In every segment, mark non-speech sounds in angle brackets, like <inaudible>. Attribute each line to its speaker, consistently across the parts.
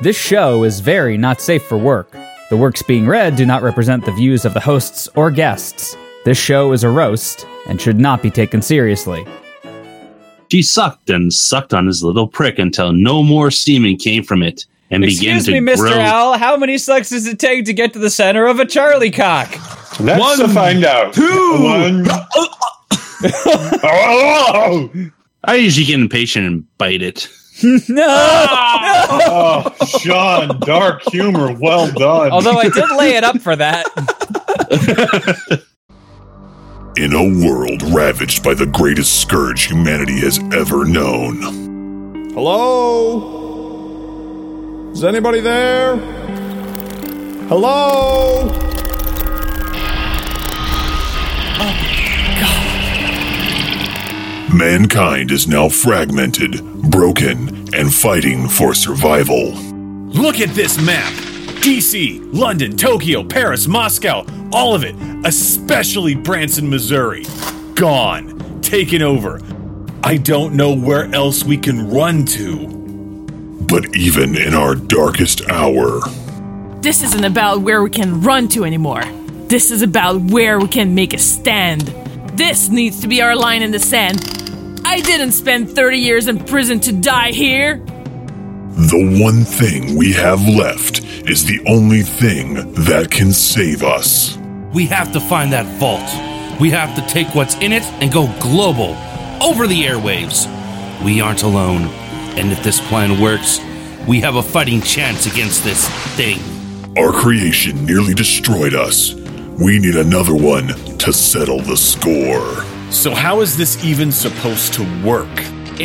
Speaker 1: This show is very not safe for work. The works being read do not represent the views of the hosts or guests. This show is a roast and should not be taken seriously.
Speaker 2: She sucked and sucked on his little prick until no more semen came from it and
Speaker 1: Excuse me,
Speaker 2: began to
Speaker 1: Mr.
Speaker 2: grow.
Speaker 1: Owl, how many sucks does it take to get to the center of a Charlie cock?
Speaker 3: That's
Speaker 2: One,
Speaker 3: to find out.
Speaker 2: two.
Speaker 1: <laughs>
Speaker 3: One. oh,
Speaker 2: I usually get impatient and bite it.
Speaker 1: No!
Speaker 3: oh, Sean, dark humor. Well done.
Speaker 1: Although I did
Speaker 4: <laughs>
Speaker 1: lay it up for that.
Speaker 5: In a world ravaged by the greatest scourge humanity has ever known,
Speaker 6: Hello? Is anybody there? Hello?
Speaker 5: mankind is now fragmented, broken, and fighting for survival.
Speaker 4: Look at this map. DC, London, Tokyo, Paris, Moscow, all of it, especially Branson, Missouri. Gone. Taken over. I don't know where else we can run to.
Speaker 5: But even in our darkest hour,
Speaker 7: This isn't about where we can run to anymore. This is about where we can make a stand. This needs to be our line in the sand. I didn't spend 30 years in prison to die here.
Speaker 5: the one thing we have left is the only thing that can save us.
Speaker 8: We have to find that vault. We have to take what's in it and go global, over the airwaves. We aren't alone, and if this plan works, we have a fighting chance against this thing.
Speaker 5: Our creation nearly destroyed us. We need another one to settle the score.
Speaker 4: So, how is this even supposed to work?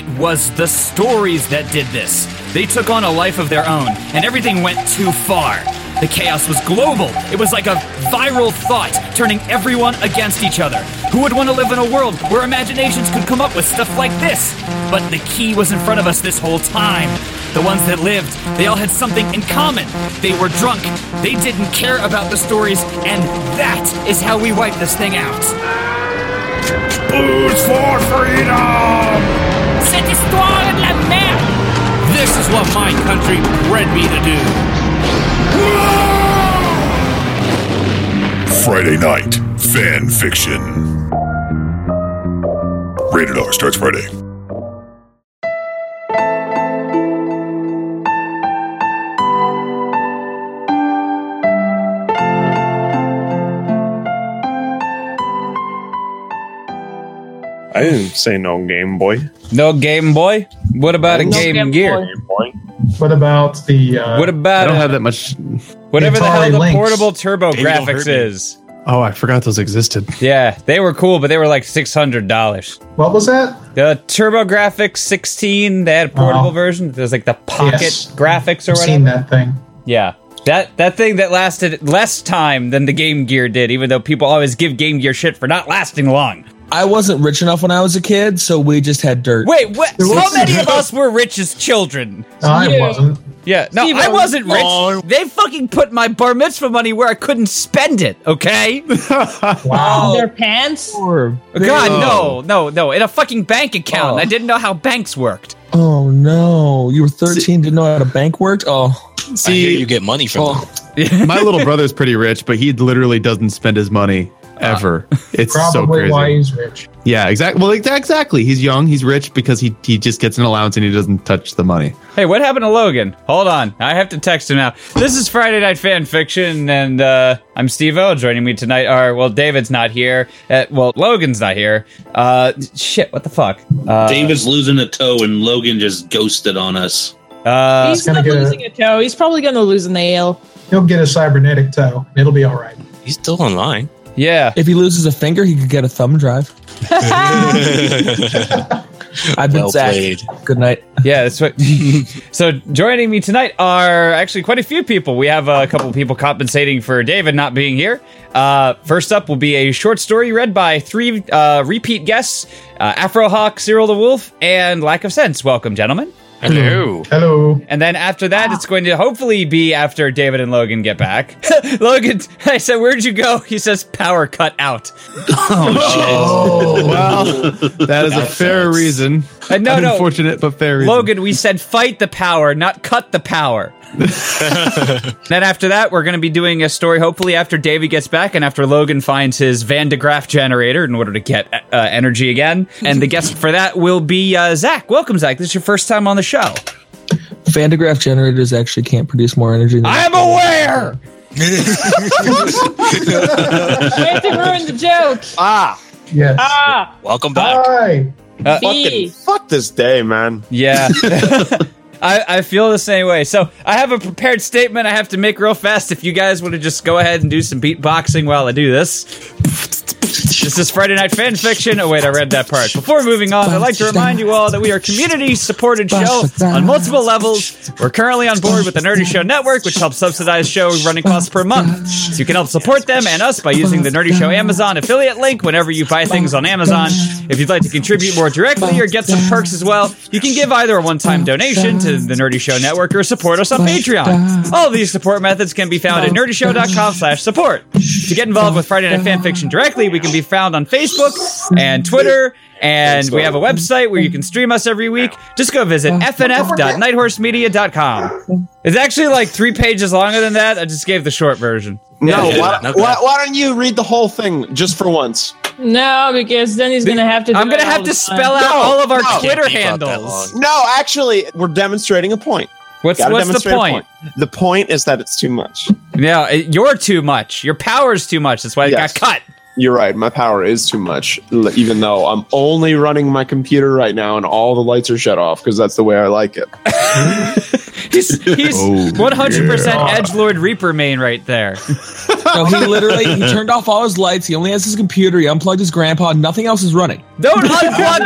Speaker 9: It was the stories that did this. They took on a life of their own, and everything went too far. The chaos was global. It was like a viral thought, turning everyone against each other. Who would want to live in a world where imaginations could come up with stuff like this? But the key was in front of us this whole time. The ones that lived, they all had something in common. They were drunk. They didn't care about the stories, and that is how we wipe this thing out.
Speaker 7: Cette histoire est de la merde!
Speaker 8: This is what my country bred me to do.
Speaker 5: Friday Night Fan Fiction. Rated R starts Friday.
Speaker 10: I didn't say no Game Boy.
Speaker 1: No Game Boy? What about a
Speaker 10: No
Speaker 1: Game,
Speaker 7: Game
Speaker 1: Gear?
Speaker 7: Boy.
Speaker 11: What about the? Uh,
Speaker 1: What
Speaker 10: I
Speaker 1: about
Speaker 10: don't
Speaker 1: a-
Speaker 10: have that much.
Speaker 1: whatever the
Speaker 11: Atari
Speaker 1: hell the
Speaker 11: Lynx.
Speaker 1: portable turbo
Speaker 4: David, don't
Speaker 1: graphics
Speaker 4: hurt me.
Speaker 1: is?
Speaker 10: Oh, I forgot those existed.
Speaker 1: Yeah, they were cool, but they were like $600.
Speaker 11: what was that?
Speaker 1: The TurboGrafx 16, they had a portable
Speaker 11: Uh-huh.
Speaker 1: version. There's like the pocket
Speaker 11: Yes.
Speaker 1: graphics or
Speaker 11: I've
Speaker 1: whatever.
Speaker 11: seen that thing.
Speaker 1: Yeah. That that thing that lasted less time than the Game Gear did, even though people always give Game Gear shit for not lasting long.
Speaker 12: I wasn't rich enough when I was a kid, so we just had dirt.
Speaker 1: Wait, what? How
Speaker 11: was-
Speaker 1: many of us were rich as children?
Speaker 11: No, I wasn't.
Speaker 1: Yeah, no, I wasn't rich. They fucking put my bar mitzvah money where I couldn't spend it. Okay,
Speaker 11: <laughs> Wow.
Speaker 7: Oh, Their pants?
Speaker 1: God, no, no, no, in a fucking bank account.
Speaker 12: Oh.
Speaker 1: I didn't know how banks worked.
Speaker 12: Oh no, you were 13, didn't know how to bank worked. Oh,
Speaker 10: See,
Speaker 9: you get money from
Speaker 12: oh.
Speaker 1: <laughs>
Speaker 10: my little brother's pretty rich, but he literally doesn't spend his money ever. it's so
Speaker 11: Probably
Speaker 10: crazy.
Speaker 11: why he's rich.
Speaker 10: Yeah, exactly. Well, exa- exactly. He's young. He's rich because he he just gets an allowance and he doesn't touch the money.
Speaker 1: Hey, what happened to Logan? Hold on. I have to text him now. This is Friday Night Fan Fiction, and uh, I'm Steve O. Joining me tonight are, well, David's not here. Uh, well, Logan's not here. Uh, shit, what the fuck? Uh,
Speaker 2: David's losing a toe and Logan just ghosted on us.
Speaker 1: uh,
Speaker 11: He's gonna get a,
Speaker 7: a toe. He's probably going to lose a <laughs> nail.
Speaker 11: he'll get a cybernetic toe. and It'll be all right.
Speaker 9: He's still online.
Speaker 1: yeah.
Speaker 12: If he loses a finger, he could get a thumb drive. <laughs> I've been Zach. Good night.
Speaker 1: Yeah, that's what. <laughs> so joining me tonight are actually quite a few people. We have a couple of people compensating for David not being here. Uh, first up will be a short story read by three uh, repeat guests: uh, Afrohawk, Cyril the Wolf, and Lack of Sense. Welcome, gentlemen. Hello.
Speaker 11: Hello.
Speaker 1: And then after that, it's going to hopefully be after David and Logan get back. <laughs> Logan, I said, "Where'd you go?" He says, "Power cut out."
Speaker 10: Oh, well, <laughs> that is a fair reason.
Speaker 1: And Uh, no, no.
Speaker 10: Unfortunate, but fair reason.
Speaker 1: Logan, we said fight the power, not cut
Speaker 6: <laughs>
Speaker 1: the power. then after that, we're going to be doing a story. Hopefully, after Davey gets back and after Logan finds his Van de Graaff generator in order to get uh, energy again. And the guest for that will be uh, Zach. Welcome, Zach. This is your first time on the show.
Speaker 12: Van de Graaff generators actually can't produce more energy. Than
Speaker 1: I'm <laughs> aware.
Speaker 7: have to ruin the joke.
Speaker 6: Ah.
Speaker 11: Yes.
Speaker 7: Ah.
Speaker 6: Welcome back.
Speaker 11: Hi.
Speaker 1: Uh,
Speaker 6: Fucking fuck this day, man.
Speaker 1: Yeah. I, I feel the same way. So I have a prepared statement I have to make real fast. If you guys want to just go ahead and do some beatboxing while I do this. This is Friday Night Fan Fiction. Oh, wait, I read that part. Before moving on, I'd like to remind you all that we are a community supported show on multiple levels. We're currently on board with the Nerdy Show Network, which helps subsidize show running costs per month. So you can help support them and us by using the Nerdy Show Amazon affiliate link whenever you buy things on Amazon. If you'd like to contribute more directly or get some perks as well, you can give either a one time donation to the Nerdy Show Network or support us on Patreon. All of these support methods can be found at nerdyshow.com slash support. To get involved with Friday Night Fan Fiction directly, we can be found on Facebook and Twitter. And we have a website where you can stream us every week. Just go visit fnf.nighthorsemedia.com. It's actually like three pages longer than that. I just gave the short version.
Speaker 6: No, why, why, why don't you read the whole thing just for once?
Speaker 7: No, because then he's gonna have to.
Speaker 1: I'm gonna have to spell out all of our
Speaker 6: no.
Speaker 1: Twitter
Speaker 6: Can't keep up that
Speaker 1: handles.
Speaker 6: No, actually, we're demonstrating a point.
Speaker 1: What's-
Speaker 6: Gotta
Speaker 1: what's the
Speaker 6: demonstrate a
Speaker 1: point?
Speaker 6: The point is that it's too much.
Speaker 1: Yeah, uh, you're too much. Your power's too much. That's why it got cut.
Speaker 6: You're right. My power is too much, l- even though I'm only running my computer right now and all the lights are shut off because that's the way I like it.
Speaker 1: <laughs> he's he's
Speaker 6: Oh,
Speaker 1: 100%
Speaker 6: yeah.
Speaker 1: Edge Lord Reaper main right there.
Speaker 12: No, he literally
Speaker 1: <laughs>
Speaker 12: he turned off all his lights. He only has his computer. He unplugged his grandpa. Nothing else is running. Oh
Speaker 1: Don't unplug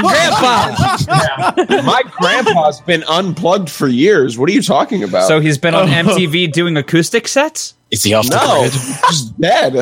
Speaker 1: grandpa. <laughs>
Speaker 6: my grandpa's been unplugged for years. What are you talking about?
Speaker 1: So he's been on
Speaker 10: Oh.
Speaker 1: MTV doing acoustic sets?
Speaker 13: Is he off the
Speaker 6: No,
Speaker 13: grid?
Speaker 6: he's
Speaker 10: <laughs>
Speaker 6: dead.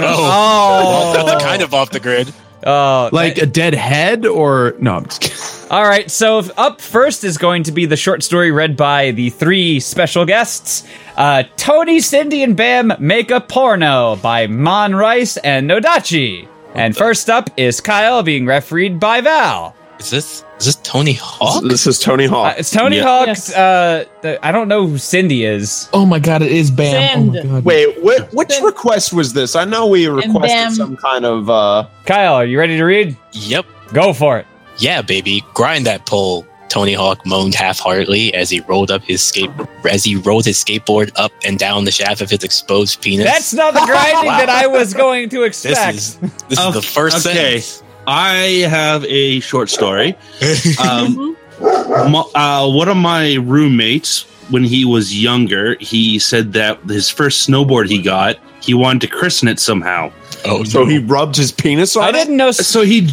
Speaker 13: Oh. kind of off the grid.
Speaker 1: Oh,
Speaker 10: like a dead head or no? I'm just kidding.
Speaker 1: <laughs> All right, so f- up first is going to be the short story read by the three special guests. Uh, Tony, Cindy, and Bam make a porno by Mon Rice and Nodachi. And first up is Kyle being refereed by Val.
Speaker 13: Is this is this Tony Hawk?
Speaker 6: This is Tony
Speaker 13: Oh,
Speaker 6: Hawk.
Speaker 1: It's Tony Hawk's. Uh, th- I don't know who Cindy is.
Speaker 12: Oh my god, it is Bam.
Speaker 7: Send.
Speaker 6: Wait, wh- which request was this? I know we
Speaker 7: them.
Speaker 6: requested some kind of. uh
Speaker 1: Kyle, are you ready to read?
Speaker 13: Yep.
Speaker 1: Go for it.
Speaker 13: Yeah, baby, grind that pole. Tony Hawk moaned half-heartedly as he rolled up his skate as he rolled his skateboard up and down the shaft of his exposed penis.
Speaker 1: That's not the grinding
Speaker 13: Wow.
Speaker 1: that I was going to expect.
Speaker 13: <laughs> This is this is the first
Speaker 8: okay.
Speaker 13: sentence.
Speaker 8: I have a short story.
Speaker 6: <laughs>
Speaker 8: Um, mo- uh, one of my roommates, when he was younger, he said that his first snowboard he got, he wanted to christen it somehow.
Speaker 6: Oh, so he rubbed his penis on
Speaker 1: I didn't know.
Speaker 8: So
Speaker 1: <laughs>
Speaker 8: he,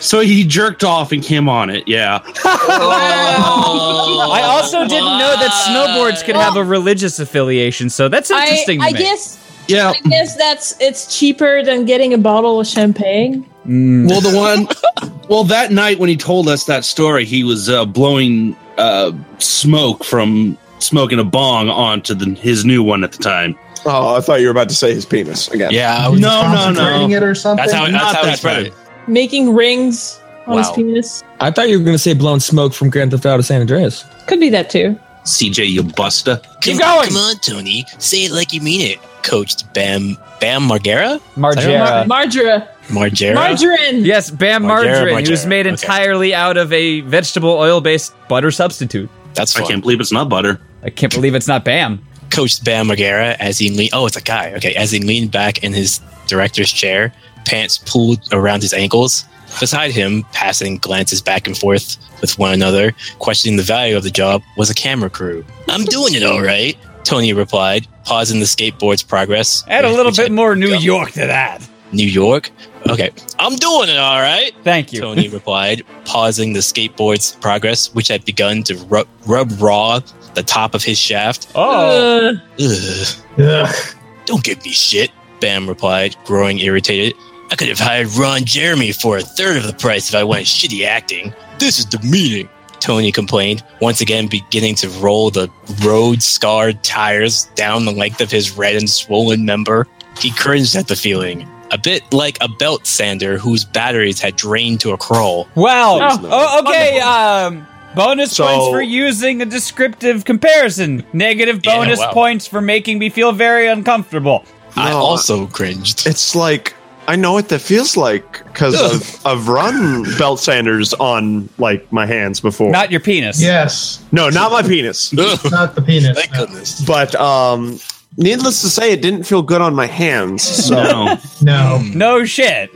Speaker 8: so he jerked off and came on it. Yeah.
Speaker 1: Oh. I also didn't know that snowboards could have a religious affiliation, so that's interesting.
Speaker 7: I,
Speaker 1: to
Speaker 7: I
Speaker 1: me.
Speaker 7: guess.
Speaker 8: Yeah.
Speaker 7: I guess that's it's cheaper than getting a bottle of champagne.
Speaker 12: Mm.
Speaker 8: Well, the one, <laughs> well, that night when he told us that story, he was uh, blowing uh, smoke from smoking a bong onto the, his new one at the time.
Speaker 6: Oh, I thought you were about to say his penis again.
Speaker 13: Yeah.
Speaker 11: Was he
Speaker 8: no, no,
Speaker 11: concentrating
Speaker 8: no.
Speaker 11: it or something?
Speaker 13: That's how that's
Speaker 8: Not
Speaker 13: how
Speaker 8: that
Speaker 13: it's spread.
Speaker 7: Making rings on his
Speaker 13: Wow.
Speaker 7: penis
Speaker 12: I thought you were gonna say blown smoke from Grand Theft Auto San Andreas.
Speaker 7: could be that too.
Speaker 8: CJ, you busta.
Speaker 13: Keep going. Come on, Tony. Say it like you mean it. Coached Bam Bam Margera?
Speaker 1: Margera.
Speaker 7: Margera.
Speaker 13: Margera.
Speaker 7: Margarine.
Speaker 1: Yes, Bam
Speaker 13: Margera,
Speaker 1: margarine, who's
Speaker 13: Margera,
Speaker 1: made entirely out of a vegetable oil based butter substitute.
Speaker 13: That's
Speaker 8: I
Speaker 13: fun.
Speaker 8: can't believe it's not butter.
Speaker 1: I can't believe it's not Bam.
Speaker 13: coached Bam Margera as he leaned. Oh, it's a guy. Okay, as he leaned back in his director's chair, pants pulled around his ankles. Beside him, passing glances back and forth with one another, questioning the value of the job, was a camera crew. I'm doing it all right, Tony replied, pausing the skateboard's progress.
Speaker 1: Add a little bit more New York to that.
Speaker 13: New York? Okay. I'm doing it all right.
Speaker 1: Thank you. <laughs>
Speaker 13: Tony replied, pausing the skateboard's progress, which had begun to rub, rub raw the top of his shaft.
Speaker 1: Oh.
Speaker 13: Ugh. Don't give me shit, Bam replied, growing irritated. I could have hired Ron Jeremy for a third of the price if I wanted shitty acting. This is demeaning. Tony complained, once again beginning to roll the road scarred tires down the length of his red and swollen member. He cringed at the feeling, a bit like a belt sander whose batteries had drained to a crawl.
Speaker 1: Wow. Oh, oh, okay. Um, bonus points for using a descriptive comparison. Negative
Speaker 13: Yeah,
Speaker 1: bonus
Speaker 13: wow.
Speaker 1: points for making me feel very uncomfortable.
Speaker 13: I also cringed.
Speaker 6: It's like I know what that feels like because I've, I've run belt sanders on like my hands before.
Speaker 1: Not your penis.
Speaker 6: Yes. No, not my penis.
Speaker 11: Not the penis.
Speaker 6: Thank goodness. But um, needless to say, it didn't feel good on my hands. So.
Speaker 11: No.
Speaker 6: no.
Speaker 1: No shit.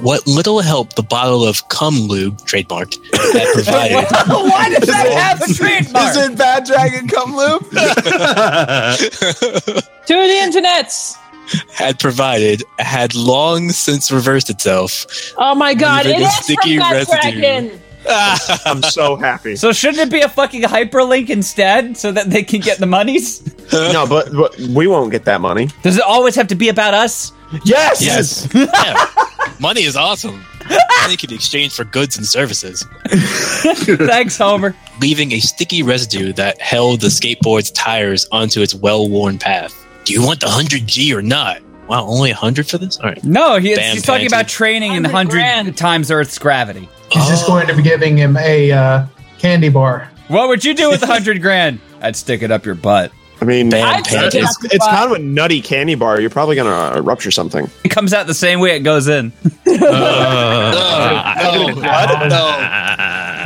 Speaker 13: What little help the bottle of cum lube, trademarked,
Speaker 1: <laughs>
Speaker 13: had provided
Speaker 1: <laughs> Why does that have a trademark?
Speaker 12: Is it Bad Dragon Come
Speaker 1: <laughs>
Speaker 12: Loop?
Speaker 7: To the internets.
Speaker 13: <laughs> had provided had long since reversed itself.
Speaker 7: Oh my god,
Speaker 13: Even
Speaker 7: it
Speaker 13: the
Speaker 7: is
Speaker 13: sticky
Speaker 7: from that
Speaker 13: residue.
Speaker 7: dragon.
Speaker 6: I'm so happy.
Speaker 1: So shouldn't it be a fucking hyperlink instead, so that they can get the monies?
Speaker 6: no, but, but we won't get that money.
Speaker 1: Does it always have to be about us?
Speaker 6: Yes.
Speaker 13: Yes.
Speaker 6: <laughs>
Speaker 13: Yeah. Money is awesome. Money can be exchanged for goods and services.
Speaker 1: <laughs> Thanks, Homer.
Speaker 13: Leaving a sticky residue that held the skateboard's tires onto its well-worn path. Do you want the 100G or not? Wow, only 100 for this? All right.
Speaker 1: No, he,
Speaker 13: Bam,
Speaker 1: he's talking
Speaker 13: pansy.
Speaker 1: about training in 100 times Earth's gravity.
Speaker 11: He's just
Speaker 10: Oh.
Speaker 11: going to be giving him a uh, candy bar.
Speaker 1: What would you do with 100
Speaker 6: <laughs>
Speaker 1: grand? I'd stick it up your butt.
Speaker 6: I mean,
Speaker 1: Bam,
Speaker 6: it's,
Speaker 1: pancakes.
Speaker 6: it's, kind of a nutty candy bar. You're probably gonna uh, rupture something.
Speaker 1: It comes out the same way it goes in.
Speaker 13: Oh.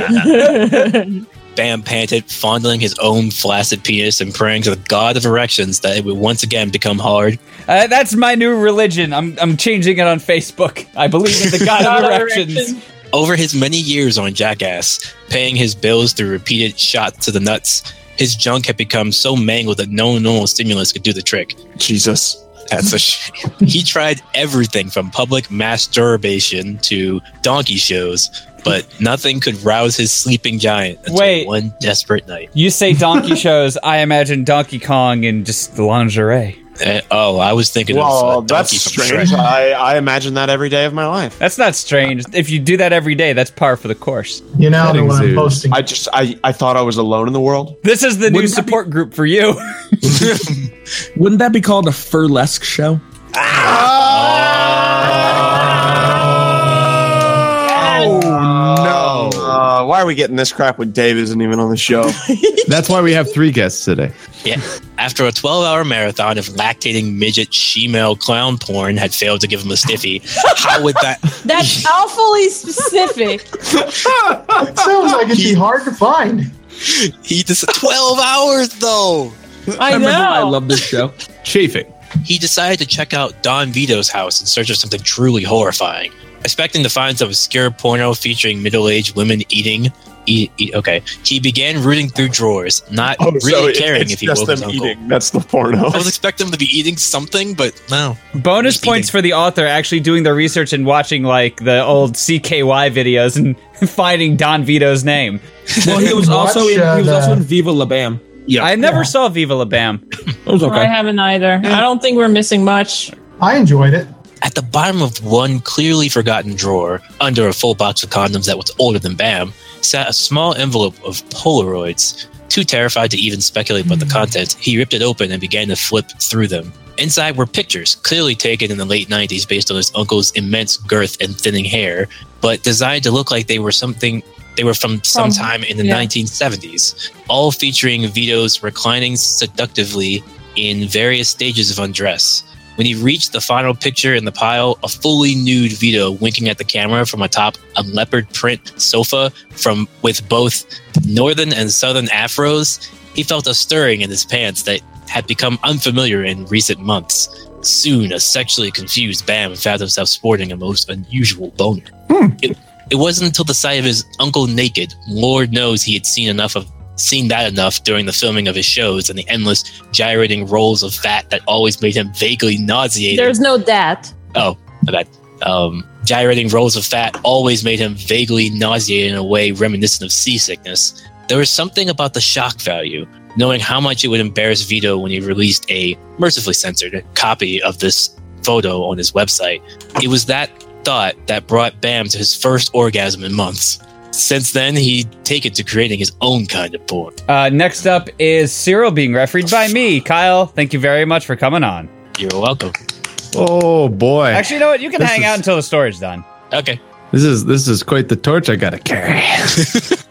Speaker 8: <laughs>
Speaker 13: Bam panted, fondling his own flaccid penis and praying to the god of erections that it would once again become hard.
Speaker 1: Uh, that's my new religion. I'm, I'm changing it on Facebook. I believe in the
Speaker 13: <laughs>
Speaker 1: God of Erections.
Speaker 13: Over his many years on Jackass, paying his bills through repeated shots to the nuts, his junk had become so mangled that no normal stimulus could do the trick.
Speaker 6: Jesus.
Speaker 13: That's a shame. he tried everything from public masturbation to donkey shows, but nothing could rouse his sleeping giant until
Speaker 1: Wait.
Speaker 13: one desperate night.
Speaker 1: You say
Speaker 6: <laughs>
Speaker 1: donkey shows, I imagine Donkey Kong in just lingerie.
Speaker 13: Eh, oh, I was thinking
Speaker 6: Well,
Speaker 13: of uh,
Speaker 6: that's
Speaker 13: donkey from
Speaker 6: strange.
Speaker 13: Shrek.
Speaker 6: I, I imagine that every day of my life.
Speaker 1: That's not strange. If you do that every day, that's par for the course.
Speaker 11: You know the one I'm posting.
Speaker 6: I just I, I thought I was alone in the world.
Speaker 1: This is the new support group for you.
Speaker 12: <laughs> Wouldn't that be called a furlesque show?
Speaker 6: Oh no! Uh, why are we getting this crap when Dave isn't even on the
Speaker 1: <laughs>
Speaker 6: show?
Speaker 10: That's why we have three guests today.
Speaker 13: Yeah. After a 12 hour marathon of lactating midget shemale clown porn had failed to give him a stiffy, how would that.
Speaker 7: That's awfully specific.
Speaker 11: it sounds like it'd be hard to find.
Speaker 13: He just 12 hours though.
Speaker 7: I Remember know. why I
Speaker 13: love this
Speaker 6: <laughs>
Speaker 13: show. Chafing. He decided to check out Don Vito's house in search of something truly horrifying, expecting to find some obscure porno featuring middle-aged women eating. Eat, eat, okay, he began rooting through drawers, not
Speaker 6: Oh,
Speaker 13: really
Speaker 6: so it-
Speaker 13: caring
Speaker 6: it's
Speaker 13: if he
Speaker 6: just
Speaker 13: woke
Speaker 6: them
Speaker 13: his uncle.
Speaker 6: eating. That's the porno.
Speaker 13: I was expecting him to be eating something, but no.
Speaker 1: Bonus points for the author actually doing the research and watching like the old CKY videos and <laughs> finding Don Vito's name.
Speaker 12: Well, he was also in, he
Speaker 10: uh,
Speaker 12: was also in Viva La Bam.
Speaker 1: Yeah, I never saw Viva La Bam.
Speaker 12: <laughs> It was
Speaker 7: I haven't either. I don't think we're missing much.
Speaker 11: I enjoyed it.
Speaker 13: At the bottom of one clearly forgotten drawer, under a full box of condoms that was older than Bam, sat a small envelope of Polaroids. Too terrified to even speculate about the contents, he ripped it open and began to flip through them. Inside were pictures, clearly taken in the late 90s based on his uncle's immense girth and thinning hair, but designed to look like they were something they were from some
Speaker 12: From-
Speaker 13: time in the
Speaker 12: yeah.
Speaker 13: 1970s, all featuring Vito's reclining seductively in various stages of undress. When he reached the final picture in the pile, a fully nude Vito winking at the camera from atop a leopard print sofa from with both northern and southern afros, he felt a stirring in his pants that had become unfamiliar in recent months. Soon, a sexually confused Bam found himself sporting a most unusual boner. It, it wasn't until the sight of his uncle naked. Lord knows he had seen enough of seen that enough during the filming of his shows and the endless gyrating rolls of fat that always made him vaguely nauseated.
Speaker 7: There's no that.
Speaker 13: Oh, my bad. Um, gyrating rolls of fat always made him vaguely nauseated in a way reminiscent of seasickness. There was something about the shock value, knowing how much it would embarrass Vito when he released a mercifully censored copy of this photo on his website. It was that thought that brought Bam to his first orgasm in months. since then, he taken to creating his own kind of porn.
Speaker 1: Uh, next up is Cyril being refereed by me. Kyle, thank you very much for coming on.
Speaker 13: You're welcome.
Speaker 10: Oh boy.
Speaker 1: Actually, you know what? You can
Speaker 10: This
Speaker 1: hang
Speaker 10: is-
Speaker 14: <laughs>
Speaker 1: out until the store's done.
Speaker 13: Okay.
Speaker 10: This is this is quite the torch I gotta carry.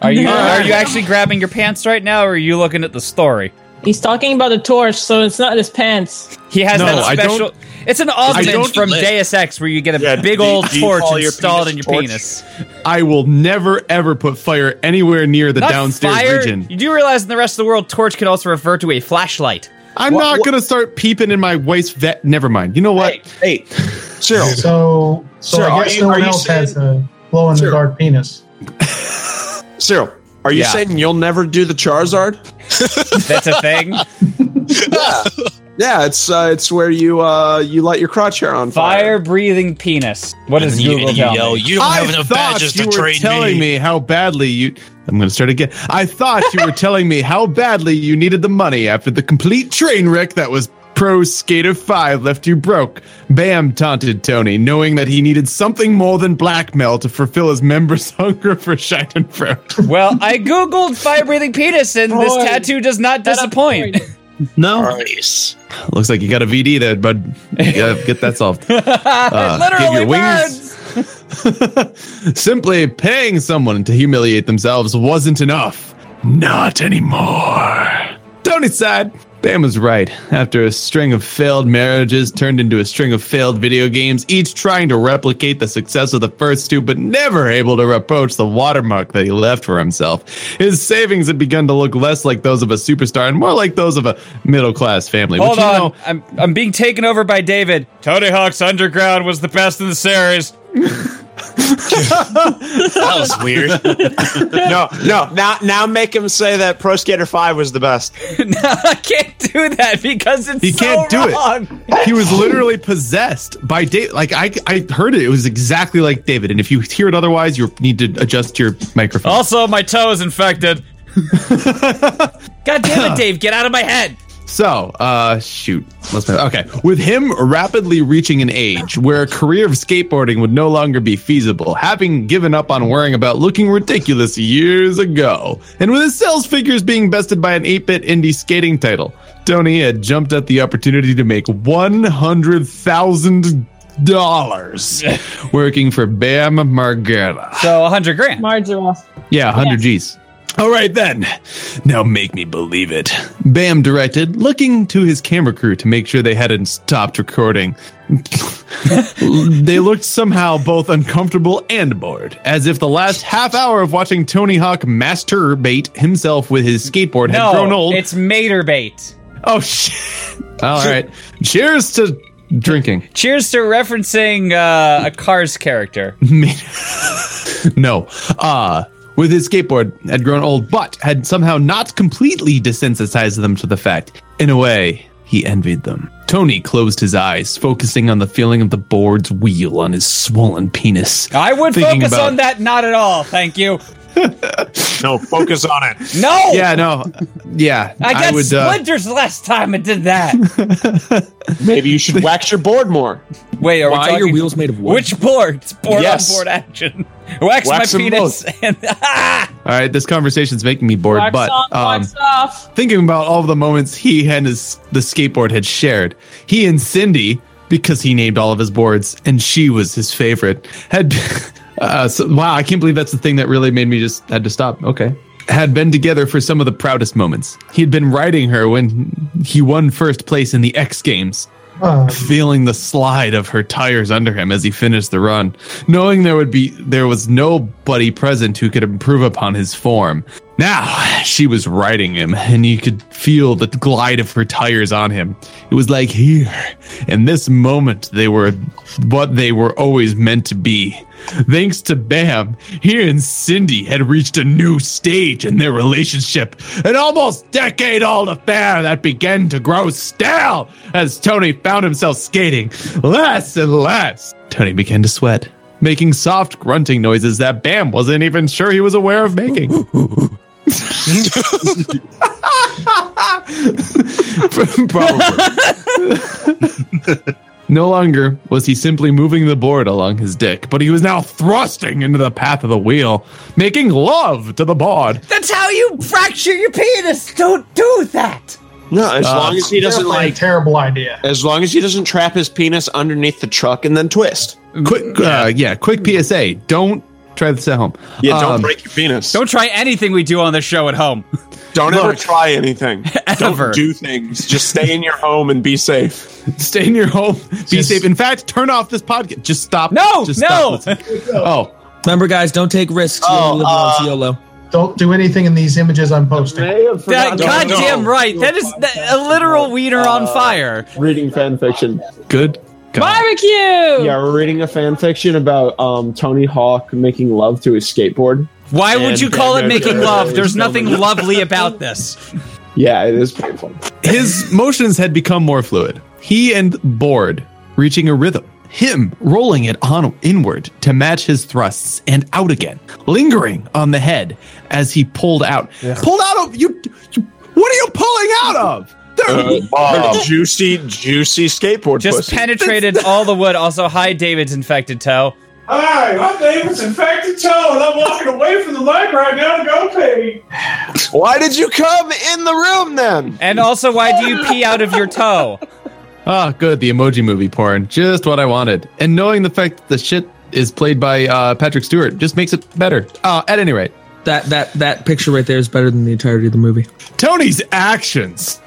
Speaker 1: Are you are you actually grabbing your pants right now, or are you looking at the story?
Speaker 7: He's talking about a torch, so it's not his pants.
Speaker 1: He has
Speaker 7: No,
Speaker 1: that
Speaker 7: I don't-
Speaker 1: special. It's an
Speaker 7: I
Speaker 1: augment
Speaker 7: don't-
Speaker 1: from Deus Ex where you get a big
Speaker 10: do-
Speaker 1: old
Speaker 10: do you
Speaker 1: torch
Speaker 10: call your
Speaker 1: installed
Speaker 10: penis
Speaker 1: in your
Speaker 10: torch?
Speaker 1: penis.
Speaker 10: I will never ever put fire anywhere near the
Speaker 1: Not
Speaker 10: downstairs
Speaker 1: fire.
Speaker 10: region.
Speaker 1: You do realize in the rest of the world, torch can also refer to a flashlight.
Speaker 10: I'm not gonna start peeping in my waist. Vet. Never mind. You know what?
Speaker 8: Hey, Cyril.
Speaker 11: So, so
Speaker 6: Sir,
Speaker 11: I
Speaker 6: are
Speaker 11: guess
Speaker 6: you-
Speaker 11: no
Speaker 6: are
Speaker 11: one
Speaker 6: you
Speaker 11: else
Speaker 6: saying-
Speaker 11: has a glow in the dark penis.
Speaker 6: Cyril, are you
Speaker 11: Yeah.
Speaker 6: saying you'll never do the Charizard?
Speaker 1: <laughs> That's a
Speaker 6: <laughs>
Speaker 1: thing.
Speaker 6: yeah. yeah, it's uh, it's where you uh, you light your crotch hair on fire. <laughs>
Speaker 1: Fire-breathing penis. What does
Speaker 6: you-
Speaker 1: Google
Speaker 6: and you
Speaker 1: tell
Speaker 6: yell,
Speaker 1: me?
Speaker 6: "You don't
Speaker 10: I
Speaker 6: have enough
Speaker 10: thought
Speaker 6: badges
Speaker 10: you
Speaker 6: to
Speaker 10: were
Speaker 6: trade
Speaker 10: telling
Speaker 6: me."
Speaker 10: me. how badly you. I'm gonna start again. I thought you were telling me how badly you needed the money after the complete train wreck that was Pro Skater Five left you broke. Bam taunted Tony, knowing that he needed something more than blackmail to fulfill his members' <laughs> hunger for Schadenfreude.
Speaker 1: Well, I googled fire-breathing penis, and this tattoo does not disappoint.
Speaker 10: No. Looks like you got a VD there, bud. You gotta get that solved. Uh, give
Speaker 1: Literally
Speaker 10: your wings-
Speaker 1: burns.
Speaker 10: <laughs> Simply paying someone to humiliate themselves wasn't enough. Not anymore. Tony sighed. Bam was right. After a string of failed marriages turned into a string of failed video games, each trying to replicate the success of the first two, but never able to approach the watermark that he left for himself, his savings had begun to look less like those of a superstar and more like those of a middle class family.
Speaker 1: Hold
Speaker 10: But you
Speaker 1: on,
Speaker 10: know-
Speaker 1: I'm I'm being taken over by David. Tony Hawk's Underground was the best in the series.
Speaker 13: that was weird.
Speaker 6: <laughs> no, no. Now, now make him say that Pro Skater Five was the best.
Speaker 1: I can't do that because it's
Speaker 10: He
Speaker 1: so
Speaker 10: can't do
Speaker 1: wrong.
Speaker 10: it. He was literally possessed by David. Like I, I heard it. It was exactly like David. And if you hear it otherwise, you need to adjust your microphone.
Speaker 1: Also, my toe is infected. God
Speaker 10: <laughs>
Speaker 1: damn it, Dave! Get out of my head.
Speaker 10: So, uh, shoot. Let's move. Okay. With him rapidly reaching an age where a career of skateboarding would no longer be feasible, having given up on worrying about looking ridiculous years ago, and with his sales figures being bested by an 8 bit indie skating title, Tony had jumped at the opportunity to make
Speaker 1: <laughs>
Speaker 10: $100,000 working for Bam Margera.
Speaker 1: So, 100 grand.
Speaker 7: Margarine.
Speaker 10: Yeah, 100 G's. All right, then. Now make me believe it. Bam directed, looking to his camera crew to make sure they hadn't stopped recording. <laughs> they looked somehow both uncomfortable and bored, as if the last half hour of watching Tony Hawk masturbate himself with his skateboard had grown
Speaker 1: No,
Speaker 10: old.
Speaker 1: it's Materbait.
Speaker 10: Oh shit! All right. Cheers to drinking.
Speaker 1: Cheers to referencing uh, a Cars character.
Speaker 10: <laughs> no. Uh with his skateboard had grown old, but had somehow not completely desensitized them to the fact. In a way, he envied them. Tony closed his eyes, focusing on the feeling of the board's wheel on his swollen penis.
Speaker 1: I would
Speaker 10: Thinking
Speaker 1: focus
Speaker 10: about-
Speaker 1: on that. Not at all. Thank you.
Speaker 10: No, focus on it.
Speaker 1: No.
Speaker 10: Yeah, no. Yeah.
Speaker 1: I got
Speaker 10: would, uh,
Speaker 1: splinters last time I did that. <laughs>
Speaker 6: <laughs> Maybe you should wax your board more.
Speaker 1: Wait, are
Speaker 6: Why
Speaker 1: we
Speaker 6: are your
Speaker 1: talking,
Speaker 6: wheels made of wood?
Speaker 1: Which board? It's board
Speaker 6: Yes.
Speaker 1: on board action. Wax,
Speaker 10: Wax
Speaker 1: my
Speaker 10: them
Speaker 1: penis. And,
Speaker 10: All right, this conversation's making me bored,
Speaker 7: Wax
Speaker 10: but
Speaker 7: on,
Speaker 10: um,
Speaker 7: wax off.
Speaker 10: thinking about all the moments he and his the skateboard had shared, he and Cindy, because he named all of his boards, and she was his favorite, had <laughs> uh, so, wow, I can't believe that's the thing that really made me just had to stop. Okay, had been together for some of the proudest moments. He had been riding her when he won first place in the X Games
Speaker 11: Oh.
Speaker 10: feeling the slide of her tires under him as he finished the run, knowing there would be there was nobody present who could improve upon his form. Now she was riding him, and you could feel the glide of her tires on him. It was like here, in this moment, they were what they were always meant to be. Thanks to Bam, he and Cindy had reached a new stage in their relationship, an almost decade old affair that began to grow stale as Tony found himself skating less and less. Tony began to sweat, making soft grunting noises that Bam wasn't even sure he was aware of making. <laughs> Probably. No longer was he simply moving the board along his dick, but he was now thrusting into the path of the wheel, making love to the board.
Speaker 15: That's how you fracture your penis. Don't do that.
Speaker 6: No, as
Speaker 10: Uh,
Speaker 6: long as he doesn't
Speaker 11: Definitely a
Speaker 6: like
Speaker 11: terrible idea.
Speaker 6: As long as he doesn't trap his penis underneath the truck and then twist.
Speaker 10: Quick, uh, yeah, quick PSA. Don't try this at home.
Speaker 6: Yeah, don't
Speaker 10: Um,
Speaker 6: break your penis.
Speaker 1: Don't try anything we do on the show at home. <laughs>
Speaker 6: Don't ever try
Speaker 10: <laughs>
Speaker 6: anything.
Speaker 1: Ever.
Speaker 6: Don't do things. Just stay in your home and be safe.
Speaker 10: Stay in your home. Be safe. In fact, turn off this podcast. Just stop. No, just
Speaker 11: no.
Speaker 10: Stop
Speaker 12: <laughs>
Speaker 10: listening. oh,
Speaker 12: remember, guys, don't take risks.
Speaker 6: Oh,
Speaker 12: You only live
Speaker 6: uh,
Speaker 12: once, YOLO.
Speaker 11: Don't do anything in these images I'm posting.
Speaker 1: That goddamn right. That is that, <laughs> a literal wiener
Speaker 6: Uh,
Speaker 1: on fire.
Speaker 6: Reading fan fiction.
Speaker 10: Good.
Speaker 7: Barbecue.
Speaker 6: Yeah, we're reading a fan fiction about um, Tony Hawk making love to his skateboard.
Speaker 1: Why would
Speaker 6: And
Speaker 1: you call it
Speaker 6: then
Speaker 1: making
Speaker 6: there
Speaker 1: love?
Speaker 6: is
Speaker 1: There's
Speaker 6: no
Speaker 1: nothing
Speaker 6: love.
Speaker 1: lovely about this.
Speaker 6: Yeah, it is painful.
Speaker 10: His motions had become more fluid. He and board reaching a rhythm. Him rolling it on inward to match his thrusts and out again, lingering on the head as he pulled out. Pulled out of you, you- What are you pulling out
Speaker 6: Uh,
Speaker 10: of?
Speaker 6: <laughs>
Speaker 1: Um,
Speaker 6: Bob. juicy, juicy skateboard.
Speaker 1: Just
Speaker 6: pussy. <laughs>
Speaker 1: penetrated all the wood. Also, hi, David's infected toe.
Speaker 16: Hi, my name is Infected Toe, and I'm walking away from the mic right now to go pee.
Speaker 6: Why did you come in the room then?
Speaker 1: And also, why do you pee out of
Speaker 6: <laughs>
Speaker 1: your toe?
Speaker 10: Ah, good. The emoji movie porn. Just what I wanted. And knowing the fact that the shit is played by uh, Patrick Stewart just makes it better. Uh, at any rate,
Speaker 12: That that that picture right there is better than the entirety of the movie.
Speaker 10: Tony's actions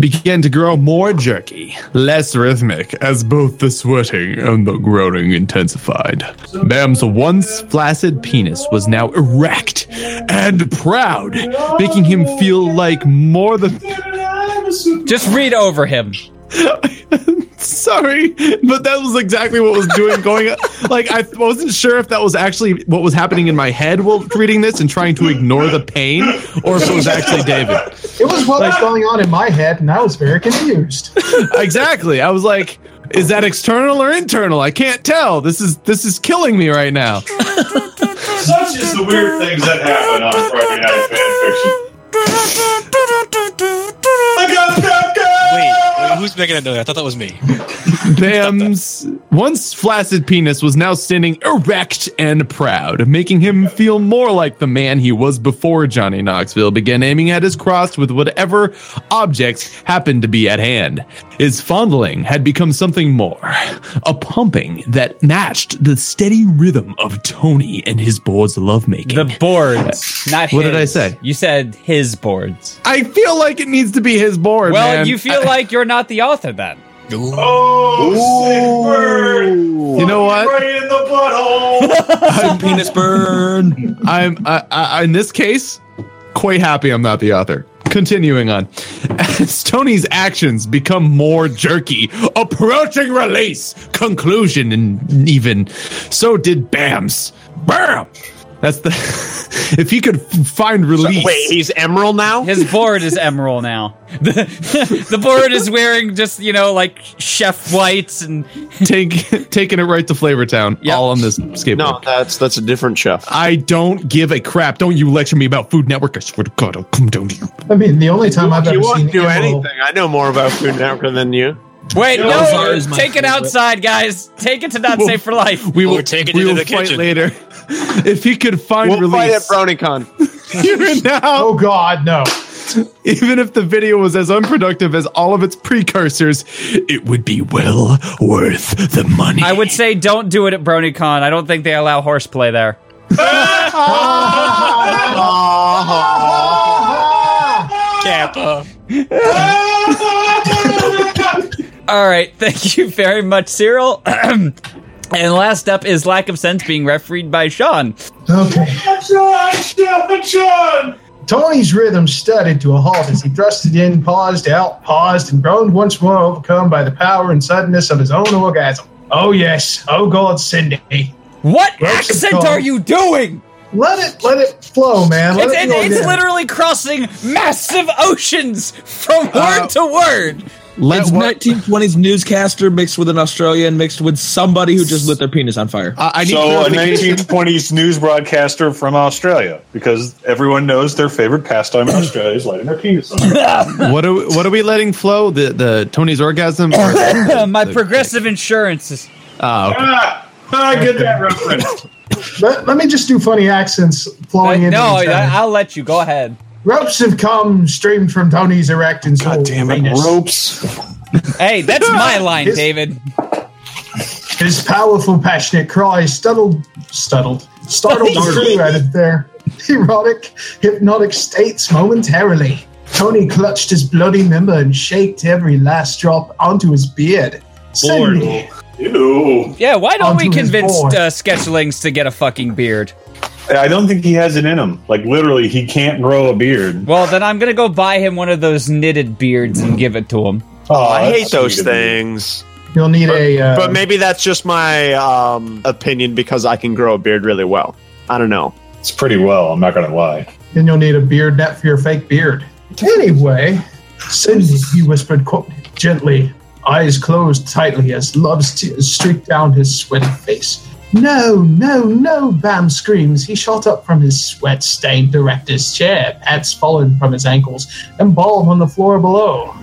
Speaker 10: began to grow more jerky, less rhythmic, as both the sweating and the groaning intensified. Bam's once flaccid penis was now erect and proud, making him feel like more than.
Speaker 1: Just read over him.
Speaker 10: <laughs> Sorry, but that was exactly what was doing going on. Like I wasn't sure if that was actually what was happening in my head while reading this and trying to ignore the pain, or if it was actually David.
Speaker 11: It was what was going on in my head, and I was very confused.
Speaker 10: <laughs> exactly. I was like, is that external or internal? I can't tell. This is this is killing me right
Speaker 1: <laughs>
Speaker 10: now.
Speaker 16: Such is the weird things that happen on Friday Night Fan Fiction. I got
Speaker 13: Wait, wait, who's making that noise? I thought that was me.
Speaker 10: Bam's once flaccid penis was now standing erect and proud, making him feel more like the man he was before Johnny Knoxville began aiming at his cross with whatever objects happened to be at hand. His fondling had become something more, a pumping that matched the steady rhythm of Tony and his board's lovemaking.
Speaker 1: The boards, not
Speaker 10: What did
Speaker 1: his.
Speaker 10: I say?
Speaker 1: You said his boards.
Speaker 10: I feel like it needs to be his board.
Speaker 1: Well,
Speaker 10: man.
Speaker 6: <laughs>
Speaker 1: you feel like you're not the author then.
Speaker 16: Oh, sick bird.
Speaker 10: You know what?
Speaker 16: Right in the butthole.
Speaker 10: penis burn. <laughs> I'm I, I, in this case quite happy I'm not the author. Continuing on, <laughs> as Tony's actions become more jerky, approaching release, conclusion, and even so did Bam's. Bam. That's the. <laughs> if he could f- find release.
Speaker 1: wait,
Speaker 6: he's Emerald now.
Speaker 1: His board is Emerald now. <laughs> The, the board is wearing just you know like chef whites and
Speaker 10: Take, <laughs> taking it right to Flavortown, all on this skateboard.
Speaker 6: No, that's that's a different chef.
Speaker 10: I don't give a crap. Don't you lecture me about Food Network. I swear to God, I'll come down to you.
Speaker 11: I mean, the only time I've
Speaker 6: You
Speaker 11: ever
Speaker 6: won't
Speaker 11: seen
Speaker 6: do
Speaker 11: Emerald-
Speaker 6: anything. I know more about Food Network than you.
Speaker 1: <laughs> wait
Speaker 6: Yeah,
Speaker 1: no,
Speaker 6: Ozar is my
Speaker 1: take it
Speaker 6: favorite.
Speaker 1: outside guys take it to not
Speaker 10: We'll-
Speaker 1: safe for life
Speaker 10: We will take it we will fight later. If he could find
Speaker 6: We'll fight at
Speaker 10: release,
Speaker 6: BronyCon.
Speaker 10: <laughs> even now. Oh
Speaker 11: God, no!
Speaker 10: Even if the video was as unproductive as all of its precursors, it would be well worth the money.
Speaker 1: I would say don't do it at BronyCon. I don't think they allow horseplay there.
Speaker 13: Kappa.
Speaker 1: All right, <laughs> thank you very much, Cyril. <clears throat> and last up is lack of sense being refereed by Sean.
Speaker 11: Okay. Tony's rhythm studied to a halt as he thrusted in, paused out, paused, and groaned once more, overcome by the power and suddenness of his own orgasm. Oh yes, oh God, Cindy.
Speaker 1: What
Speaker 11: accent
Speaker 1: are you doing?
Speaker 11: Let it, let it flow, man. Let
Speaker 1: It's,
Speaker 11: it
Speaker 1: it-
Speaker 11: flow
Speaker 1: it's
Speaker 11: down.
Speaker 15: <laughs>
Speaker 11: Uh,
Speaker 1: literally crossing massive oceans from word to word.
Speaker 10: Let
Speaker 12: it's
Speaker 10: what-
Speaker 12: 1920s newscaster mixed with an Australian mixed with somebody who just lit their penis on fire.
Speaker 4: so a
Speaker 10: <laughs>
Speaker 4: 1920s news broadcaster from Australia, because everyone knows their favorite pastime in Australia is lighting their penis on fire.
Speaker 1: <laughs>
Speaker 10: what are we, what are we letting flow? The the Tony's orgasm. Or
Speaker 1: <laughs> My progressive insurance is.
Speaker 10: Oh, okay.
Speaker 4: Ah, I get that reference.
Speaker 11: Let, let me just do funny accents flowing in.
Speaker 1: No, I, I'll let you. Go ahead.
Speaker 11: Ropes have come streamed from Tony's erect and God damn it,
Speaker 4: ropes.
Speaker 1: <laughs>
Speaker 11: <laughs>
Speaker 1: Hey, that's my line, David.
Speaker 11: His powerful, passionate cries startled, startled, startled the crew out of their erotic, hypnotic states momentarily. Tony clutched his bloody member and shaked every last drop onto his beard. Suddenly,
Speaker 1: Yeah, why don't
Speaker 11: Onto
Speaker 1: we
Speaker 11: his
Speaker 1: convince
Speaker 11: board.
Speaker 1: uh, Sketchlings to get a fucking beard?
Speaker 4: I don't think he has it in him. Like literally, he can't grow a beard.
Speaker 1: Well, then I'm gonna go buy him one of those knitted beards and give it to him.
Speaker 4: Oh,
Speaker 3: I hate those things.
Speaker 11: You'll need a. Uh,
Speaker 3: But maybe that's just my um, opinion because I can grow a beard really well. I don't know.
Speaker 4: It's pretty well. I'm not going to lie.
Speaker 11: Then you'll need a beard net for your fake beard. Anyway, Cindy, he whispered qu- gently, eyes closed tightly as love's tears streaked down his sweaty face. No, no, no, Bam screams. He shot up from his sweat stained director's chair, pants fallen from his ankles, and balled on the floor below.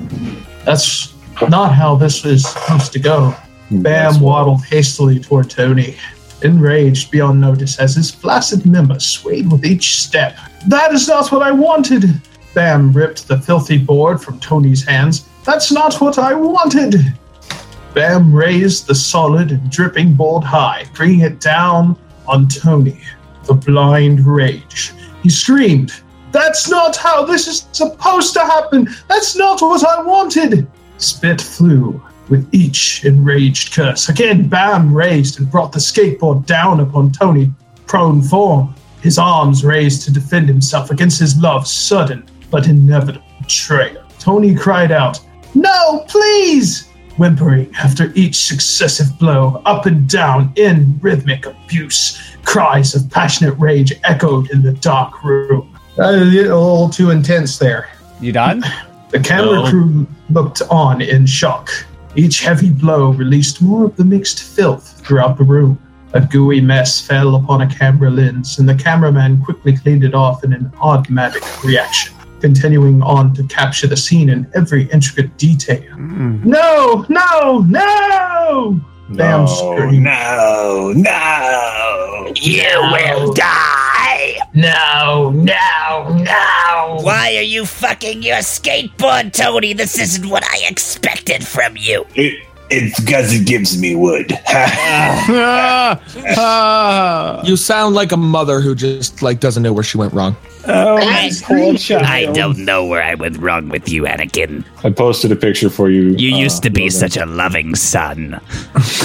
Speaker 11: That's not how this is supposed to go. Bam waddled hastily toward Tony, enraged beyond notice as his flaccid member swayed with each step. That is not what I wanted! Bam ripped the filthy board from Tony's hands. That's not what I wanted! Bam raised the solid and dripping board high, bringing it down on Tony. The blind rage. He screamed, That's not how this is supposed to happen! That's not what I wanted! Spit flew with each enraged curse. Again, Bam raised and brought the skateboard down upon Tony, prone form, his arms raised to defend himself against his love's sudden but inevitable betrayal. Tony cried out, No, please! Whimpering after each successive blow, up and down in rhythmic abuse, cries of passionate rage echoed in the dark room. A little too intense there.
Speaker 1: You done?
Speaker 11: The camera
Speaker 1: No.
Speaker 11: crew looked on in shock. Each heavy blow released more of the mixed filth throughout the room. A gooey mess fell upon a camera lens, and the cameraman quickly cleaned it off in an automatic reaction, continuing on to capture the scene in every intricate detail.
Speaker 1: Mm.
Speaker 11: No, no, no! Bam screamed.
Speaker 16: No, no. You will die.
Speaker 11: No, no, no.
Speaker 15: Why are you fucking your skateboard, Tony? This isn't what I expected from you.
Speaker 16: It, it's because it gives me wood. <laughs>
Speaker 10: Ah.
Speaker 12: you sound like a mother who just like doesn't know where she went wrong.
Speaker 4: Oh,
Speaker 14: Oh,
Speaker 16: I,
Speaker 15: I don't know where I went wrong with you, Anakin.
Speaker 4: I posted a picture for you.
Speaker 15: You
Speaker 4: uh,
Speaker 15: used to be
Speaker 4: Logan.
Speaker 15: such a loving son.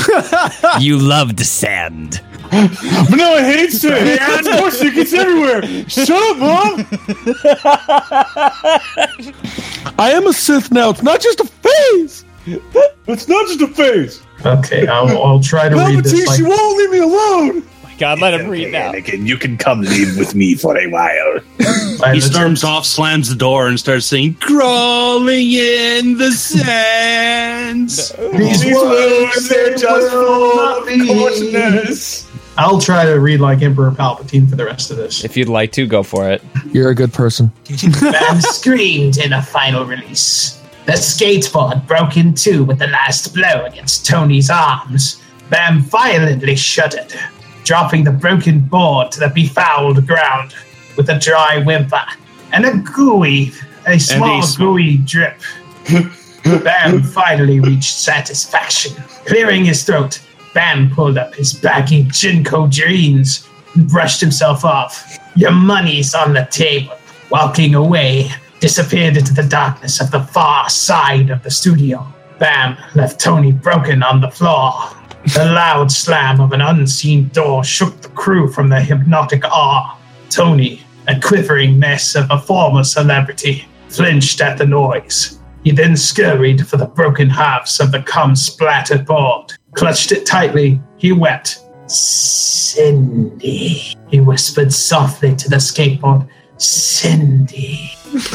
Speaker 15: <laughs> you loved sand.
Speaker 16: But no, I hate sand. Yeah, it's bullshit. It's everywhere. Shut up,
Speaker 11: <laughs>
Speaker 16: mom.
Speaker 12: I am a Sith now. It's not just a phase.
Speaker 16: It's not just a phase.
Speaker 11: Okay, I'll, I'll try to read this.
Speaker 16: Palpatine,
Speaker 11: Like,
Speaker 16: she won't leave me alone.
Speaker 1: God, let him read
Speaker 16: now. Anakin, you can come live with me for a while.
Speaker 8: he storms off, slams the door, and starts saying, "Crawling in the sands."
Speaker 16: These words, they're just full of coarseness.
Speaker 11: I'll try to read like Emperor Palpatine for the rest of this.
Speaker 1: If you'd like to, go for it.
Speaker 12: You're a good person.
Speaker 11: Bam screamed in a final release. The skateboard broke in two with the last blow against Tony's arms. Bam violently shuddered, dropping the broken board to the befouled ground with a dry whimper and a gooey, a small
Speaker 16: a small-
Speaker 11: gooey drip. Bam finally reached satisfaction. Clearing his throat, Bam pulled up his baggy Jinko jeans and brushed himself off. Your money's on the table. Walking away, disappeared into the darkness of the far side of the studio. Bam left Tony broken on the floor. The loud slam of an unseen door shook the crew from their hypnotic awe. Tony, a quivering mess of a former celebrity, flinched at the noise. He then scurried for the broken halves of the cum splattered board. Clutched it tightly, he wept. Cindy, he whispered softly to the skateboard. Cindy,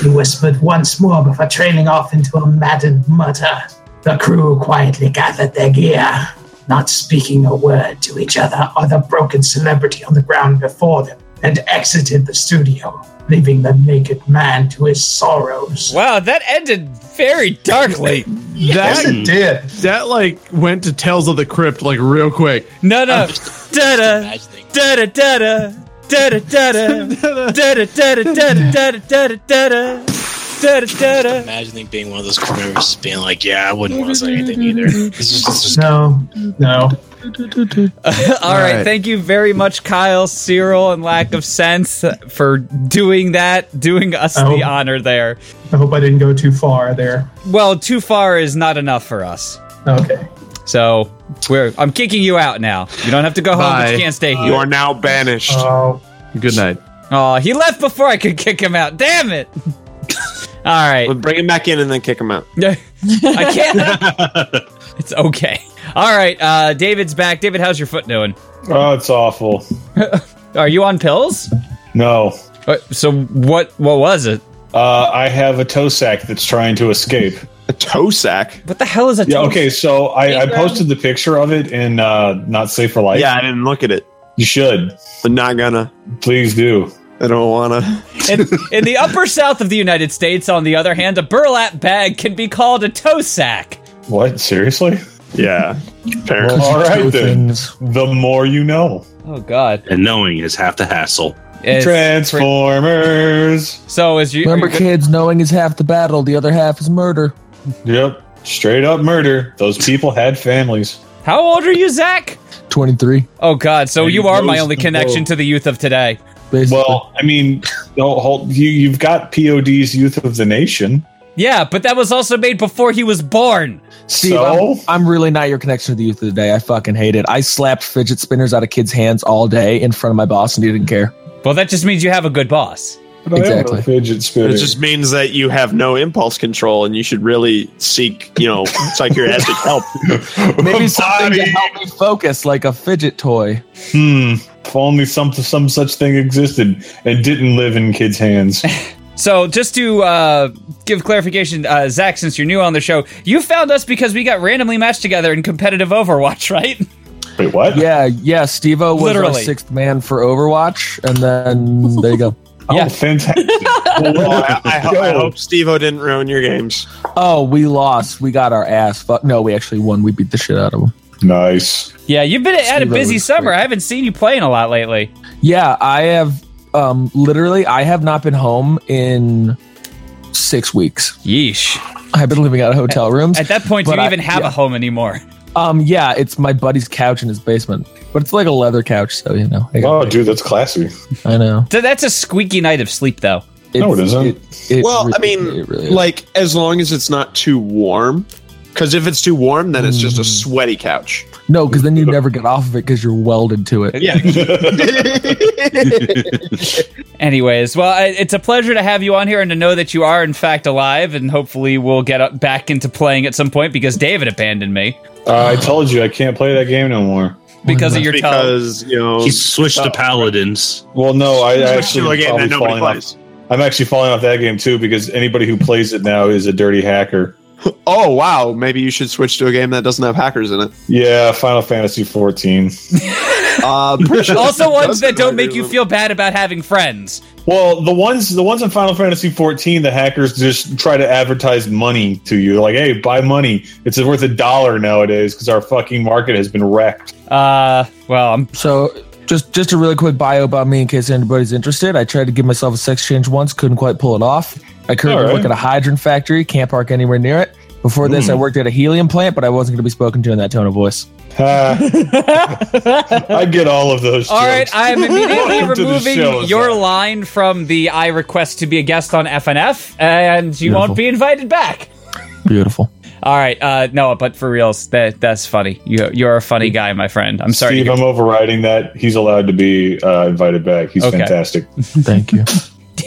Speaker 11: he whispered once more before trailing off into a maddened mutter. The crew quietly gathered their gear, not speaking a word to each other or the broken celebrity on the ground before them, and exited the studio, leaving the naked man to his sorrows.
Speaker 1: Wow, that ended very darkly.
Speaker 10: That That like went to Tales of the Crypt like real quick. Uh,
Speaker 1: No, no. da da da da da da da da da da da da da da da da da
Speaker 13: Imagining being one of those crew members being like, yeah, I wouldn't want to say anything either. This is just
Speaker 11: No, no.
Speaker 1: <laughs> All right.
Speaker 13: right.
Speaker 1: Thank you very much, Kyle, Cyril, and Lack of Sense for doing that, doing us the
Speaker 11: Oh.
Speaker 1: honor there.
Speaker 11: I hope I didn't go too far there.
Speaker 1: Well, too far is not enough for us.
Speaker 11: Okay.
Speaker 1: So we're I'm kicking you out now. You don't have to go home, but
Speaker 10: Bye.
Speaker 1: you can't stay here.
Speaker 10: You are
Speaker 1: now banished.
Speaker 11: Oh.
Speaker 10: Good night.
Speaker 1: Oh, he left before I could kick him out. Damn it. <laughs> All right.
Speaker 6: Well, bring him back in and then kick him out.
Speaker 1: <laughs> I
Speaker 13: <laughs>
Speaker 1: can't. it's okay. All right. Uh, David's back. David, how's your foot doing?
Speaker 4: Oh, it's awful.
Speaker 1: <laughs> Are you on pills? Uh,
Speaker 4: No.
Speaker 1: So what? What was it?
Speaker 4: Uh, I have a toe sack that's trying to escape.
Speaker 6: A toe sack.
Speaker 1: What the hell is a
Speaker 4: yeah?
Speaker 1: toe
Speaker 4: Okay, so I, I posted the picture of it in uh, Not Safe for Life.
Speaker 6: Yeah, I didn't look at it.
Speaker 4: You should.
Speaker 6: I'm not gonna.
Speaker 4: Please do.
Speaker 6: I don't wanna.
Speaker 1: In, in the upper south of the United States, on the other hand, a burlap bag can be called a toe sack.
Speaker 4: What? Seriously?
Speaker 6: Yeah.
Speaker 4: Well, all right then. The more you know.
Speaker 1: Oh God.
Speaker 8: And knowing is half the hassle.
Speaker 4: Transformers.
Speaker 1: So is you
Speaker 12: Remember, kids, knowing is half the battle, the other half is murder.
Speaker 4: Yep. Straight up murder. Those people had families.
Speaker 1: How old are you, Zach?
Speaker 12: 23.
Speaker 1: Oh God. So you are my only connection
Speaker 4: world.
Speaker 1: to the youth of today.
Speaker 4: Well, I mean, no, hold, you you've got POD's Youth of the Nation.
Speaker 1: Yeah, but that was also made before he was born.
Speaker 12: Steve, I'm, I'm really not your connection to the youth of the day. I fucking hate it. I slapped fidget spinners out of kids' hands all day in front of my boss, and he didn't care.
Speaker 1: Well, that just means you have a good boss.
Speaker 4: But I am a Exactly. fidget spinner.
Speaker 6: It just means that you have no impulse control, and you should really seek, you know, psychiatric help.
Speaker 12: <laughs>
Speaker 4: Oh,
Speaker 12: Maybe something to help me focus, like a fidget toy.
Speaker 4: Hmm. If only some some such thing existed and didn't live in kids'
Speaker 12: <laughs>
Speaker 4: hands.
Speaker 1: So, just to uh, give clarification, uh, Zach, since you're new on the show, you found us because we got randomly matched together in competitive Overwatch, <laughs> right?
Speaker 4: Wait, what?
Speaker 12: Yeah, yeah. Steve was our
Speaker 1: Literally.
Speaker 12: sixth man for Overwatch, and then there
Speaker 4: <laughs>
Speaker 12: you go.
Speaker 1: yeah,
Speaker 4: Oh, fantastic.
Speaker 6: Oh, I, I ho- I hope Steve-O didn't ruin your games.
Speaker 12: Oh, we lost. We got our ass. Fuck. No, we actually won. We beat the shit out of them.
Speaker 4: Nice.
Speaker 1: Yeah, you've been at a
Speaker 12: Steve, that
Speaker 1: busy
Speaker 12: was
Speaker 1: summer. I haven't seen you playing a lot lately.
Speaker 12: Yeah, I have. Um, literally, I have not been home in six weeks.
Speaker 1: Yeesh.
Speaker 12: I've been living out of hotel rooms.
Speaker 1: At that point, do
Speaker 12: But
Speaker 1: you
Speaker 12: I-
Speaker 1: even have
Speaker 12: yeah.
Speaker 1: a home anymore?
Speaker 12: Um, yeah, it's my buddy's couch in his basement, but it's like a leather couch, so you know. I got-
Speaker 4: Oh, dude, that's classy.
Speaker 12: I know.
Speaker 1: So that's a squeaky night of sleep, though.
Speaker 12: No, it isn't. it- it
Speaker 6: well,
Speaker 12: really-
Speaker 6: I mean,
Speaker 12: it really is.
Speaker 6: like as long as it's not too warm, because if it's too warm, then it's just a
Speaker 12: Mm.
Speaker 6: sweaty couch.
Speaker 12: No, because then you never get off of it because you're welded to it. <laughs>
Speaker 1: Anyways, well, I- it's a pleasure to have you on here and to know that you are, in fact, alive, and hopefully we'll get up back into playing at some point because David abandoned me.
Speaker 4: Uh, I told you I can't play that game no more
Speaker 1: Because of your toe.
Speaker 6: Because, you know, uh,
Speaker 8: He switched to paladins.
Speaker 4: Well, no, I, I
Speaker 8: Switched to
Speaker 4: actually
Speaker 8: a game
Speaker 4: probably
Speaker 8: that nobody
Speaker 4: falling off-
Speaker 8: plays.
Speaker 4: I'm actually falling off that game too because anybody who plays it now is a dirty hacker.
Speaker 6: <laughs> Oh wow, maybe you should switch to a game that doesn't have hackers in it.
Speaker 4: Yeah, Final Fantasy 14. <laughs>
Speaker 6: <laughs> uh,
Speaker 1: also, ones that don't make you feel bad about having friends.
Speaker 4: Well, the ones the ones in Final Fantasy 14, the hackers just try to advertise money to you. Like, hey, buy money. It's worth a dollar nowadays because our fucking market has been wrecked.
Speaker 1: Uh, well, I'm
Speaker 12: so just just a really quick bio about me in case anybody's interested. I tried to give myself a sex change once, couldn't quite pull it off. I currently
Speaker 4: All right.
Speaker 12: work at a hydrant factory, can't park anywhere near it. Before this,
Speaker 4: Hmm.
Speaker 12: I worked at a helium plant, but I wasn't going to be spoken to in that tone of voice.
Speaker 1: <laughs>
Speaker 4: I get all of those.
Speaker 1: All right, I am immediately
Speaker 4: Welcome <laughs> to the show,
Speaker 1: removing
Speaker 4: Zach.
Speaker 1: your line from the I request to be a guest on FNF, and you
Speaker 12: Beautiful.
Speaker 1: won't be invited back.
Speaker 12: Beautiful.
Speaker 1: All right, uh, no, but for reals, that that's funny. You you're a funny guy, my friend. I'm sorry.
Speaker 4: Steve,
Speaker 1: to hear-
Speaker 4: I'm overriding that. He's allowed to be uh, invited back. He's
Speaker 1: Okay. <laughs>
Speaker 4: fantastic.
Speaker 12: Thank you.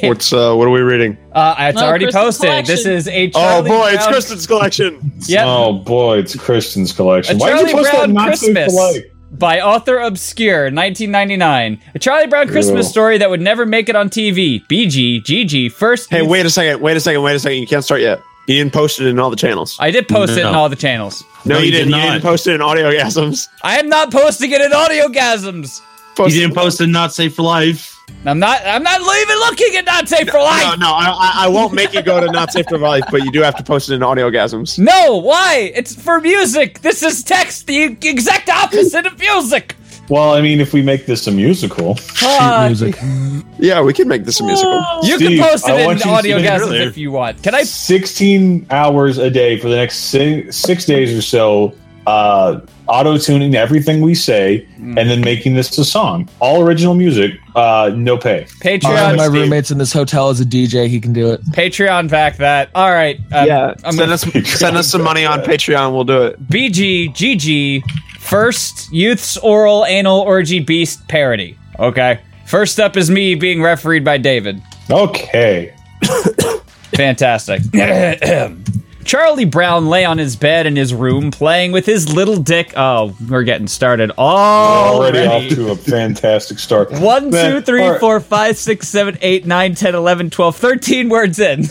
Speaker 6: What's uh, what are we reading?
Speaker 1: uh, it's
Speaker 6: No,
Speaker 1: already
Speaker 6: Kristen's
Speaker 1: posted.
Speaker 6: collection.
Speaker 1: This is a
Speaker 6: Oh
Speaker 1: Charlie
Speaker 6: boy, it's
Speaker 1: Brown-
Speaker 6: Kristen's collection.
Speaker 1: Yep.
Speaker 4: Oh boy, it's Christian's collection.
Speaker 1: A
Speaker 4: Why'd you
Speaker 1: Charlie
Speaker 4: post
Speaker 1: Brown
Speaker 4: that not safe for
Speaker 1: Christmas.
Speaker 4: life?
Speaker 1: by author obscure 1999 a charlie brown christmas
Speaker 6: Ew.
Speaker 1: story that would never make it on tv bg gg first
Speaker 6: Hey, wait a second, wait a second, wait a second. You can't start yet. You didn't post it in all the channels.
Speaker 1: I did post it in all the channels.
Speaker 6: No, you, didn't. You didn't post it in audiogasms.
Speaker 1: I am not posting it in audiogasms.
Speaker 8: you didn't post a not safe for life.
Speaker 1: I'm not. I'm not even looking at not safe for life.
Speaker 6: No, no, I, I- I won't make you go to not safe for life, but you do have to post it in audiogasms.
Speaker 1: No, why? It's for music. This is text, the exact opposite of music.
Speaker 4: Well, I mean, if we make this a musical,
Speaker 1: Fuck. <laughs> music.
Speaker 6: yeah, we could make this a musical.
Speaker 1: You
Speaker 4: Steve,
Speaker 1: can post it
Speaker 4: I
Speaker 1: in
Speaker 4: want you to see that
Speaker 1: audiogasms
Speaker 4: earlier.
Speaker 1: if you want. Can I?
Speaker 4: 16 hours a day for the next si- six days or so, uh, auto tuning everything we say
Speaker 1: Hmm.
Speaker 4: and then making this a song. All original music, uh, no pay.
Speaker 12: One
Speaker 1: Patreon.
Speaker 12: of my roommates in this hotel is a DJ. He can do it.
Speaker 1: Patreon back that. All right. um,
Speaker 12: Yeah,
Speaker 1: I'm
Speaker 12: send
Speaker 1: gonna-
Speaker 12: us- send us some money on
Speaker 6: Patreon. We'll do it.
Speaker 1: BG GG first youth's oral anal orgy beast parody. Okay. First up is me being refereed by David.
Speaker 4: Okay.
Speaker 1: <coughs> Fantastic. <coughs> Charlie Brown lay on his bed in his room playing with his little dick. Oh, we're getting started already.
Speaker 4: Already off to a fantastic
Speaker 1: <laughs>
Speaker 4: start.
Speaker 1: 1,
Speaker 4: Man,
Speaker 1: 2, 3,
Speaker 4: all right.
Speaker 1: 4, 5, 6, 7, 8, 9, 10, 11, 12, 13 words in.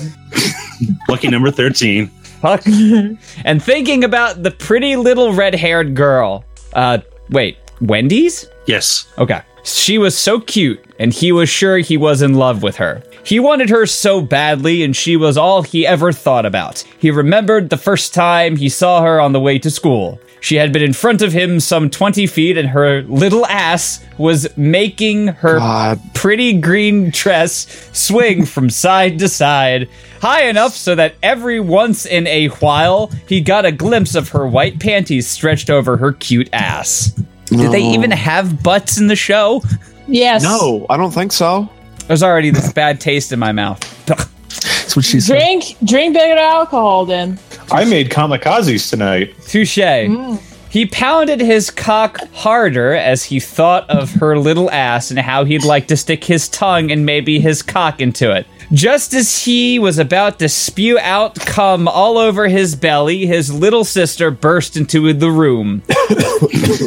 Speaker 8: Lucky number 13.
Speaker 1: Fuck. <laughs> and thinking about the pretty little red haired girl. Uh, wait, Wendy's?
Speaker 8: Yes.
Speaker 1: Okay. She was so cute, and he was sure he was in love with her. He wanted her so badly, and she was all he ever thought about. He remembered the first time he saw her on the way to school. She had been in front of him some 20 feet, and her little ass was making her pretty green dress
Speaker 6: <laughs>
Speaker 1: swing from side to side, high enough so that every once in a while he got a glimpse of her white panties stretched over her cute ass. Did they
Speaker 6: No.
Speaker 1: even have butts in the show?
Speaker 7: Yes.
Speaker 6: No, I don't think so.
Speaker 1: There's already this bad taste in my mouth.
Speaker 12: That's what she said.
Speaker 7: Drink, drink better alcohol then.
Speaker 4: I made kamikazes tonight.
Speaker 1: Touche. He pounded his cock harder as he thought of her little ass and how he'd like to stick his tongue and maybe his cock into it. Just as he was about to spew out cum all over his belly, his little sister burst into the
Speaker 4: <coughs>
Speaker 1: room.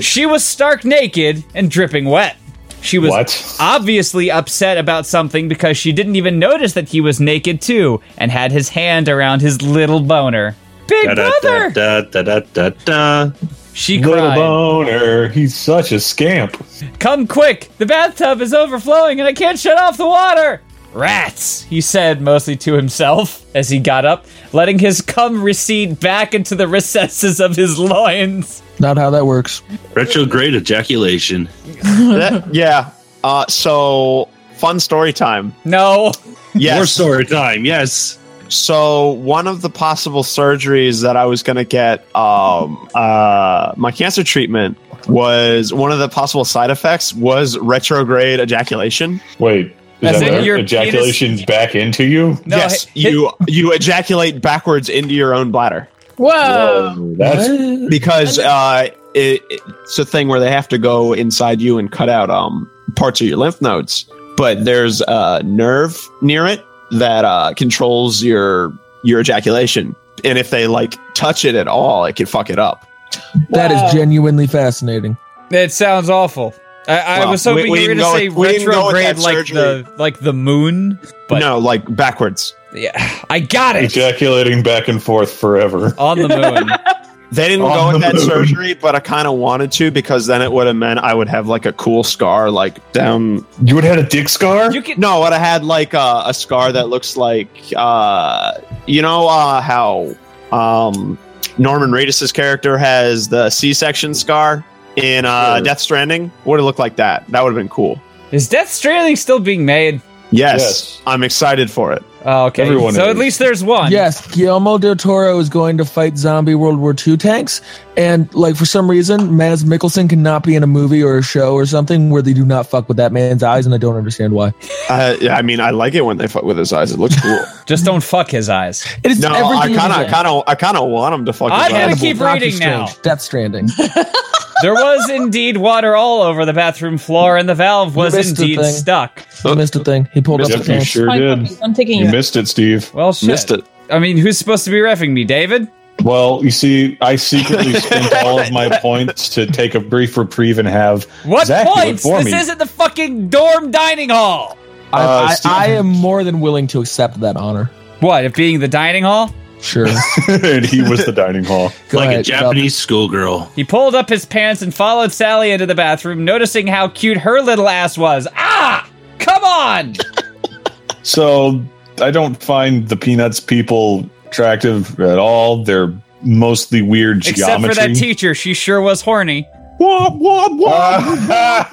Speaker 1: she was stark naked and dripping wet. She was obviously upset about something because she didn't even notice that he was naked too and had his hand around his little boner. Big
Speaker 8: Da, da,
Speaker 1: brother!
Speaker 8: da, da, da, da, da.
Speaker 1: She
Speaker 4: Little
Speaker 1: cried.
Speaker 4: boner, he's such a scamp.
Speaker 1: Come quick! The bathtub is overflowing and I can't shut off the water! Rats! He said mostly to himself as he got up, letting his cum recede back into the recesses of his loins.
Speaker 12: Not how that works.
Speaker 8: Retrograde ejaculation.
Speaker 6: That- yeah. Uh, so fun story time.
Speaker 1: No.
Speaker 6: Yes. More
Speaker 8: story time. Yes.
Speaker 6: So one of the possible surgeries that I was going to get, um, uh, my cancer treatment was one of the possible side effects was retrograde ejaculation.
Speaker 4: Wait,
Speaker 6: As
Speaker 4: is
Speaker 6: in
Speaker 4: that
Speaker 6: your
Speaker 4: your ejaculation back into you?
Speaker 6: yes, you you ejaculate backwards into your own bladder.
Speaker 7: Whoa.
Speaker 4: that's-
Speaker 6: because uh, it, it's a thing where they have to go inside you and cut out um parts of your lymph nodes. But there's a nerve near it that uh, controls your your ejaculation, and if they like touch it at all, it can fuck it up.
Speaker 12: That is genuinely fascinating.
Speaker 1: It sounds awful. I, I
Speaker 6: Well,
Speaker 1: was hoping
Speaker 6: we-
Speaker 1: you
Speaker 6: we
Speaker 1: were going
Speaker 6: didn't
Speaker 1: to
Speaker 6: go
Speaker 1: say
Speaker 6: with- we didn't go with
Speaker 1: retrograde
Speaker 6: that
Speaker 1: like
Speaker 6: <laughs>
Speaker 1: the
Speaker 6: surgery.
Speaker 1: like the moon.
Speaker 6: no, like backwards.
Speaker 1: Yeah, I got it.
Speaker 4: Ejaculating back and forth forever.
Speaker 1: On
Speaker 12: <laughs>
Speaker 1: the moon.
Speaker 6: They didn't
Speaker 4: On
Speaker 6: go with
Speaker 4: the <laughs>
Speaker 6: that
Speaker 4: moon.
Speaker 6: surgery, but I kind of wanted to because then it would have meant I would have like a cool scar, like down.
Speaker 4: You would have had a dick scar.
Speaker 1: You
Speaker 6: no, I would have had like a, a scar that looks like, uh, you know, uh, how um, Norman Reedus's character has the C-section scar in uh, Death Stranding. Would have looked like that. That would have been cool.
Speaker 1: Is Death Stranding still being made?
Speaker 6: Yes,
Speaker 1: Yes.
Speaker 6: I'm excited for it.
Speaker 1: Oh, okay. so at least there's one.
Speaker 12: Yes, Guillermo del Toro is going to fight zombie World War II tanks, and like for some reason, Mads Mikkelsen cannot be in a movie or a show or something where they do not fuck with that man's eyes, and I don't understand why.
Speaker 6: Uh, yeah, I mean, I like it when they fuck with his eyes. It looks cool.
Speaker 1: <laughs> Just don't fuck his eyes.
Speaker 12: It is
Speaker 6: no, I
Speaker 12: everything
Speaker 6: kind
Speaker 12: in
Speaker 6: of,
Speaker 12: there.
Speaker 6: kind of, I kind of want him to fuck.
Speaker 1: I'm
Speaker 6: his
Speaker 1: gonna
Speaker 6: eyes.
Speaker 1: keep reading now.
Speaker 12: Death Stranding.
Speaker 1: there was indeed water all over the bathroom floor, and the valve was
Speaker 12: You missed a
Speaker 1: indeed
Speaker 12: thing.
Speaker 1: stuck.
Speaker 12: You missed a thing. He pulled up the pants.
Speaker 7: I'm taking it.
Speaker 4: it, Steve.
Speaker 1: Well, shit.
Speaker 6: Missed it.
Speaker 1: I mean, who's supposed to be refing me, David?
Speaker 4: Well, you see, I
Speaker 12: <laughs>
Speaker 4: secretly spent all of my points to take a brief reprieve and have
Speaker 1: What
Speaker 4: Zach do it
Speaker 1: points?
Speaker 4: for
Speaker 1: This
Speaker 4: me.
Speaker 1: isn't the fucking dorm dining hall.
Speaker 12: I,
Speaker 4: Uh,
Speaker 12: I-
Speaker 4: Steve-
Speaker 12: I am more than willing to accept that honor.
Speaker 1: What, of being the dining hall?
Speaker 12: Sure.
Speaker 4: <laughs> and he was the dining
Speaker 8: <laughs>
Speaker 4: hall.
Speaker 12: Go
Speaker 8: like a
Speaker 12: ahead,
Speaker 8: Japanese schoolgirl.
Speaker 1: He pulled up his pants and followed Sally into the bathroom, noticing how cute her little ass was. Ah! Come on!
Speaker 4: So I don't find the Peanuts people attractive at all. They're mostly weird
Speaker 1: Except for
Speaker 4: geometry.
Speaker 1: that teacher, she sure was horny.
Speaker 4: Womp, womp,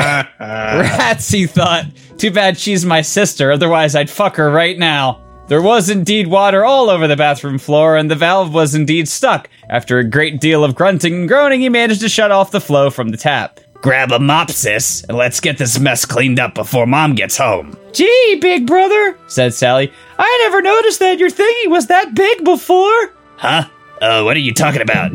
Speaker 1: Rats, he thought. Too bad she's my sister, otherwise I'd fuck her right now. There was indeed water all over the bathroom floor, and the valve was indeed stuck. After a great deal of grunting and groaning, he managed to shut off the flow from the tap.
Speaker 9: Grab a mop, sis, and let's get this mess cleaned up before mom gets home.
Speaker 1: Gee, big brother, said Sally. I never noticed that your thingy was that big before.
Speaker 9: Huh? Uh, what are you talking about?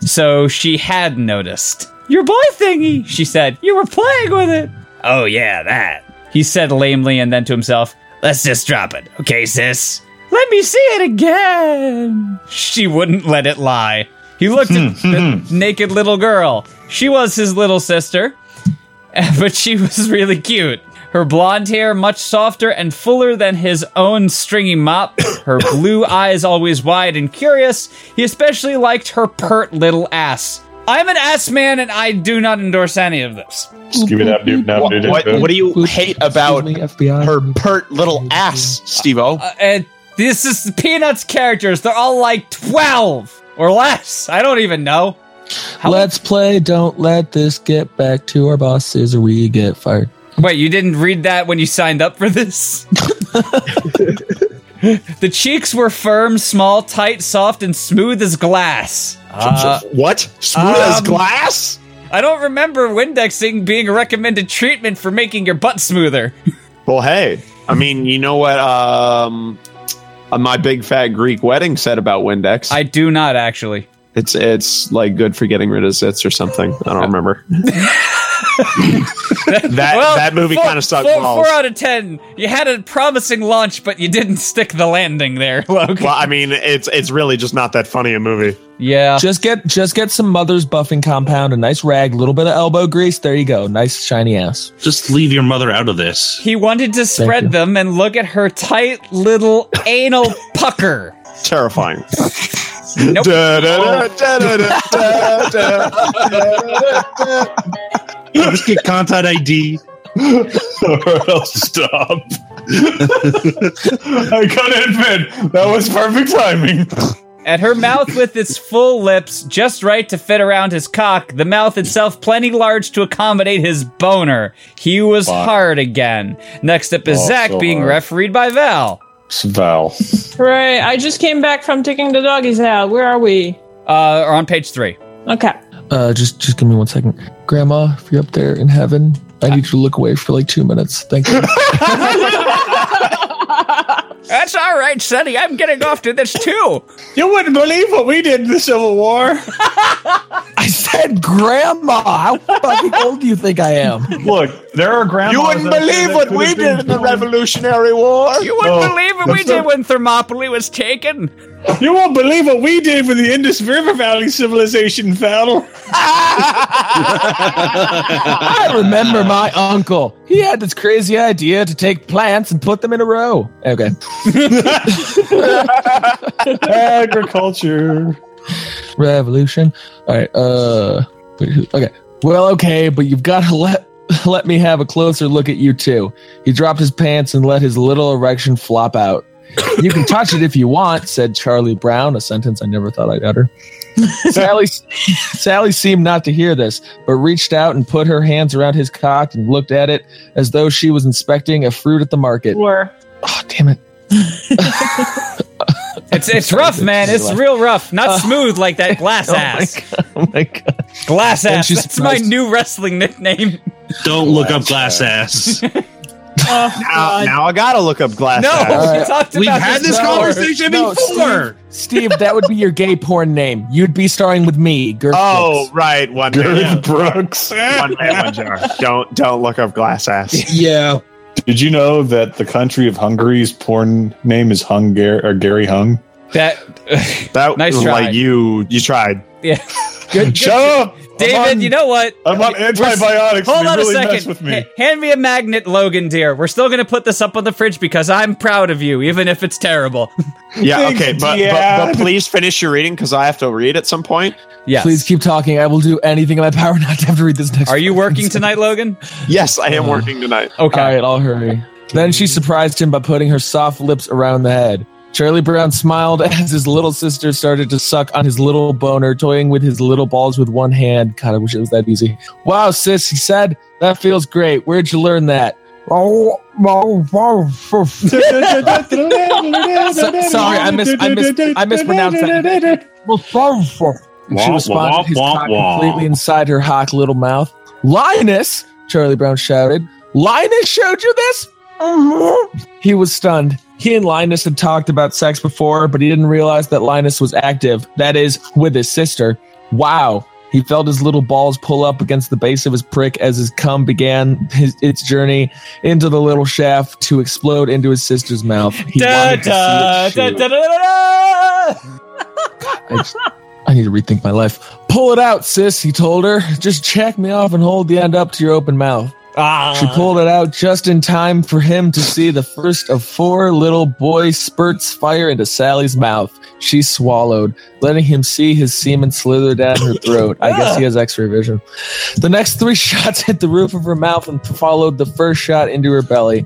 Speaker 1: So she had noticed. Your boy thingy, she said. You were playing with it.
Speaker 9: Oh, yeah, that.
Speaker 1: He said lamely and then to himself,
Speaker 9: Let's just drop it, okay, sis?
Speaker 1: Let me see it again. She wouldn't let it lie. He looked at
Speaker 9: Hmm,
Speaker 1: the naked little girl. She was his little sister, <laughs> but she was really cute. Her blonde hair much softer and fuller than his own stringy mop, <coughs> her blue eyes always wide and curious. He especially liked her pert little ass. I'm an ass man and I do not endorse any of this.
Speaker 6: What, what, what do you hate about her pert little ass, Steve-O?
Speaker 1: and Uh, this is Peanuts characters. They're all like 12 or less. I don't even know.
Speaker 12: Let's play. Don't let this get back to our bosses or we get fired.
Speaker 1: Wait, you didn't read that when you signed up for
Speaker 6: <laughs>
Speaker 1: this? the cheeks were firm, small, tight, soft, and smooth as glass.
Speaker 6: Uh,
Speaker 1: Um,
Speaker 6: what? Smooth as glass?
Speaker 1: I don't remember Windexing being a recommended treatment for making your butt smoother.
Speaker 6: Well, hey, I mean, you know what um, uh, my big fat Greek wedding said about Windex? I
Speaker 1: do not actually.
Speaker 6: It's it's like good for getting rid of zits or something. I don't
Speaker 1: <laughs>
Speaker 6: remember. that that movie kind of sucked
Speaker 1: Four,
Speaker 6: balls.
Speaker 1: four out of ten. You had a promising launch, but you didn't stick the landing there, Logan.
Speaker 6: Well, I mean, it's it's really just not that funny a movie.
Speaker 1: Yeah.
Speaker 12: Just get just get some mother's buffing compound, a nice rag, a little bit of elbow grease. There you go. Nice shiny ass.
Speaker 8: Just leave your mother out of this.
Speaker 1: He wanted to spread them and look at her tight little anal pucker.
Speaker 6: Terrifying. <laughs>
Speaker 1: Nope.
Speaker 8: Just get contact
Speaker 12: <laughs>
Speaker 8: ID.
Speaker 4: or else stop. <laughs> I gotta admit, that was perfect timing.
Speaker 1: At her mouth with its full lips, just right to fit around his cock, the mouth itself plenty large to accommodate his boner. He was
Speaker 4: Fuck.
Speaker 1: hard again. Next up is
Speaker 4: Oh,
Speaker 1: Zach
Speaker 4: so
Speaker 1: being
Speaker 4: hard.
Speaker 1: refereed by Val.
Speaker 4: Val.
Speaker 7: Right. I just came back from taking the doggies out. Where are we?
Speaker 1: Uh, or on page three.
Speaker 7: Okay.
Speaker 12: Uh, just just give me one second, Grandma. If you're up there in heaven, I need you to look away for like two minutes. Thank you.
Speaker 1: That's all right, Sonny. I'm getting off to this too.
Speaker 4: You wouldn't believe what we did in the Civil War.
Speaker 12: <laughs> I said,
Speaker 4: <laughs>
Speaker 12: Grandma. Oh, How fucking old do you think I am?
Speaker 4: Look, there are grandmas.
Speaker 12: You wouldn't
Speaker 4: out there
Speaker 12: believe
Speaker 4: that
Speaker 12: what
Speaker 4: could
Speaker 12: we
Speaker 4: have
Speaker 12: did
Speaker 4: been
Speaker 12: in the
Speaker 4: born.
Speaker 6: Revolutionary War.
Speaker 1: You wouldn't
Speaker 4: Oh,
Speaker 1: believe what we
Speaker 4: that's
Speaker 1: did
Speaker 4: not-
Speaker 1: when Thermopylae was taken.
Speaker 4: You won't believe what we did with the Indus River Valley civilization, Val.
Speaker 12: <laughs> I remember my uncle. He had this crazy idea to take plants and put them in a row. <laughs> Okay.
Speaker 4: Agriculture.
Speaker 12: Revolution. All right. Uh. wait, who- Okay. Well, okay, but you've got to <laughs> let let me have a closer look at you too. He dropped his pants and let his little erection flop out. You can touch it if you want," said Charlie Brown, a sentence I never thought I'd utter. Sally, Sally seemed not to hear this, but reached out and put her hands around his cock and looked at it as though she was inspecting a fruit at the market.
Speaker 7: Were.
Speaker 12: Oh, damn it.
Speaker 1: It's it's rough, man. It's real rough. Not
Speaker 12: <laughs>
Speaker 1: smooth like that glass ass.
Speaker 12: Oh my god.
Speaker 1: Glass
Speaker 12: And
Speaker 1: ass.
Speaker 12: she's
Speaker 1: That's my
Speaker 12: nice.
Speaker 1: new wrestling nickname.
Speaker 8: Don't look up glass ass.
Speaker 12: <laughs>
Speaker 6: now, now I gotta look up glass.
Speaker 1: Uh, No,
Speaker 6: ass.
Speaker 1: we All right. talked We've about had this this before. conversation before.
Speaker 12: Steve, Steve, that would be your gay porn name. You'd be starring with me, Gert
Speaker 6: Oh
Speaker 12: Brooks.
Speaker 6: right, one
Speaker 12: Gird
Speaker 6: man.
Speaker 1: <laughs>
Speaker 4: Brooks.
Speaker 6: one man, one jar. Don't don't look up glass ass.
Speaker 12: Yeah.
Speaker 4: Did you know that the country of Hungary's porn name is Hungar or Gary Hung?
Speaker 1: That
Speaker 4: that
Speaker 1: Nice was try. like
Speaker 4: you you tried.
Speaker 1: <laughs> Yeah. Good.
Speaker 4: Shut up,
Speaker 1: David. you know what?
Speaker 4: I'm on
Speaker 1: We're s-
Speaker 4: antibiotics,
Speaker 1: Hold
Speaker 4: they
Speaker 1: on
Speaker 4: really
Speaker 1: a second.
Speaker 4: mess with me.
Speaker 1: Ha- hand me a magnet, Logan, dear. We're still gonna put this up on the fridge because I'm proud of you, even if it's terrible.
Speaker 6: Yeah, okay, but,
Speaker 1: <laughs>
Speaker 6: but but please finish your reading because I have to read at some point.
Speaker 1: Yes.
Speaker 12: Please keep talking. I will do anything in my power not to have to read this next.
Speaker 1: Are you working tonight, Logan? Oh.
Speaker 6: Yes, I am working tonight.
Speaker 12: Okay. All right, I'll hurry. Then she surprised him by putting her soft lips around the head. Charlie Brown smiled <laughs> as his little sister started to suck on his little boner, toying with his little balls with one hand. God, I wish it was that easy. Wow, sis, he said. That feels great. Where'd you learn that? Oh, oh, oh, oh. So- sorry, I mis I mis I mispronounced that. She
Speaker 16: Womp,
Speaker 12: responded,
Speaker 16: womp,
Speaker 12: his
Speaker 16: womp,
Speaker 12: cock
Speaker 16: womp.
Speaker 12: completely inside her hot little mouth. Lioness, Charlie Brown shouted. Linus showed you this? He was stunned. He and Linus had talked about sex before, but he didn't realize that Linus was active, that is, with his sister. Wow. He felt his little balls pull up against the base of his prick as his cum began his, its journey into the little shaft to explode into his sister's mouth. He
Speaker 1: Da,
Speaker 12: wanted to see
Speaker 1: da,
Speaker 12: it
Speaker 1: da,
Speaker 12: shoot.
Speaker 1: da, da, da, da.
Speaker 12: I, just- I need to rethink my life. Pull it out, sis, he told her. Just check me off and hold the end up to your open mouth.
Speaker 1: Ah.
Speaker 12: She pulled it out just in time for him to see the first of four little boy spurts fire into Sally's mouth. She swallowed, letting him see his semen slither down her throat. I guess he has x ray vision. The next three <laughs> shots hit the roof of her mouth and followed the first shot into her belly.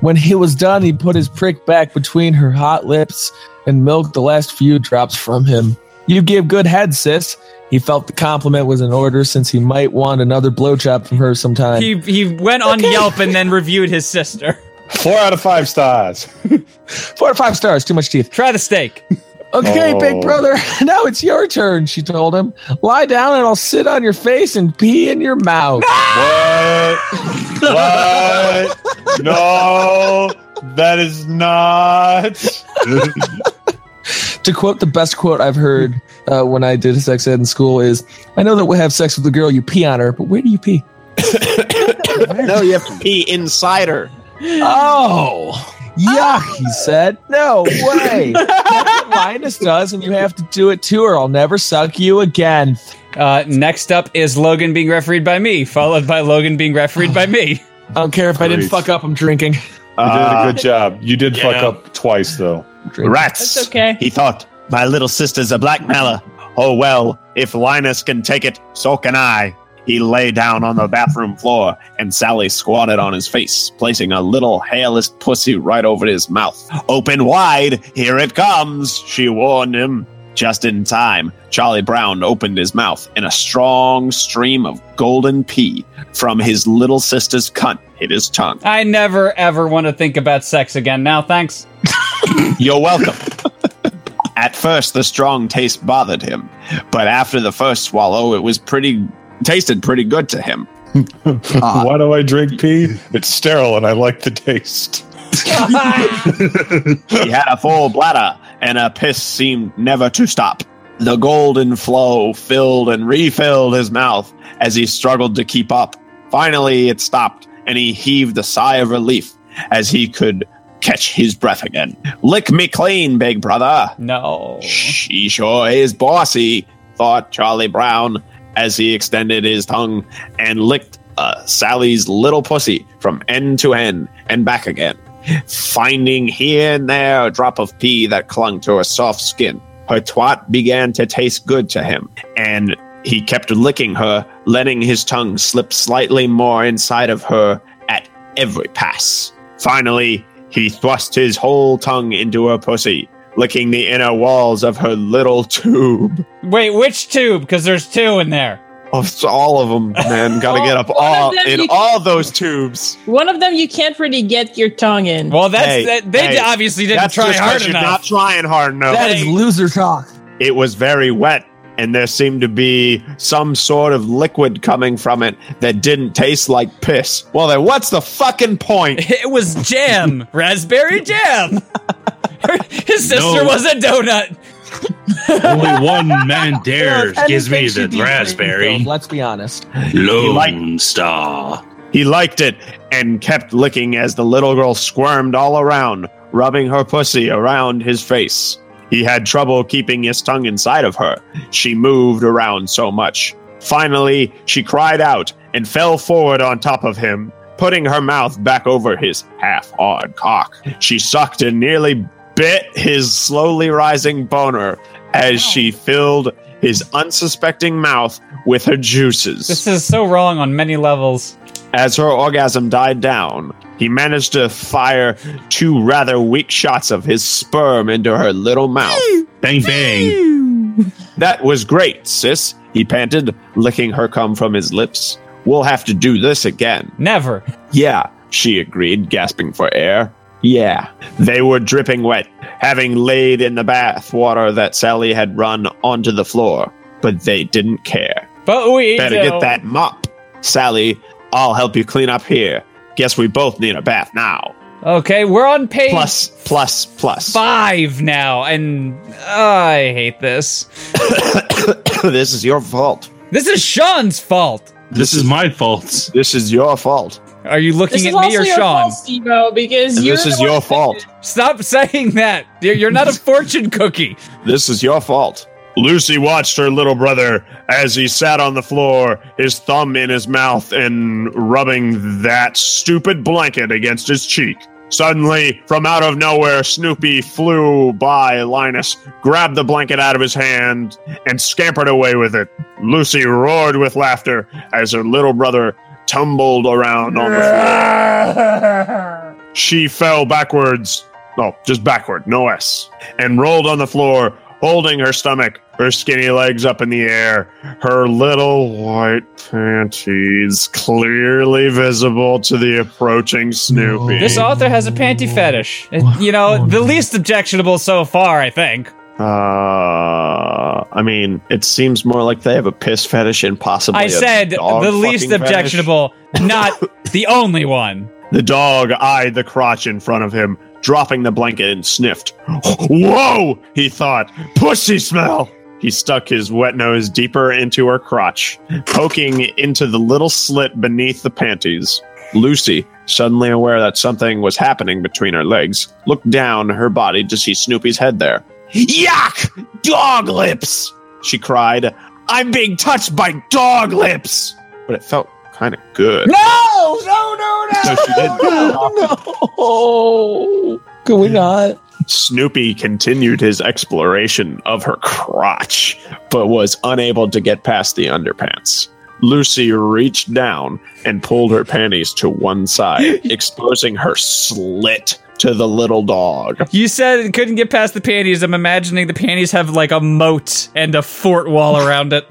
Speaker 12: When he was done, he put his prick back between her hot lips and milked the last few drops from him. You give good head, sis. He felt the compliment was in order since he might want another blowjob from her sometime.
Speaker 1: He he went on Yelp and then reviewed his
Speaker 12: <laughs>
Speaker 1: sister.
Speaker 12: Four out of five stars. <laughs> Four out of five stars. Too much teeth.
Speaker 1: Try the steak.
Speaker 12: Okay,
Speaker 1: Oh.
Speaker 12: big brother. <laughs> Now it's your turn. She told him. Lie down, and I'll sit on your face and pee in your mouth.
Speaker 1: Ah!
Speaker 4: What? what? No, that is not. <laughs>
Speaker 12: to quote the best quote I've heard uh, when I did sex ed in school is, "I know that we have sex with the girl, you pee on her, but where do you pee?"
Speaker 6: <laughs> no, you have to pee inside her.
Speaker 12: Oh,
Speaker 1: Oh.
Speaker 12: yuck! He said, "No
Speaker 1: <laughs>
Speaker 12: way." That's what Linus does, and you have to do it to her. I'll never suck you again.
Speaker 1: Uh, next up is Logan being refereed by me, followed by Logan being refereed by me.
Speaker 12: I don't care if I didn't fuck up. I'm drinking.
Speaker 4: You
Speaker 1: Uh,
Speaker 4: did a good job. You did fuck up twice, <laughs> though.
Speaker 3: Rats.
Speaker 7: That's okay.
Speaker 3: He thought, my little sister's a blackmailer. Oh well, if Linus can take it, so can I.
Speaker 6: He lay down on the bathroom floor, and Sally squatted on his face, placing a little hairless pussy right over his mouth. Open wide, here it comes, she warned him. Just in time, Charlie Brown opened his mouth, and a strong stream of golden pee from his little sister's cunt hit his tongue.
Speaker 1: I never ever want to think about sex again. Now, thanks.
Speaker 6: You're welcome. At first, the strong taste bothered him, but after the first swallow, it was pretty tasted pretty good to him.
Speaker 4: Why do I drink pee? It's sterile and I like the taste.
Speaker 6: he had a full bladder, and a piss seemed never to stop. The golden flow filled and refilled his mouth as he struggled to keep up. Finally, it stopped, and he heaved a sigh of relief as he could catch his breath again. Lick me clean, big brother.
Speaker 1: No.
Speaker 6: She sure is bossy, thought Charlie Brown as he extended his tongue and licked uh, Sally's little pussy from end to end and back again, finding here and there a drop of pee that clung to her soft skin. Her twat began to taste good to him, and he kept licking her, letting his tongue slip slightly more inside of her at every pass. Finally, he thrust his whole tongue into her pussy, licking the inner walls of her little tube.
Speaker 1: Wait, which tube? Because there's two in there.
Speaker 6: Oh, it's all of them,
Speaker 1: <laughs>
Speaker 6: man. Gotta get up all
Speaker 7: them
Speaker 6: in
Speaker 7: you-
Speaker 6: all those tubes.
Speaker 7: One of them you can't really get your tongue in.
Speaker 1: Well,
Speaker 6: that's- Hey, that- they hey, obviously didn't that's try just 'cause hard you're enough. not trying hard enough. That is
Speaker 12: loser talk.
Speaker 6: It was very wet, and there seemed to be some sort of liquid coming from it that didn't taste like piss. Well, then what's the fucking <laughs> point?
Speaker 1: It was jam, raspberry jam. Her- His sister
Speaker 8: No.
Speaker 1: was a donut.
Speaker 8: Only one
Speaker 1: <laughs>
Speaker 8: man dares gives me
Speaker 12: Anything she
Speaker 8: the
Speaker 12: deems
Speaker 8: raspberry.
Speaker 12: greenfield, Let's be honest.
Speaker 8: Lone Star.
Speaker 6: He liked it and kept licking as the little girl squirmed all around, rubbing her pussy around his face. He had trouble keeping his tongue inside of her. She moved around so much. Finally, she cried out and fell forward on top of him, putting her mouth back over his half hard cock. She sucked and nearly bit his slowly rising boner as she filled his unsuspecting mouth with her juices. This
Speaker 1: is so wrong on many levels.
Speaker 6: As her orgasm died down, he managed to fire two rather weak shots of his sperm into her little mouth. bang, bang. that was great, sis, he panted, licking her cum from his lips. We'll have to do this again.
Speaker 1: Never.
Speaker 6: Yeah, she agreed, gasping for air. Yeah, they were dripping wet, having laid in the bath water that Sally had run onto the floor, but they didn't care.
Speaker 1: But we
Speaker 6: better
Speaker 1: do.
Speaker 6: get that mop, Sally. I'll help you clean up here. Guess we both need a bath now.
Speaker 1: Okay, we're on page
Speaker 6: plus plus plus
Speaker 1: five now, and I hate this.
Speaker 6: <coughs> this is your fault.
Speaker 1: This is Sean's fault.
Speaker 17: This is my fault.
Speaker 6: This is your fault.
Speaker 1: Are you looking
Speaker 7: this is
Speaker 1: at me
Speaker 7: also
Speaker 1: or
Speaker 7: your
Speaker 1: Sean?
Speaker 7: fault, Steve-O, because you're the one-
Speaker 6: fault.
Speaker 1: Stop saying that. You're, you're not a fortune cookie.
Speaker 6: This is your fault. Lucy watched her little brother as he sat on the floor, his thumb in his mouth and rubbing that stupid blanket against his cheek. Suddenly, from out of nowhere, Snoopy flew by Linus, grabbed the blanket out of his hand, and scampered away with it. Lucy roared with laughter as her little brother tumbled around on the floor. She fell backwards. No, just backward, no S. And rolled on the floor, holding her stomach, her skinny legs up in the air, her little white panties clearly visible to the approaching Snoopy.
Speaker 1: This author has a panty fetish. It- You
Speaker 17: Oh,
Speaker 1: know, the least objectionable so far, I think.
Speaker 6: Uh, I mean, it seems more like they have a piss fetish and possibly.
Speaker 1: I
Speaker 6: a
Speaker 1: said
Speaker 6: dog
Speaker 1: the least
Speaker 6: fucking fetish.
Speaker 1: objectionable,
Speaker 6: <laughs>
Speaker 1: not the only one.
Speaker 6: The dog eyed the crotch in front of him, dropping the blanket and sniffed. <gasps> Whoa, he thought. Pussy smell! He stuck his wet nose deeper into her crotch, poking into the little slit beneath the panties. Lucy, suddenly aware that something was happening between her legs, looked down her body to see Snoopy's head there. Yuck! Dog lips! She cried. I'm being touched by dog lips! But it felt kind of good.
Speaker 14: No! No, no, no!
Speaker 6: No, she didn't.
Speaker 12: no. Can we not?
Speaker 6: Snoopy continued his exploration of her crotch, but was unable to get past the underpants. Lucy reached down and pulled her panties to one side, exposing her slit to the little dog.
Speaker 1: You said it couldn't get past the panties. I'm imagining the panties have like a moat and a fort wall around it.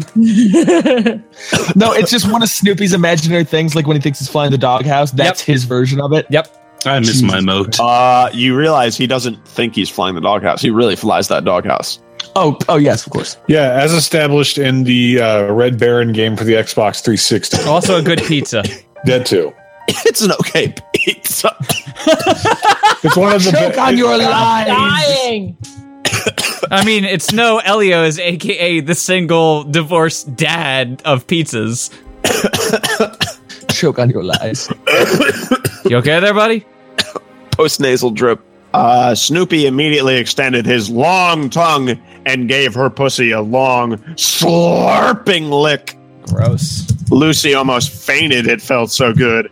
Speaker 12: No, it's just one of Snoopy's imaginary things. Like when he thinks he's flying the doghouse, that's his version of it.
Speaker 1: Yep.
Speaker 17: I miss my moat.
Speaker 6: Uh, you realize he doesn't think he's flying the doghouse. He really flies that doghouse.
Speaker 12: Oh, oh yes, of course.
Speaker 4: Yeah, as established in the uh, Red Baron game for the Xbox 360.
Speaker 1: Also a good pizza.
Speaker 4: <laughs> That too.
Speaker 6: It's an okay pizza.
Speaker 4: it's one of the
Speaker 12: Choke on your lies.
Speaker 7: Dying.
Speaker 1: I mean, it's no Elio's, aka the single divorced dad of pizzas.
Speaker 12: Choke on your lies.
Speaker 1: You okay there, buddy?
Speaker 6: Post nasal drip. Uh, Snoopy immediately extended his long tongue and gave her pussy a long, slurping lick.
Speaker 1: Gross.
Speaker 6: Lucy almost fainted. It felt so good.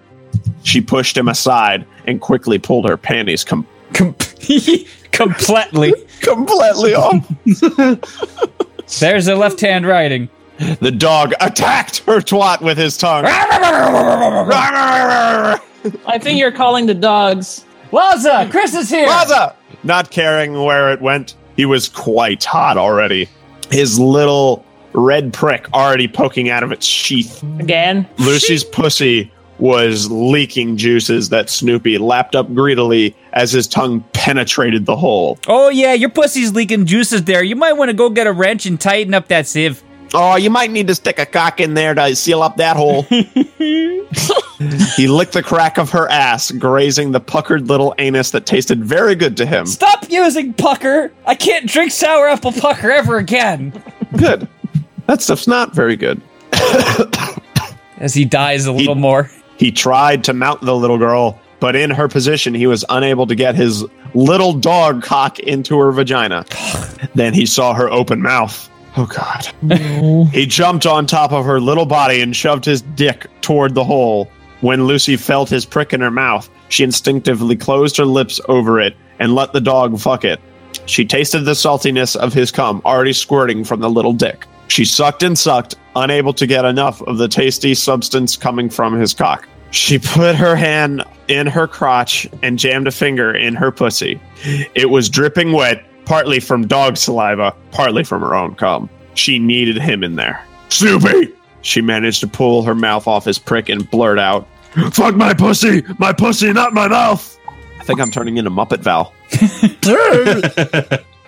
Speaker 6: She pushed him aside and quickly pulled her panties com-
Speaker 1: <laughs> completely.
Speaker 6: completely off.
Speaker 1: There's a left hand writing.
Speaker 6: The dog attacked her twat with his tongue.
Speaker 7: I think you're calling the dogs.
Speaker 1: Waza, Chris is here.
Speaker 6: Waza. Not caring where it went, he was quite hot already. His little red prick already poking out of its sheath.
Speaker 7: Again.
Speaker 6: Lucy's pussy was leaking juices that Snoopy lapped up greedily as his tongue penetrated the hole.
Speaker 1: <laughs> Oh yeah, your pussy's leaking juices there. You might want to go get a wrench and tighten up that sieve.
Speaker 6: Oh, you might need to stick a cock in there to seal up that hole. he licked the crack of her ass, grazing the puckered little anus that tasted very good to him.
Speaker 1: <laughs> Stop using pucker. I can't drink sour apple pucker ever again.
Speaker 6: Good.
Speaker 1: <coughs>
Speaker 6: That stuff's not very good.
Speaker 1: As he dies a little more.
Speaker 6: He tried to mount the little girl, but in her position, he was unable to get his little dog cock into her
Speaker 1: <sighs>
Speaker 6: vagina. then he saw her open mouth. Oh, God. He jumped on top of her little body and shoved his dick toward the hole. When Lucy felt his prick in her mouth, she instinctively closed her lips over it and let the dog fuck it. She tasted the saltiness of his cum already squirting from the little dick. She sucked and sucked, unable to get enough of the tasty substance coming from his cock. She put her hand in her crotch and jammed a finger in her pussy. It was dripping wet, partly from dog saliva, partly from her own cum. She needed him in there. Snoopy! She managed to pull her mouth off his prick and blurt out,
Speaker 3: Fuck my pussy, my pussy, not my mouth.
Speaker 6: I think I'm turning into Muppet Val.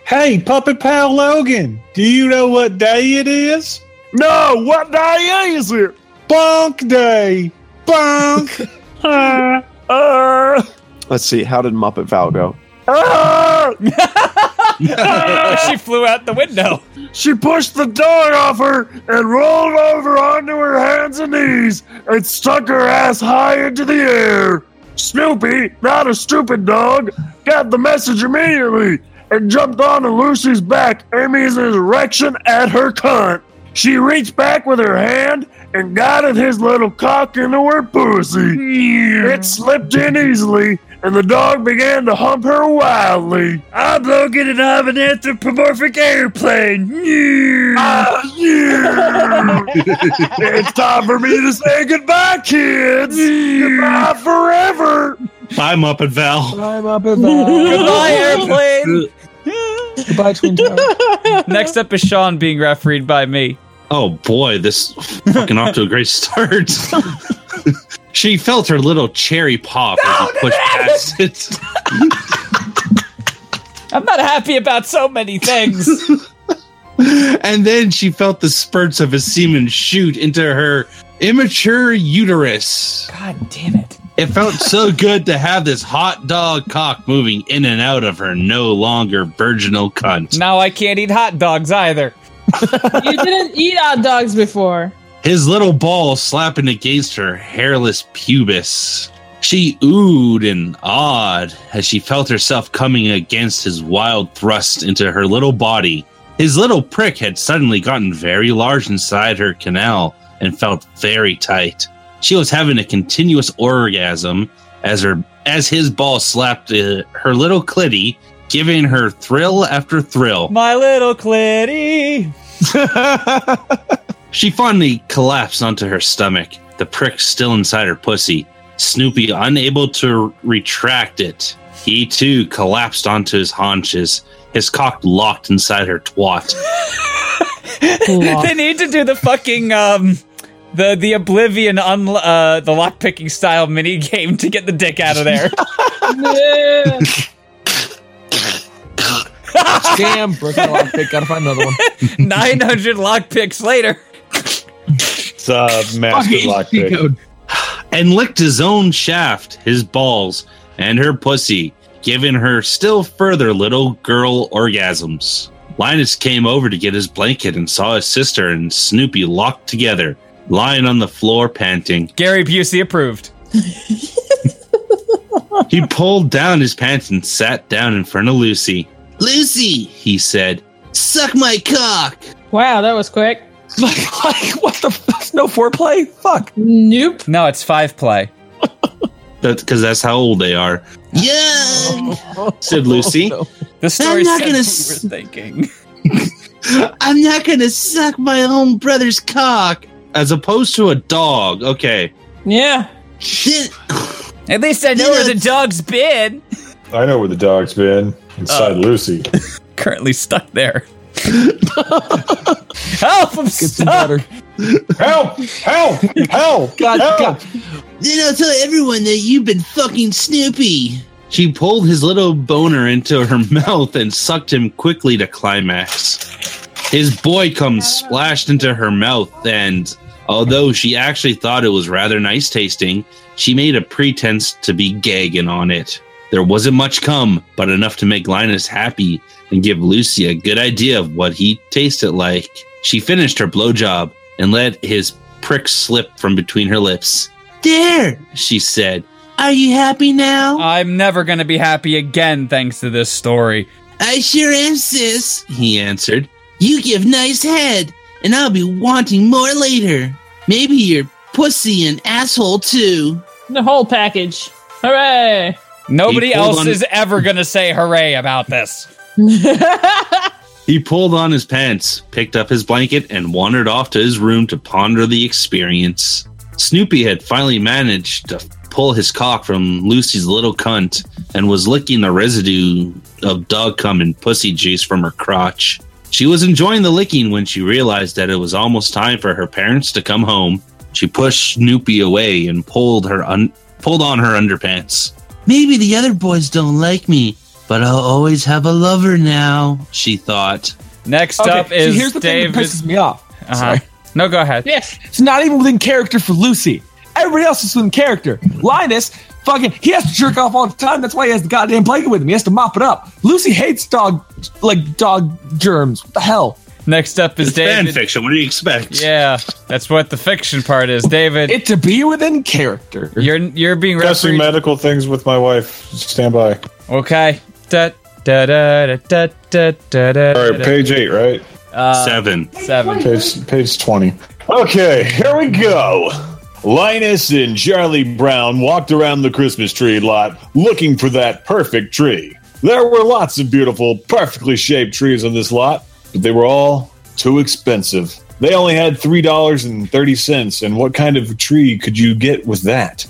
Speaker 4: hey, Puppet Pal Logan, do you know what day it is?
Speaker 3: No, what day is it?
Speaker 4: Bonk Day. Bonk.
Speaker 3: <laughs> Uh, uh,
Speaker 6: Let's see, how did Muppet Val go?
Speaker 3: uh.
Speaker 1: she flew out the <laughs> window.
Speaker 3: She pushed the dog off her and rolled over onto her hands and knees and stuck her ass high into the air. Snoopy, not a stupid dog, got the message immediately and jumped onto Lucy's back, aiming his erection at her cunt. She reached back with her hand and guided his little cock into her pussy. It slipped in easily, and the dog began to hump her wildly. I'm Logan, and I'm an anthropomorphic airplane. Ah, yeah. <laughs> it's time for me to say goodbye, kids. goodbye forever.
Speaker 8: Bye, Muppet Val.
Speaker 12: Bye, Muppet Val. Goodbye,
Speaker 1: airplane.
Speaker 12: Goodbye, Twin Towers.
Speaker 1: Next up is Sean being refereed by me.
Speaker 8: Oh boy, this fucking off to a great start. <laughs> she felt her little cherry pop as he pushed past it.
Speaker 1: I'm not happy about <laughs> so many things.
Speaker 8: <laughs> and then she felt the spurts of his semen shoot into her immature uterus.
Speaker 1: God damn <laughs> it.
Speaker 8: It felt so good to have this hot dog cock moving in and out of her no longer virginal cunt.
Speaker 1: Now I can't eat hot dogs either.
Speaker 7: you didn't eat hot dogs before.
Speaker 8: His little ball slapping against her hairless pubis. She oohed and awed as she felt herself coming against his wild thrust into her little body. His little prick had suddenly gotten very large inside her canal and felt very tight. She was having a continuous orgasm as her as his ball slapped uh, her little clitty, giving her thrill after thrill.
Speaker 1: My little
Speaker 8: <laughs>
Speaker 1: clitty.
Speaker 8: She finally collapsed onto her stomach, the prick still inside her pussy. Snoopy, unable to r- retract it, he too collapsed onto his haunches, his cock locked inside her twat.
Speaker 1: they need to do the fucking um the the oblivion un- uh the lock picking style mini game to get the dick out of <laughs> there.
Speaker 12: Damn, broken lockpick. Gotta find
Speaker 1: <laughs>
Speaker 12: another one.
Speaker 1: 900 lock picks later.
Speaker 4: It's a master
Speaker 8: <laughs>
Speaker 4: lockpick.
Speaker 8: and licked his own shaft, his balls, and her pussy, giving her still further little girl orgasms. Linus came over to get his blanket and saw his sister and Snoopy locked together, lying on the floor panting.
Speaker 1: Gary Busey approved.
Speaker 8: <laughs> he pulled down his pants and sat down in front of Lucy. Lucy, he said, suck my cock.
Speaker 7: Wow, that was quick.
Speaker 1: <laughs> like, what the fuck? No foreplay? Fuck.
Speaker 7: Nope.
Speaker 1: No, it's five play.
Speaker 8: <laughs> That's because that's how old they are. Yeah,
Speaker 1: <laughs> Oh,
Speaker 8: said Lucy.
Speaker 1: The
Speaker 15: story not said gonna
Speaker 1: what we were thinking.
Speaker 8: I'm not gonna suck my own brother's cock. As opposed to a dog, okay.
Speaker 7: Yeah.
Speaker 8: Shit.
Speaker 1: At least I know where the dog's been.
Speaker 4: I know where the dog's been. Inside Lucy.
Speaker 1: Currently stuck there. Help! I'm stuck.
Speaker 4: Help! Help! Help!
Speaker 12: God,
Speaker 4: help!
Speaker 8: Then I'll tell everyone that you've been fucking Snoopy. She pulled his little boner into her <laughs> mouth and sucked him quickly to climax. His boy cum splashed into her mouth, and although she actually thought it was rather nice tasting, she made a pretense to be gagging on it. There wasn't much cum, but enough to make Linus happy and give Lucy a good idea of what he tasted like. She finished her blowjob and let his prick slip from between her lips. there, she said. Are you happy now?
Speaker 1: <laughs> I'm never going to be happy again thanks to this story.
Speaker 14: I sure am, sis.
Speaker 8: He answered.
Speaker 14: You give nice head, and I'll be wanting more later. Maybe your pussy and asshole too.
Speaker 7: The whole package. Hooray!
Speaker 1: Nobody
Speaker 8: He pulled
Speaker 1: else
Speaker 8: on-
Speaker 1: is ever going to say hooray about this.
Speaker 8: He pulled on his pants, picked up his blanket, and wandered off to his room to ponder the experience. Snoopy had finally managed to pull his cock from Lucy's little cunt and was licking the residue of dog cum and pussy juice from her crotch. She was enjoying the licking when she realized that it was almost time for her parents to come home. She pushed Snoopy away and pulled her un- pulled on her underpants.
Speaker 14: Maybe the other boys don't like me, but I'll always have a lover now.
Speaker 8: She thought.
Speaker 1: Next
Speaker 12: Okay,
Speaker 1: up
Speaker 12: so
Speaker 1: is
Speaker 12: here's the thing
Speaker 1: David.
Speaker 12: that pisses me off.
Speaker 1: Uh-huh. No, go ahead.
Speaker 12: Yes, it's not even within character for Lucy. Everybody else is within character. Linus, fucking, he has to jerk off all the time. That's why he has the goddamn blanket with him. He has to mop it up. Lucy hates dog, like dog germs. What the hell?
Speaker 1: Next up is David.
Speaker 8: fiction. What do you expect?
Speaker 1: Yeah, that's what the fiction part is, David. It
Speaker 12: to be within character.
Speaker 1: You're you're being
Speaker 4: Discussing
Speaker 1: refereed-
Speaker 4: medical things with my wife. Stand by.
Speaker 1: Okay. Da, da, da, da, da, da, da, da,
Speaker 4: All right, page eight, right?
Speaker 1: Uh,
Speaker 8: Seven.
Speaker 1: Seven.
Speaker 4: Page, page 20. Okay, here we go. Linus and Charlie Brown walked around the Christmas tree lot looking for that perfect tree. There were lots of beautiful, perfectly shaped trees on this lot, but they were all too expensive. They only had $3.30, and what kind of tree could you get with that?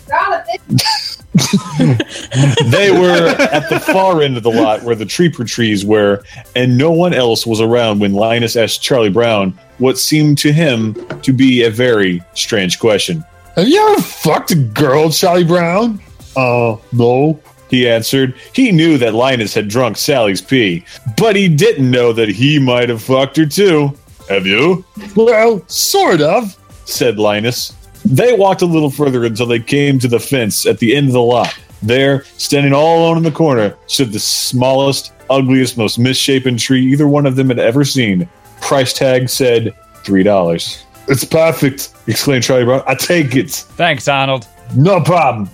Speaker 4: they were at the far end of the lot where the treeper trees were, and no one else was around when Linus asked Charlie Brown what seemed to him to be a very strange question. Have you ever fucked a girl, Charlie Brown? Uh, no. He answered. He knew that Linus had drunk Sally's pee, but he didn't know that he might have fucked her too. Have you? Well, sort of, said Linus. They walked a little further until they came to the fence at the end of the lot. There, standing all alone in the corner, stood the smallest, ugliest, most misshapen tree either one of them had ever seen. Price tag said three dollars. It's perfect! exclaimed Charlie Brown. I take it.
Speaker 1: Thanks, Arnold.
Speaker 4: No problem.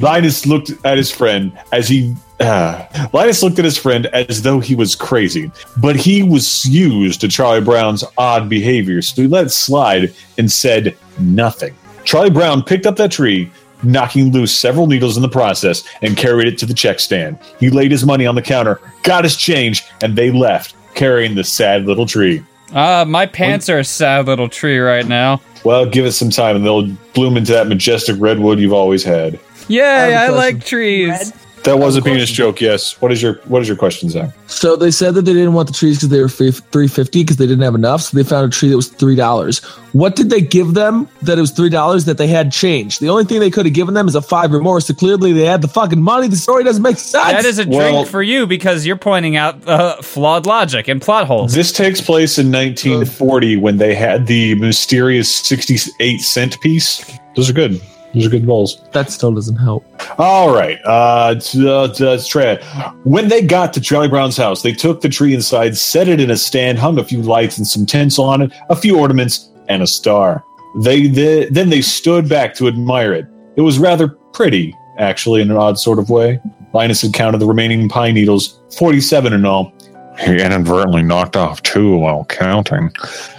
Speaker 4: Linus looked at his friend as he. Uh, Linus looked at his friend as though he was crazy, but he was used to Charlie Brown's odd behavior, so he let it slide and said nothing. Charlie Brown picked up that tree, knocking loose several needles in the process, and carried it to the check stand. He laid his money on the counter, got his change, and they left, carrying the sad little tree.
Speaker 1: Uh, my pants are a sad little tree right now.
Speaker 4: Well, give it some time, and they'll bloom into that majestic redwood you've always had.
Speaker 1: Yay, I, like trees.
Speaker 4: That was a penis joke. Yes. What is your What is your question, Zach?
Speaker 12: So they said that they didn't want the trees because they were three fifty because they didn't have enough. So they found a tree that was three dollars. What did they give them that it was three dollars that they had change? The only thing they could have given them is a fiver more. So clearly they had the fucking money. The story doesn't make sense.
Speaker 1: That is a drink for you because you're pointing out uh, flawed logic and plot holes.
Speaker 12: <laughs>
Speaker 4: This takes place in 1940 when they had the mysterious 68 cent piece. Those are good. Those are good bowls.
Speaker 12: That still doesn't help.
Speaker 4: All right. Uh, t- uh, t- let's try it. When they got to Charlie Brown's house, they took the tree inside, set it in a stand, hung a few lights and some tinsel on it, a few ornaments, and a star. They, they then they stood back to admire it. It was rather pretty, actually, in an odd sort of way. Linus had counted the remaining pine needles, forty-seven in all. He inadvertently knocked off two while counting.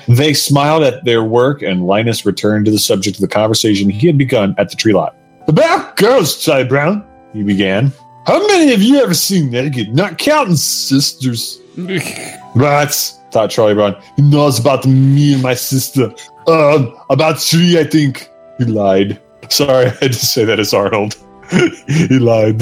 Speaker 4: They smiled at their work, and Linus returned to the subject of the conversation he had begun at the tree lot. About girls, Ty Brown, he began. How many have you ever seen naked? Not counting sisters. Rats, thought Charlie Brown. He knows about me and my sister. Um, about three, I think. He lied. Sorry, <laughs> I had to say that as Arnold. <laughs> he lied.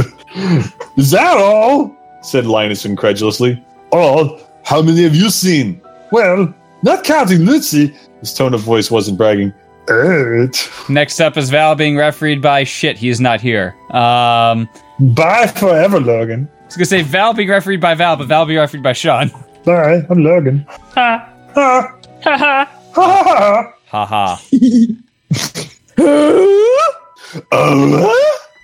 Speaker 4: Is that all? said Linus incredulously. All? How many have you seen? Well, not counting Lucy. His tone of voice wasn't bragging. Eight.
Speaker 1: Next up is Val being refereed by shit. He's not here. Um,
Speaker 4: Bye forever, Logan.
Speaker 1: I was gonna say Val being refereed by Val, but Val being refereed by Sean.
Speaker 4: All right, I'm Logan.
Speaker 16: Ha ha ha ha
Speaker 1: Ha ha.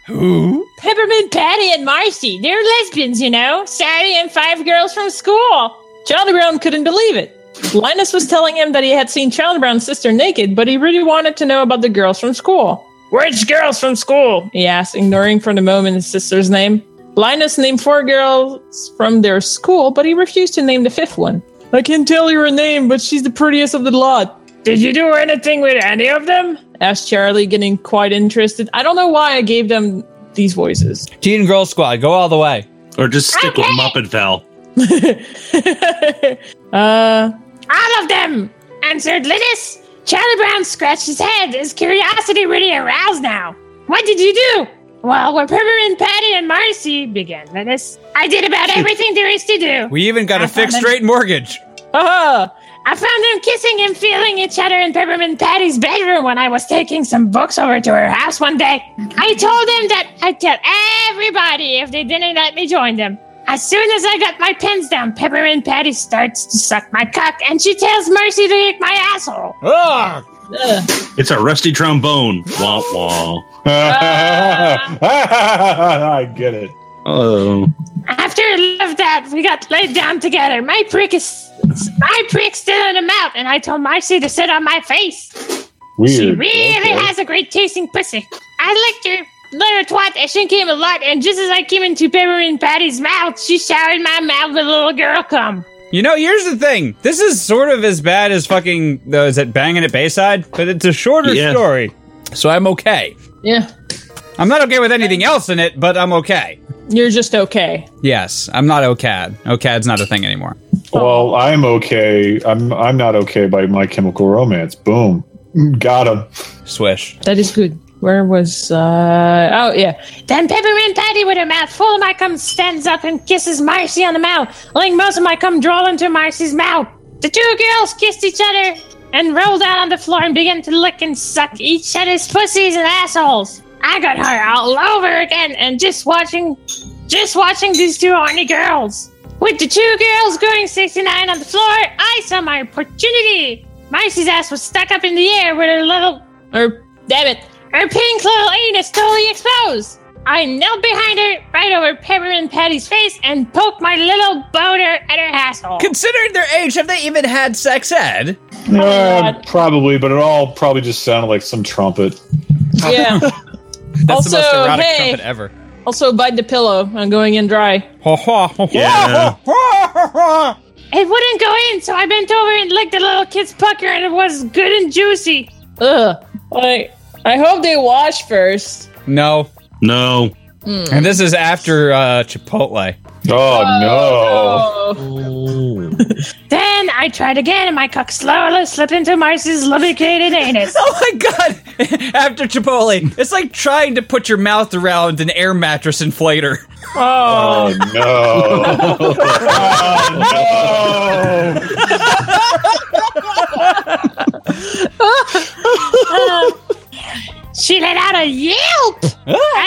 Speaker 16: Who?
Speaker 7: Peppermint Patty and Marcy, they're lesbians, you know. Sally and five girls from school. Charlie Brown couldn't believe it. Linus was telling him that he had seen Charlie Brown's sister naked, but he really wanted to know about the girls from school. Which girls from school? He asked, ignoring for the moment his sister's name. Linus named four girls from their school, but he refused to name the fifth one. I can't tell you her name, but she's the prettiest of the lot. Did you do anything with any of them? asked Charlie, getting quite interested. I don't know why I gave them these voices.
Speaker 1: Teen Girl Squad, go all the way.
Speaker 8: Or just stick with Muppetville.
Speaker 7: Uh,
Speaker 18: All of them, answered Linus. Charlie Brown scratched his head, his curiosity really aroused now. What did you do? Well, when Peppermint Patty and Marcy began Linus, I did about everything there is to do.
Speaker 1: We even got a fixed rate mortgage.
Speaker 7: Aha!
Speaker 18: Uh-huh. I found them kissing and feeling each other in Peppermint Patty's bedroom when I was taking some books over to her house one day. I told them that I'd tell everybody if they didn't let me join them. As soon as I got my pens down, Peppermint Patty starts to suck my cock, and she tells Mercy to eat my asshole.
Speaker 1: Ah!
Speaker 8: It's a rusty trombone. Wah wah.
Speaker 4: <laughs> <laughs> I get it.
Speaker 8: Oh.
Speaker 18: After all of that, we got laid down together. My prick is my prick still in the mouth, and I told Marcy to sit on my face. She
Speaker 4: Weird.
Speaker 18: really
Speaker 4: Okay.
Speaker 18: has a great tasting pussy. I licked her, let her twat, and she came a lot. And just as I came into Peppermint Patty's mouth, she showered my mouth with little girl cum.
Speaker 1: You know, here's the thing. This is sort of as bad as fucking, uh, is it Banging at Bayside? But it's a shorter
Speaker 7: Yeah.
Speaker 1: story. So I'm okay.
Speaker 7: Yeah.
Speaker 1: I'm not okay with anything else in it, but I'm okay.
Speaker 7: You're just okay.
Speaker 1: Yes, I'm not OCAD. OCAD's not a thing anymore.
Speaker 7: Oh.
Speaker 4: Well, I'm okay. I'm I'm not okay by my chemical romance. Boom. Got him.
Speaker 1: Swish.
Speaker 7: That is good. Where was uh oh yeah.
Speaker 18: Then Peppermint Patty, with her mouth full of my cum, stands up and kisses Marcy on the mouth, letting most of my cum draw into Marcy's mouth. The two girls kissed each other and rolled out on the floor and began to lick and suck each other's pussies and assholes. I got her all over again, and just watching, just watching these two horny girls. With the two girls going 69 on the floor, I saw my opportunity. Marcy's ass was stuck up in the air with her little, or damn it, her pink little anus totally exposed. I knelt behind her, right over Peppermint Patty's face, and poked my little boner at her asshole.
Speaker 7: <laughs>
Speaker 1: Considering their age, have they even had sex ed?
Speaker 7: Oh
Speaker 4: Uh, probably, but it all probably just sounded like some trumpet.
Speaker 7: <laughs> Yeah.
Speaker 4: That's
Speaker 7: the most Also, erotic hey. trumpet
Speaker 1: ever.
Speaker 7: also bite the pillow. I'm going in <laughs> dry.
Speaker 1: Yeah.
Speaker 18: it wouldn't go in, so I bent over and licked the little kid's pucker, and it was good and juicy.
Speaker 7: Ugh. Like I hope they wash first.
Speaker 1: No.
Speaker 8: No.
Speaker 7: Mm.
Speaker 1: And this is after uh, Chipotle.
Speaker 4: Oh,
Speaker 18: Then I tried again, and my cock slowly slipped into Marcy's lubricated anus.
Speaker 1: <laughs> oh my god! <laughs> after Chipotle. It's like trying to put your mouth around an air mattress inflator.
Speaker 4: Oh,
Speaker 1: Oh, <laughs>
Speaker 4: no.
Speaker 3: Oh, <laughs>
Speaker 18: Uh, she let out a yelp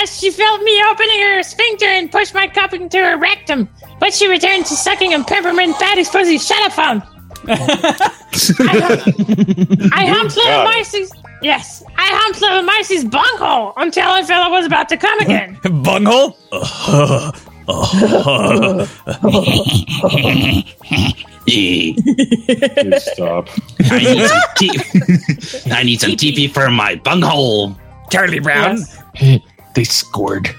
Speaker 18: as she felt me opening her sphincter and pushed my cup into her rectum. But she returned to sucking on peppermint patty's pussy. Shut up,
Speaker 1: <laughs>
Speaker 18: phone. I humped little
Speaker 1: God.
Speaker 18: Marcy's. Yes, I humped little Marcy's bunghole until I felt I was about to
Speaker 1: <laughs>
Speaker 18: come again.
Speaker 1: Bunghole?
Speaker 4: stop.
Speaker 8: I need some tea. I need some TP for my bunghole.
Speaker 1: Charlie Brown.
Speaker 8: they scored.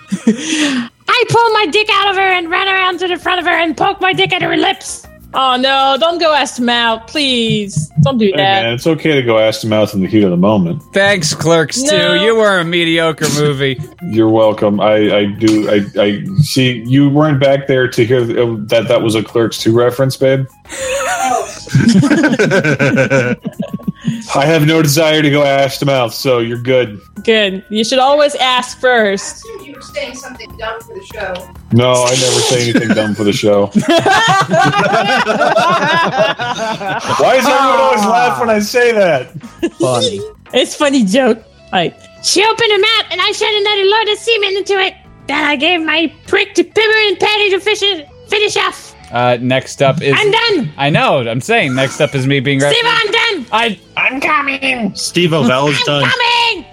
Speaker 18: I pulled my dick out of her and ran around to the front of her and poked my dick at her lips.
Speaker 7: Oh no, don't go ask them out, please. Don't do
Speaker 4: Hey,
Speaker 7: that.
Speaker 4: man, it's okay to go ass to mouth in the heat of the moment.
Speaker 1: Thanks, Clerks
Speaker 7: No.
Speaker 1: 2. You were a mediocre movie.
Speaker 4: <laughs> You're welcome. I, I do. I, I see you weren't back there to hear that that was a Clerks 2 reference, babe. I have no desire to go ass to mouth, so you're good.
Speaker 7: Good. You should always ask first.
Speaker 19: You were saying something dumb for the show.
Speaker 4: No, I never say anything dumb for the
Speaker 1: <laughs>
Speaker 4: show. Why does everyone always laugh when I say that?
Speaker 12: Funny.
Speaker 7: It's Ah. <laughs> funny joke. Like
Speaker 18: She opened her mouth and I shot another load of semen into it. Then I gave my prick to Pepper and Patty to fish it, finish off.
Speaker 1: Uh, next up is.
Speaker 18: I'm done.
Speaker 1: I know, I'm saying. Next up is me being. Re-
Speaker 18: Steve, I'm done.
Speaker 1: I,
Speaker 18: I'm coming.
Speaker 8: Steve Ovell is done.
Speaker 18: Coming.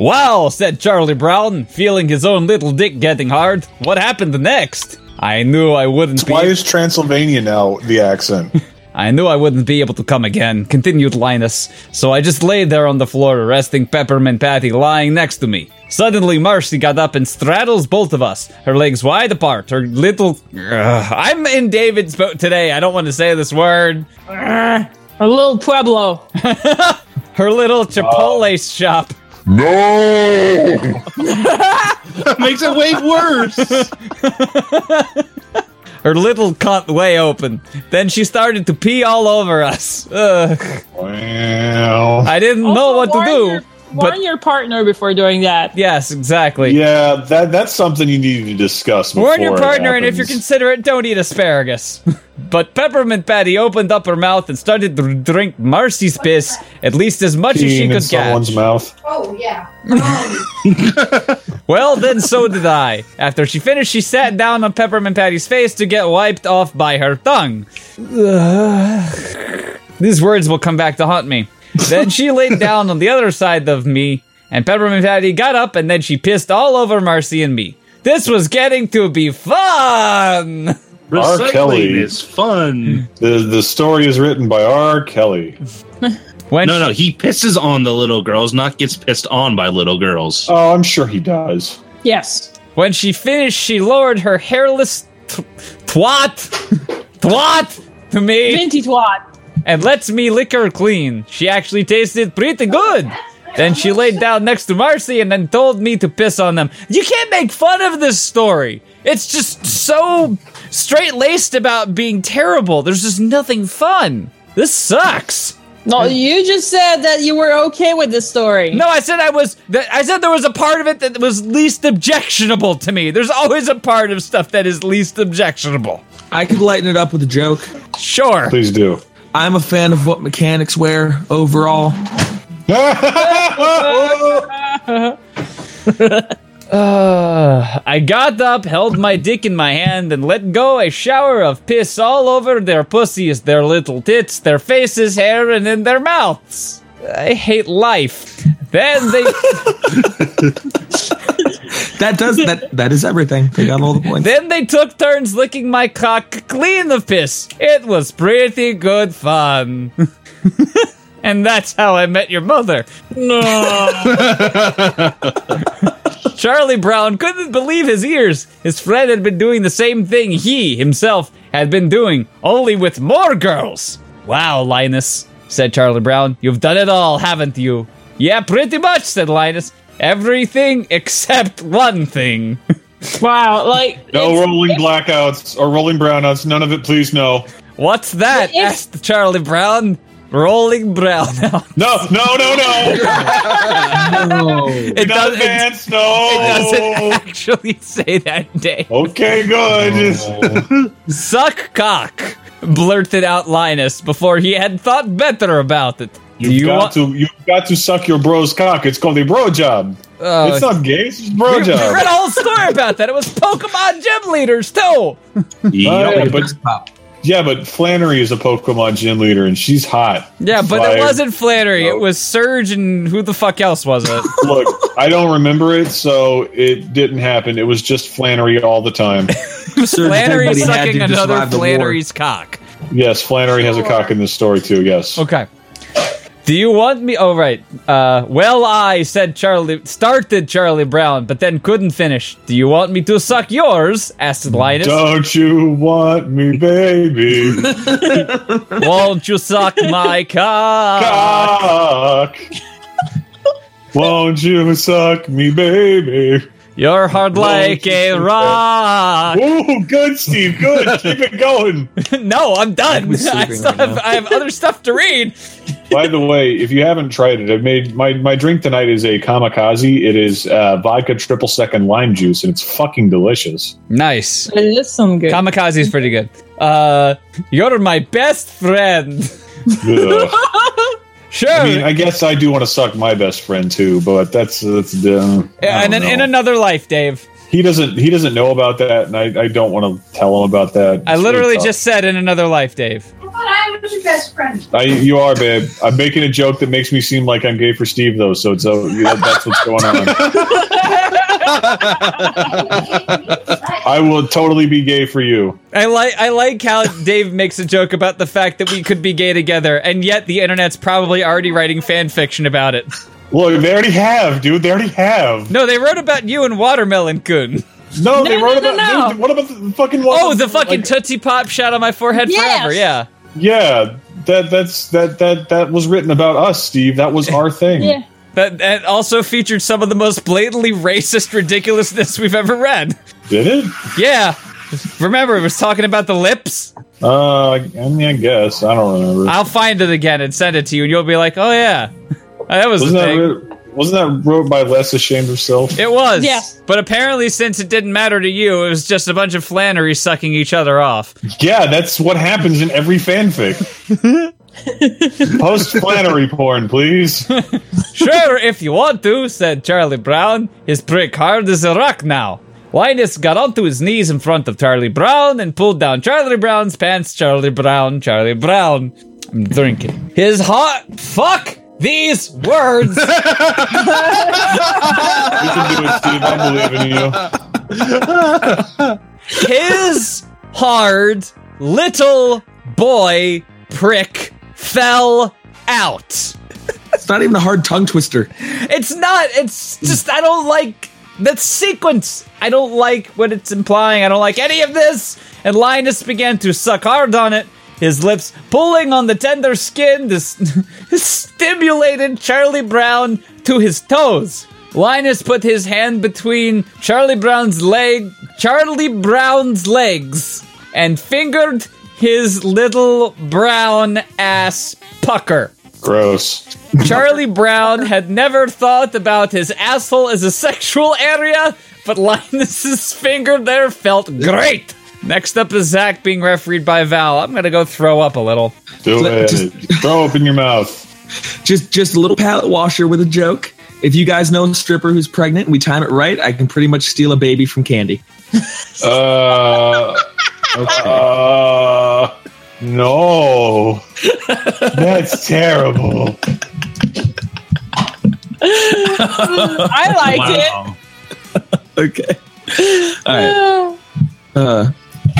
Speaker 1: Well, said Charlie Brown, feeling his own little dick getting hard. What happened next? I knew I wouldn't
Speaker 4: Why is Transylvania now the accent?
Speaker 1: <laughs> I knew I wouldn't be able to come again, continued Linus, so I just lay there on the floor, resting Peppermint Patty lying next to me. Suddenly, Marcy got up and straddles both of us, her legs wide apart, her little. Ugh, I'm in David's boat today, I don't want to say this word.
Speaker 7: A little Pueblo.
Speaker 1: <laughs> her little Chipotle shop.
Speaker 16: No!
Speaker 8: <laughs> Makes it way worse.
Speaker 1: her little cut way open. Then she started to pee all over us. Ugh. I didn't know what to do.
Speaker 7: Warn your partner before doing that.
Speaker 1: Yes, exactly.
Speaker 4: Yeah, that that's something you need to discuss. Before
Speaker 1: Warn your
Speaker 4: it
Speaker 1: partner, and if
Speaker 4: happens.
Speaker 1: you're considerate, don't eat asparagus. <laughs> but Peppermint Patty opened up her mouth and started to drink Marcy's piss, at least as much as
Speaker 4: Peeing
Speaker 1: she
Speaker 4: in
Speaker 1: could
Speaker 4: someone's
Speaker 1: catch.
Speaker 4: mouth.
Speaker 19: Oh, yeah.
Speaker 1: Well, then so did I. After she finished, she sat down on Peppermint Patty's face to get wiped off by her tongue. Ugh. These words will come back to haunt me. Then she laid down on the other side of me, and Peppermint Patty got up and then she pissed all over Marcy and me. This was getting to be fun!
Speaker 4: R. Kelly fun. The the story is written by R. Kelly.
Speaker 8: no, no, he pisses on the little girls, not gets pissed on by little girls.
Speaker 4: Oh, I'm sure he does.
Speaker 7: Yes.
Speaker 1: When she finished, she lowered her hairless t- twat, twat to me.
Speaker 7: Vinty twat.
Speaker 1: And lets me lick her clean. She actually tasted pretty good. Then she laid down next to Marcy and then told me to piss on them. You can't make fun of this story. It's just so straight laced about being terrible. There's just nothing fun. This sucks.
Speaker 7: No, Oh, you just said that you were okay with this story.
Speaker 1: No, I said I was. That I said there was a part of it that was least objectionable to me. There's always a part of stuff that is least objectionable.
Speaker 12: I could lighten it up with a joke.
Speaker 1: Sure.
Speaker 4: Please do.
Speaker 12: I'm a fan of what mechanics wear
Speaker 4: <laughs>
Speaker 12: overall.
Speaker 1: <laughs> Uh, I got up, held my dick in my hand, and let go a shower of piss all over their pussies, their little tits, their faces, hair, and in their mouths. I hate life. Then they
Speaker 12: <laughs> That does that. That is everything. They got all the points.
Speaker 1: then they took turns licking my cock clean of piss. It was pretty good fun. and that's how I met your mother.
Speaker 7: No.
Speaker 1: Charlie Brown couldn't believe his ears. His friend had been doing the same thing he himself had been doing, only with more girls. Wow, Linus, said Charlie Brown. You've done it all, haven't you? Yeah, pretty much, said Linus. Everything except one thing. <laughs>
Speaker 7: wow, like.
Speaker 4: No rolling blackouts or rolling brownouts. None of it, please. No.
Speaker 1: What's that? asked Charlie Brown. Rolling brown. no,
Speaker 4: no, no,
Speaker 1: <laughs> no. It does,
Speaker 4: advance, no.
Speaker 1: It doesn't <laughs> actually say that day.
Speaker 4: Okay, good.
Speaker 1: <laughs> Suck cock, blurted out Linus before he had thought better about it.
Speaker 4: You've
Speaker 1: you
Speaker 4: got
Speaker 1: want-
Speaker 4: to. You've got to suck your bro's cock. It's called a bro job.
Speaker 1: Oh.
Speaker 4: it's not gay. It's just
Speaker 1: We-
Speaker 4: bro
Speaker 1: we
Speaker 4: job.
Speaker 1: read
Speaker 4: <laughs>
Speaker 1: a whole story about that. It was Pokemon gym leaders too.
Speaker 4: yeah, Uh, but, yeah, but Flannery is a Pokemon gym leader, and she's hot.
Speaker 1: Yeah, but
Speaker 4: Fire.
Speaker 1: it wasn't Flannery. It was Surge and who the fuck else was it?
Speaker 4: Look, I don't remember it, so it didn't happen. It was just Flannery all the
Speaker 1: <laughs>
Speaker 4: time.
Speaker 1: Flannery
Speaker 4: everybody had
Speaker 1: sucking
Speaker 4: to
Speaker 1: another
Speaker 4: survive the war.
Speaker 1: Flannery's cock.
Speaker 4: yes, Flannery has a cock in this story too. Yes.
Speaker 1: Okay. Do you want me? Oh, right. Uh, well, I said Charlie started Charlie Brown, but then couldn't finish. Do you want me to suck yours? Asked Linus.
Speaker 4: Don't you want me, baby?
Speaker 1: <laughs> Won't you suck
Speaker 4: <laughs>
Speaker 1: my cock?
Speaker 4: Cock. Won't you suck me, baby?
Speaker 1: You're hard like a rock.
Speaker 4: Ooh, good, Steve.
Speaker 1: <laughs>
Speaker 4: Good. Keep it going.
Speaker 1: no, I'm done. <laughs> I
Speaker 4: sleeping
Speaker 1: still
Speaker 4: right
Speaker 1: have, I have other stuff to read.
Speaker 4: <laughs> By the way, if you haven't tried it, I've made my, my drink tonight is a kamikaze. It is uh, vodka triple second lime juice, and it's fucking
Speaker 1: <laughs>
Speaker 4: delicious.
Speaker 1: Nice.
Speaker 7: It does sound good.
Speaker 1: Kamikaze is pretty good. Uh, you're my best friend.
Speaker 4: <laughs> Ugh.
Speaker 1: sure.
Speaker 4: I mean, I guess I do want to suck my best friend too, but that's that's uh, I
Speaker 1: and
Speaker 4: don't
Speaker 1: then in
Speaker 4: know.
Speaker 1: another life, Dave.
Speaker 4: he doesn't he doesn't know about that, and I, I don't want to tell him about that.
Speaker 1: I
Speaker 4: It's
Speaker 1: literally
Speaker 4: really tough.
Speaker 1: just said in another life, Dave.
Speaker 19: I thought I was your best friend.
Speaker 4: I, you are, babe. I'm making a joke that makes me seem like I'm gay for Steve, though. So it's uh, yeah, that's what's going on. I will totally be gay for you.
Speaker 1: I like I like
Speaker 4: <laughs>
Speaker 1: how Dave makes a joke about the fact that we could be gay together, and yet the internet's probably already writing fan fiction about it. <laughs>
Speaker 4: Look, they already have, dude. They already have.
Speaker 1: No, they wrote about you and Watermelon Goon.
Speaker 4: No, they No, wrote no, no, about- no. dude, what about the fucking
Speaker 1: Oh, the fucking Tootsie Pop shot on my forehead forever. Yeah.
Speaker 4: Yeah, that that's that that that was written about us, Steve. That was our thing.
Speaker 1: That, that also featured some of the most blatantly racist ridiculousness we've ever read.
Speaker 4: Did it?
Speaker 1: Yeah. Remember, it was talking about the lips?
Speaker 4: Uh, I mean, I guess I don't remember.
Speaker 1: I'll find it again and send it to you, and you'll be like, oh, yeah. <laughs> That was
Speaker 4: wasn't that
Speaker 1: the thing.
Speaker 4: writ- wasn't that wrote by less ashamed of self?
Speaker 1: It was. But apparently, since it didn't matter to you, it was just a bunch of flannery sucking each
Speaker 4: <laughs>
Speaker 1: other off.
Speaker 4: Yeah, that's what happens in every fanfic. Post flannery porn, please.
Speaker 1: sure, if you want to, said Charlie Brown. His prick hard as a rock now. Linus got onto his knees in front of Charlie Brown and pulled down Charlie Brown's pants. Charlie Brown, Charlie Brown. I'm drinking. His hot. Fuck
Speaker 4: <laughs>
Speaker 1: these words! <laughs> His hard little boy prick fell out.
Speaker 12: It's not even a hard tongue twister.
Speaker 1: It's not. It's just I don't like that sequence. I don't like what it's implying. I don't like any of this. And Linus began to suck hard on it. His lips pulling on the tender skin, this <laughs> stimulated Charlie Brown to his toes. Linus put his hand between Charlie Brown's leg, Charlie Brown's legs, and fingered his little brown ass pucker.
Speaker 4: Gross.
Speaker 1: Charlie Brown had never thought about his asshole as a sexual area, but Linus's finger there felt great. Next up is Zach being refereed by Val. I'm gonna go throw up a little.
Speaker 4: Do
Speaker 12: Let-
Speaker 4: it.
Speaker 12: just-
Speaker 4: Throw open your mouth.
Speaker 12: Just just a little palate washer with a joke. If you guys know a stripper who's pregnant and we time it right, I can pretty much steal a baby from Candy. <laughs>
Speaker 4: Uh, uh, no. That's terrible.
Speaker 12: I it. okay. All right. Uh,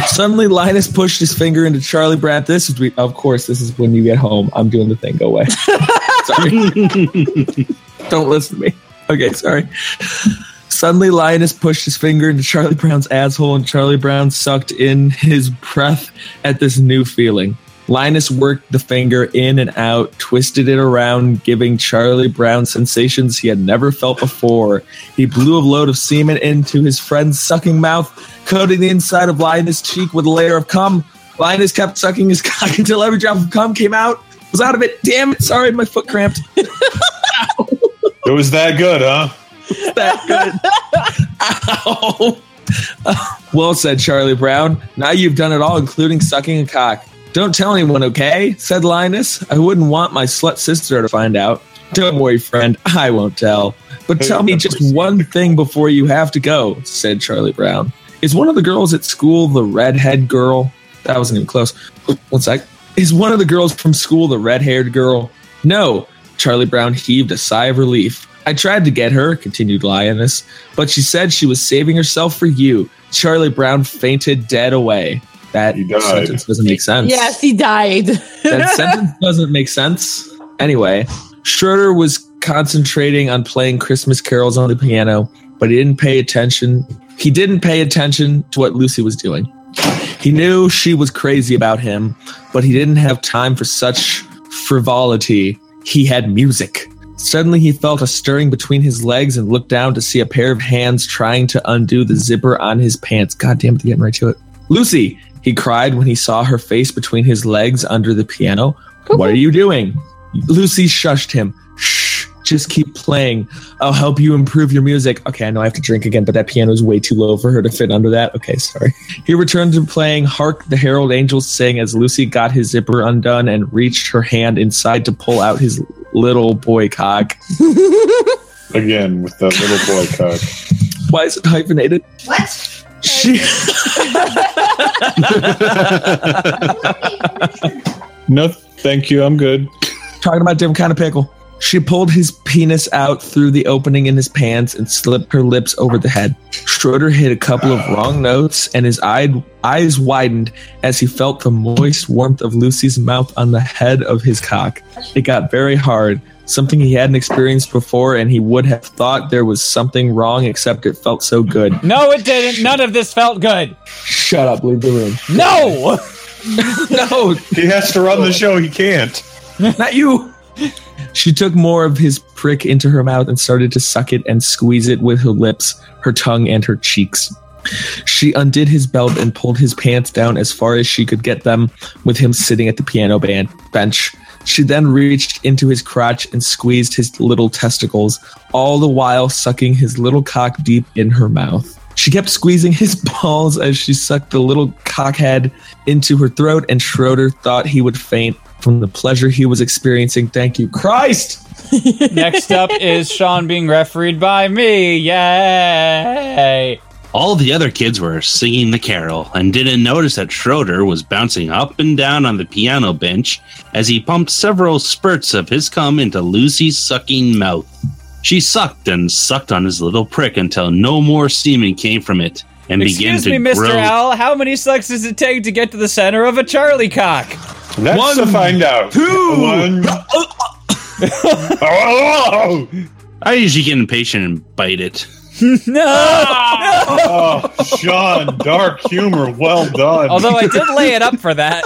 Speaker 12: suddenly, Linus pushed his finger into Charlie Brad. This is, we- of course, this is when you get home. I'm doing the thing. Go away. <laughs> sorry. Don't listen to me. Okay, sorry. Suddenly, Linus pushed his finger into Charlie Brown's asshole, and Charlie Brown sucked in his breath at this new feeling. Linus worked the finger in and out, twisted it around, giving Charlie Brown sensations he had never felt before. He blew a load of semen into his friend's sucking mouth, coating the inside of Linus' cheek with a layer of cum. Linus kept sucking his <laughs> cock until every drop of cum came out. Was out of it. Damn it. Sorry, my foot cramped.
Speaker 4: It was that good, huh?
Speaker 12: that good. Ow. well said, Charlie Brown. Now you've done it all, including sucking a cock. Don't tell anyone, okay? said Linus. I wouldn't want my slut sister to find out. Don't worry, friend. I won't tell. But tell me just one thing before you have to go, said Charlie Brown. Is one of the girls at school the redhead girl? That wasn't even close. One sec. Is one of the girls from school the red haired girl? No. Charlie Brown heaved a sigh of relief. I tried to get her, continued Lioness, but she said she was saving herself for you. Charlie Brown fainted dead away. That sentence doesn't make sense
Speaker 7: Yes, he died. <laughs>
Speaker 12: that sentence doesn't make sense. Anyway, Schroeder was concentrating on playing Christmas carols on the piano, but he didn't pay attention. He didn't pay attention to what Lucy was doing. He knew she was crazy about him, but he didn't have time for such frivolity. He had music. Suddenly, he felt a stirring between his legs and looked down to see a pair of hands trying to undo the zipper on his pants. God damn it, they're getting right to it. Lucy, he cried when he saw her face between his legs under the piano. What are you doing? Lucy shushed him. Shh, just keep playing. I'll help you improve your music. Okay, I know I have to drink again, but that piano is way too low for her to fit under that. Okay, sorry. He returned to playing Hark the Herald Angels Sing as Lucy got his zipper undone and reached her hand inside to pull out his little boy cock.
Speaker 4: Again, with that little boy cock.
Speaker 12: Why is it hyphenated?
Speaker 20: What?
Speaker 12: She. <laughs>
Speaker 4: no, thank you. I'm good.
Speaker 12: Talking about different kind of pickle. She pulled his penis out through the opening in his pants and slipped her lips over the head. Schroeder hit a couple of wrong notes, and his eyed, eyes widened as he felt the moist warmth of Lucy's mouth on the head of his cock. It got very hard, something he hadn't experienced before, and he would have thought there was something wrong, except it felt so good.
Speaker 1: No, it didn't. None of this felt good.
Speaker 12: Shut up, leave the room.
Speaker 1: No!
Speaker 12: <laughs> no!
Speaker 4: He has to run the show, he can't.
Speaker 12: Not you! She took more of his prick into her mouth and started to suck it and squeeze it with her lips, her tongue, and her cheeks. She undid his belt and pulled his pants down as far as she could get them, with him sitting at the piano band bench. She then reached into his crotch and squeezed his little testicles, all the while sucking his little cock deep in her mouth. She kept squeezing his <laughs> balls as she sucked the little cockhead into her throat, and Schroeder thought he would faint from the pleasure he was experiencing. Thank you, Christ!
Speaker 1: Next up is Sean being refereed by me. Yay!
Speaker 8: All the other kids were singing the carol and didn't notice that Schroeder was bouncing up and down on the piano bench as he pumped several spurts of his cum into Lucy's sucking mouth. She sucked and sucked on his little prick until no more semen came from it and
Speaker 1: Excuse me,
Speaker 8: began to
Speaker 1: Mr.
Speaker 8: grow. <laughs>
Speaker 1: Owl. How many sucks does it take to get to the center of a Charlie cock?
Speaker 4: That's One, to find out.
Speaker 1: Two. <laughs>
Speaker 4: One.
Speaker 8: Oh! I usually get impatient and bite it.
Speaker 1: <laughs> no!
Speaker 4: Oh, Sean, dark humor. Well done.
Speaker 1: Although I did lay it up for that.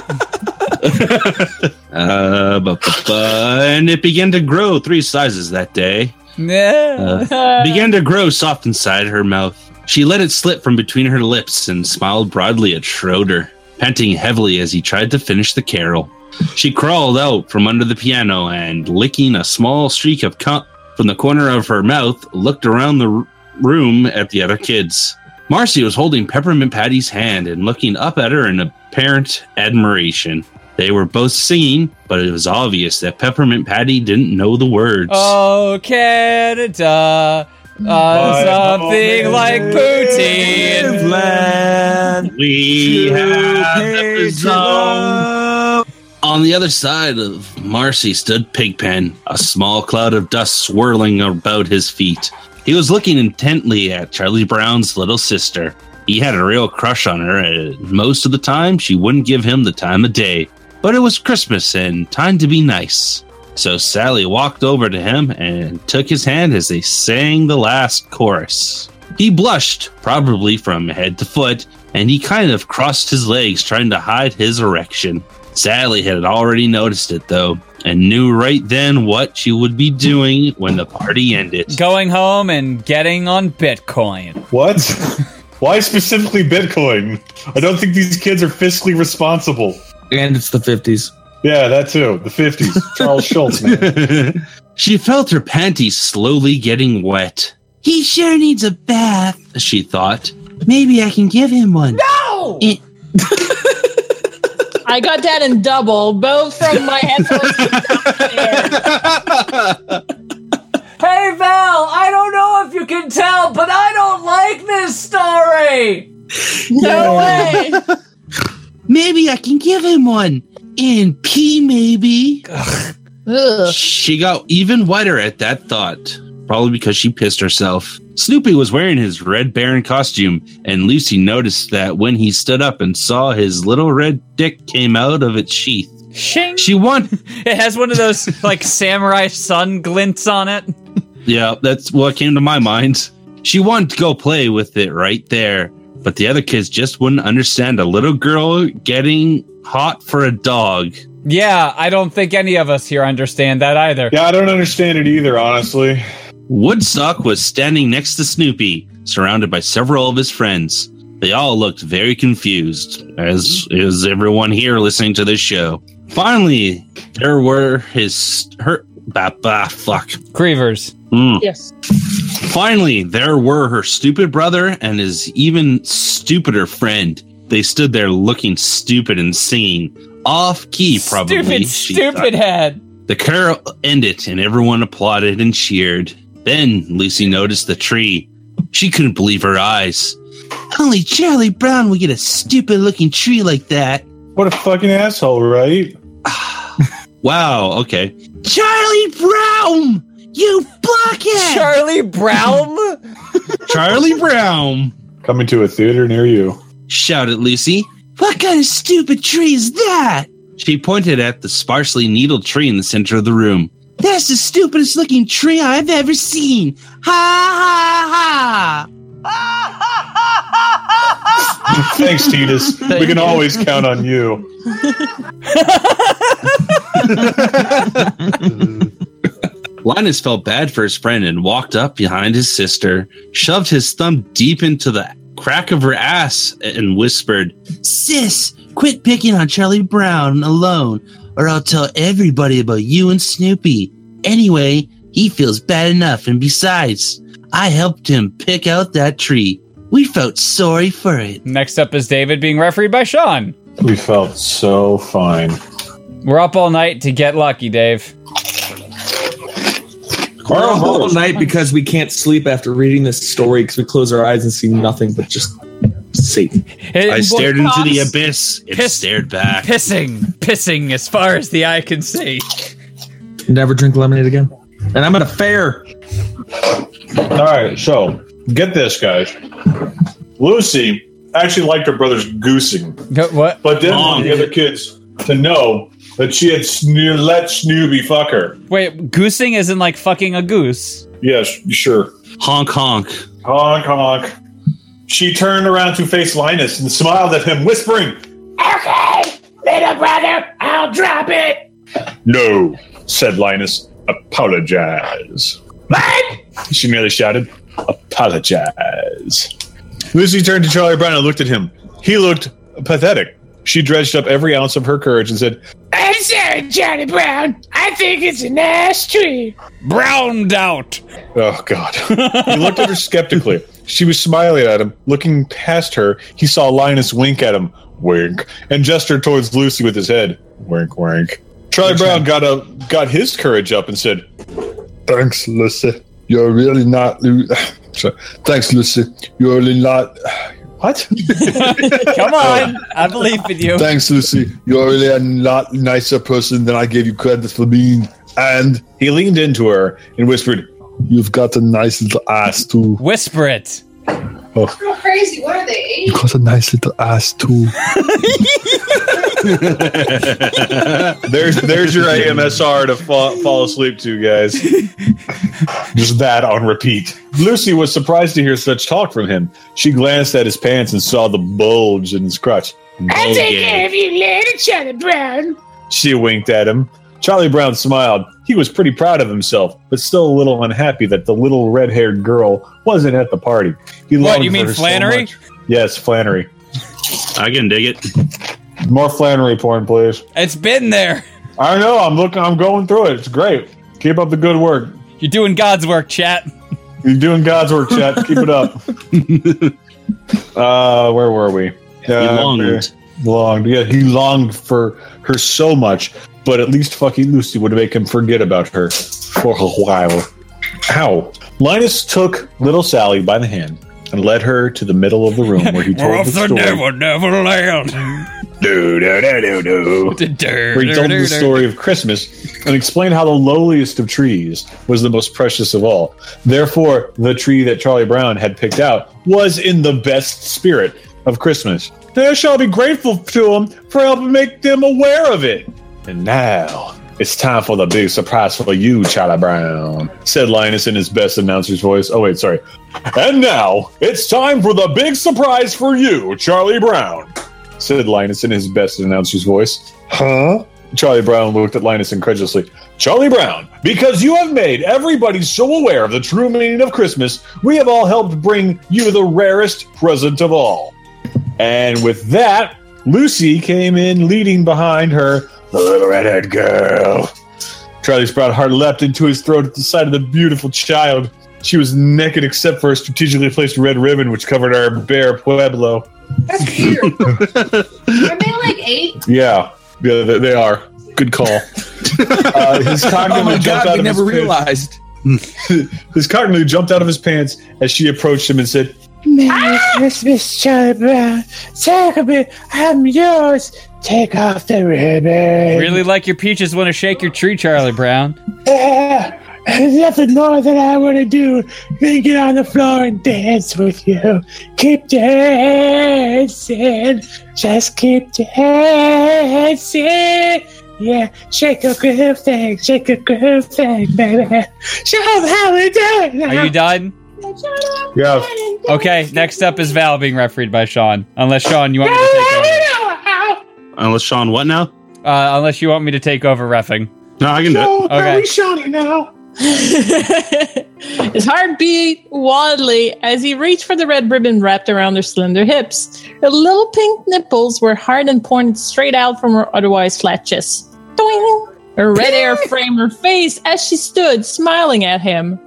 Speaker 8: Uh, bu- bu- bu- and it began to grow three sizes that day. Uh, began to grow soft inside her mouth. She let it slip from between her lips and smiled broadly at Schroeder, panting heavily as he tried to finish the carol. She crawled out from under the piano and, licking a small streak of cum from the corner of her mouth, looked around the r- room at the other kids. Marcy was holding Peppermint Patty's hand and looking up at her in apparent admiration. They were both singing, but it was obvious that Peppermint Patty didn't know the words.
Speaker 1: Oh, Canada.
Speaker 8: My
Speaker 4: Oh,
Speaker 1: Uh, something like poutine.
Speaker 8: We have the bizarre- On the other side of Marcy stood Pigpen, a small cloud of dust swirling about his feet. He was looking intently at Charlie Brown's little sister. He had a real crush on her, and most of the time she wouldn't give him the time of day. But it was Christmas and time to be nice. So Sally walked over to him and took his hand as they sang the last chorus. He blushed, probably from head to foot, and he kind of crossed his legs trying to hide his erection. Sally had already noticed it though, and knew right then what she would be doing when the party ended.
Speaker 1: Going home and getting on Bitcoin.
Speaker 4: What? <laughs> Why specifically Bitcoin? I don't think these kids are fiscally responsible.
Speaker 12: And it's the 50s.
Speaker 4: Yeah, that too. The
Speaker 8: <laughs>
Speaker 4: 50s. Charles Schultz, man.
Speaker 8: She felt her panties slowly getting wet,
Speaker 14: He sure needs a bath.
Speaker 8: she thought.
Speaker 14: Maybe I can give him one.
Speaker 7: No! <laughs> I got that in double, both from <laughs> my headphones.
Speaker 16: Hey Val, I don't know if you can tell, but I don't like this story.
Speaker 14: <laughs> No way. maybe I can give him one. And pee, maybe.
Speaker 8: She got even whiter at that thought, probably because she pissed herself. Snoopy was wearing his Red Baron costume, and Lucy noticed that when he stood up and saw his little red dick came out of its sheath.
Speaker 1: Shing.
Speaker 8: She won.
Speaker 1: <laughs> It has one of those like samurai sun glints on it.
Speaker 8: Yeah, that's what came to my mind. She wanted to go play with it right there, but the other kids just wouldn't understand a little girl getting hot for a dog.
Speaker 1: Yeah, I don't think any of us here understand that either.
Speaker 4: Yeah, I don't understand it either, honestly.
Speaker 8: Woodstock was standing next to Snoopy, surrounded by several of his friends. They all looked very confused, as is everyone here listening to this show. Finally, there were his her bah, bah, fuck Hmm.
Speaker 1: Creevers.
Speaker 7: Yes.
Speaker 8: Finally, there were her stupid brother and his even stupider friend. They stood there looking stupid and singing off key, probably.
Speaker 1: Stupid,
Speaker 8: she
Speaker 1: stupid
Speaker 8: thought.
Speaker 1: head.
Speaker 8: The carol ended, and everyone applauded and cheered. Then Lucy noticed the tree. She couldn't believe her eyes.
Speaker 14: Only Charlie Brown would get a stupid looking tree like that.
Speaker 4: What a fucking asshole, right?
Speaker 8: Wow. Okay.
Speaker 14: Charlie Brown, you blockhead!
Speaker 7: Charlie
Speaker 14: <laughs>
Speaker 7: Brown?
Speaker 8: Charlie Brown.
Speaker 4: Coming to a theater near you.
Speaker 8: Shouted Lucy.
Speaker 14: What kind of stupid tree is that?
Speaker 8: She pointed at the sparsely needled tree in the center of the room.
Speaker 14: That's the stupidest looking tree I've ever seen. Ha ha ha!
Speaker 4: <laughs> Thanks, Titus. we can always count on you.
Speaker 7: <laughs>
Speaker 8: Linus felt bad for his friend and walked up behind his sister, shoved his thumb deep into the crack of her ass, and whispered,
Speaker 14: Sis, quit picking on Charlie Brown alone, or I'll tell everybody about you and Snoopy. Anyway, he feels bad enough, and besides, I helped him pick out that tree. We felt sorry for it.
Speaker 1: Next up is David being refereed by Sean.
Speaker 4: We felt so fine.
Speaker 1: We're up all night to get lucky, Dave.
Speaker 12: We're up all night because we can't sleep after reading this story because we close our eyes and see nothing but just Satan.
Speaker 8: I stared into the abyss. It stared back.
Speaker 1: Pissing, pissing as far as the eye can see.
Speaker 12: Never drink lemonade again. And I'm at a fair.
Speaker 4: All right, so get this, guys. Lucy actually liked her brother's goosing,
Speaker 1: What?
Speaker 4: but didn't
Speaker 1: Mom.
Speaker 4: want the other kids to know that she had snoo- let Snoopy fuck her.
Speaker 1: Wait, goosing isn't like fucking a goose.
Speaker 4: Yes, sure.
Speaker 8: Honk honk.
Speaker 4: Honk honk. She turned around to face Linus and smiled at him, whispering,
Speaker 19: Okay, little brother, I'll drop it.
Speaker 4: No, said Linus. Apologize. What? She merely shouted, Apologize. Lucy turned to Charlie Brown and looked at him. He looked pathetic. She dredged up every ounce of her courage and said,
Speaker 19: I'm sorry, Johnny Brown. I think it's a nice tree.
Speaker 1: Browned out.
Speaker 4: Oh, God. he looked at her skeptically. She was smiling at him. Looking past her, he saw Linus wink at him, wink, and gesture towards Lucy with his head, wink, wink. Charlie Brown got up, got his courage up and said,
Speaker 21: Thanks, Lucy. You're really not. Lu- <sighs> Sorry. Thanks, Lucy. You're really not. <sighs> What?
Speaker 7: <laughs>
Speaker 1: Come
Speaker 8: Oh.
Speaker 1: on, I believe in you.
Speaker 21: Thanks, Lucy. You're really a lot nicer person than I gave you credit for being. And
Speaker 4: he leaned into her and whispered,
Speaker 21: You've got a nice little ass, too.
Speaker 1: Whisper it.
Speaker 21: Oh,
Speaker 19: Real crazy. What are they?
Speaker 21: you've got a nice little ass, too.
Speaker 4: <laughs> there's there's your AMSR to fall, fall asleep to, guys. Just that on repeat. Lucy was surprised to hear such talk from him. She glanced at his pants and saw the bulge in his crotch.
Speaker 19: I'll take care of you later, Johnny Brown.
Speaker 4: She winked at him. Charlie Brown smiled. He was pretty proud of himself, but still a little unhappy that the little red-haired girl wasn't at the party. He
Speaker 1: What,
Speaker 4: longed
Speaker 1: you
Speaker 4: for
Speaker 1: mean
Speaker 4: her so
Speaker 1: Flannery?
Speaker 4: much. yes, Flannery.
Speaker 8: I can dig it.
Speaker 4: More Flannery porn, please.
Speaker 1: It's been there.
Speaker 4: I know. I'm looking. I'm going through it. It's great. Keep up the good work.
Speaker 1: You're doing God's work, chat.
Speaker 4: <laughs> You're doing God's work, chat. Keep it
Speaker 1: <laughs>
Speaker 4: up. uh, where were we? Uh,
Speaker 8: longed.
Speaker 4: Longed. Yeah, he longed for her so much, but at least fucking Lucy would make him forget about her for a while. How? Linus took little Sally by the hand and led her to the middle of the room
Speaker 1: <laughs>
Speaker 4: where he told the story.
Speaker 1: Neverland.
Speaker 4: Do, do, do, do, do.
Speaker 1: Where
Speaker 4: he told
Speaker 1: do,
Speaker 4: the
Speaker 1: do.
Speaker 4: story of Christmas and explained how the lowliest of trees was the most precious of all. Therefore, the tree that Charlie Brown had picked out was in the best spirit of Christmas. They shall be grateful to him for helping make them aware of it. And now it's time for the big surprise for you, Charlie Brown, said Linus in his best announcer's voice. Oh, wait, sorry. And now it's time for the big surprise for you, Charlie Brown, said Linus in his best announcer's voice. Huh? Charlie Brown looked at Linus incredulously. Charlie Brown, because you have made everybody so aware of the true meaning of Christmas, we have all helped bring you the rarest present of all. And with that, Lucy came in leading behind her, the little redhead girl. Charlie Sprout hard leapt into his throat at the sight of the beautiful child. She was naked except for a strategically placed red ribbon which covered our bare pueblo.
Speaker 19: Are they like eight?
Speaker 4: Yeah, yeah, they, they are. Good
Speaker 12: <laughs>
Speaker 4: call. uh, his cognitive
Speaker 12: Oh my
Speaker 4: jumped
Speaker 12: God,
Speaker 4: out
Speaker 12: we
Speaker 4: of
Speaker 12: never
Speaker 4: <laughs> his pants. his cognitive jumped out of his pants as she approached him and said,
Speaker 19: Merry Christmas, Charlie Brown. Sacrament, I'm yours. Take off the ribbon.
Speaker 1: Really like your peaches want to shake your tree, Charlie
Speaker 12: <laughs>
Speaker 1: Brown.
Speaker 19: Ah, There's nothing more that I want to do than get on the floor and dance with you. Keep dancing. Just keep dancing. Yeah, shake a groove thing, shake a groove thing, baby. Show 'em how we do it now.
Speaker 1: Are you done?
Speaker 4: Yeah.
Speaker 1: Okay, next up is Val being refereed by Sean. Unless Sean, you want me to take over.
Speaker 8: Unless Sean, what now?
Speaker 1: Uh, unless you want me to take over refing.
Speaker 8: <laughs> No, I can do
Speaker 7: Oh,
Speaker 1: Okay.
Speaker 7: Shawnee now? <laughs> His heart beat wildly as he reached for the red ribbon wrapped around her slender hips. Her little pink nipples were hard and pointed straight out from her otherwise flat chest. Doing! Her red hair framed her face as she stood, smiling at him.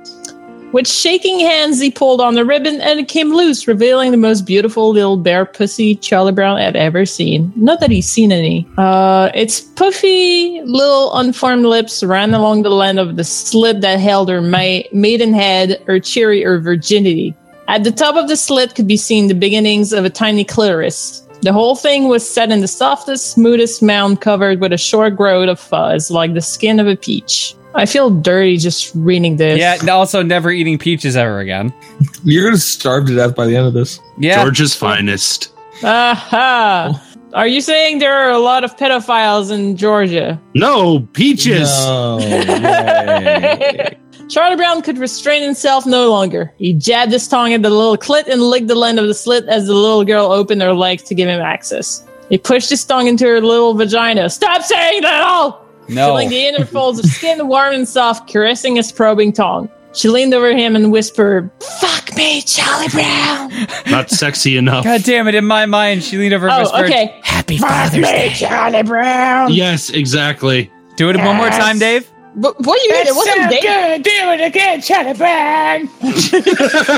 Speaker 7: With shaking hands, he pulled on the ribbon and it came loose, revealing the most beautiful little bear pussy Charlie Brown had ever seen. Not that he's seen any. Uh, its puffy, little unformed lips ran along the length of the slit that held her ma- maiden head, her cherry, or virginity. At the top of the slit could be seen the beginnings of a tiny clitoris. The whole thing was set in the softest, smoothest mound covered with a short growth of fuzz, like the skin of a peach. I feel dirty just reading this.
Speaker 1: Yeah, and also never eating peaches ever again.
Speaker 12: You're gonna starve to death by the end of this.
Speaker 1: Yeah.
Speaker 8: George's finest.
Speaker 7: Aha! Are you saying there are a lot of pedophiles in Georgia?
Speaker 8: No, peaches.
Speaker 7: <laughs> Charlie Brown could restrain himself no longer. He jabbed his tongue at the little clit and licked the length of the slit as the little girl opened her legs to give him access. He pushed his tongue into her little vagina. Stop saying that all!
Speaker 1: No.
Speaker 7: Feeling the inner folds of skin, warm and soft, caressing his probing tongue. She leaned over him and whispered, Fuck me, Charlie Brown!
Speaker 1: <laughs>
Speaker 8: Not sexy enough.
Speaker 1: God damn it! In my mind, she leaned over. and
Speaker 7: Oh,
Speaker 1: whispered,
Speaker 7: okay.
Speaker 1: Happy
Speaker 7: Fuck
Speaker 1: Father's
Speaker 7: me,
Speaker 1: Day.
Speaker 7: Charlie
Speaker 12: Um,
Speaker 7: Brown!
Speaker 8: Yes, exactly.
Speaker 1: Do it one more
Speaker 19: Yes.
Speaker 1: time, Dave.
Speaker 7: But what you
Speaker 19: That's
Speaker 7: It wasn't
Speaker 19: so
Speaker 7: Dave.
Speaker 19: good. Do it again, Charlie Brown.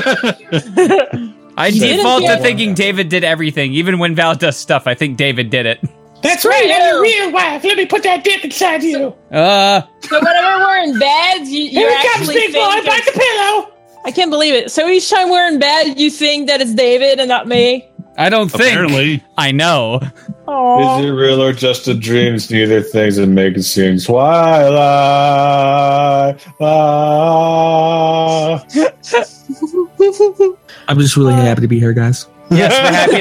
Speaker 1: I
Speaker 19: He didn't
Speaker 1: default
Speaker 19: get
Speaker 1: to
Speaker 19: it.
Speaker 1: thinking David did everything, even when Val does stuff. I think David did it.
Speaker 19: That's right. I'm your real wife. Let me put that dick inside you.
Speaker 1: Uh,
Speaker 7: So whenever we're in bed, you,
Speaker 19: Here
Speaker 7: you're
Speaker 19: it comes,
Speaker 7: actually
Speaker 19: big boy,
Speaker 7: thinking-
Speaker 19: bite the pillow.
Speaker 7: I can't believe it. So each time we're in bed, you think that it's David and not me.
Speaker 1: I don't think.
Speaker 8: Apparently,
Speaker 1: I know.
Speaker 7: Aww.
Speaker 19: <laughs>
Speaker 4: Is it real or just a dreams? Neither things that make it seem twilight. Ah.
Speaker 12: I'm just really happy to be here, guys.
Speaker 7: he didn't care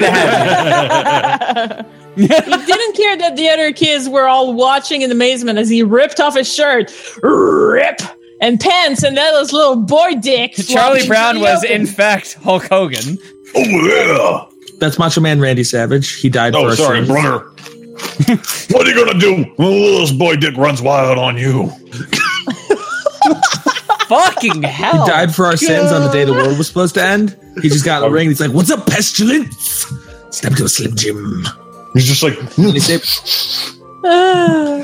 Speaker 7: that the other kids were all watching in amazement as he ripped off his shirt, rip, and pants, and then his little boy dick.
Speaker 1: Charlie
Speaker 7: flopped
Speaker 1: Brown
Speaker 7: into
Speaker 1: was
Speaker 7: the
Speaker 1: in
Speaker 7: open.
Speaker 1: fact Hulk Hogan.
Speaker 12: Oh yeah. That's Macho Man Randy Savage. He died.
Speaker 4: Oh,
Speaker 12: for
Speaker 4: sorry,
Speaker 12: us. <laughs>
Speaker 4: brother. what are you gonna do when this boy dick runs wild on you?
Speaker 1: Fucking hell!
Speaker 12: He died for our sins on the day the world was supposed to end. He
Speaker 4: <laughs>
Speaker 12: just got a ring. He's like, "What's up, pestilence? Step to a slim Jim."
Speaker 4: He's just like,
Speaker 12: he saved-
Speaker 7: Ah.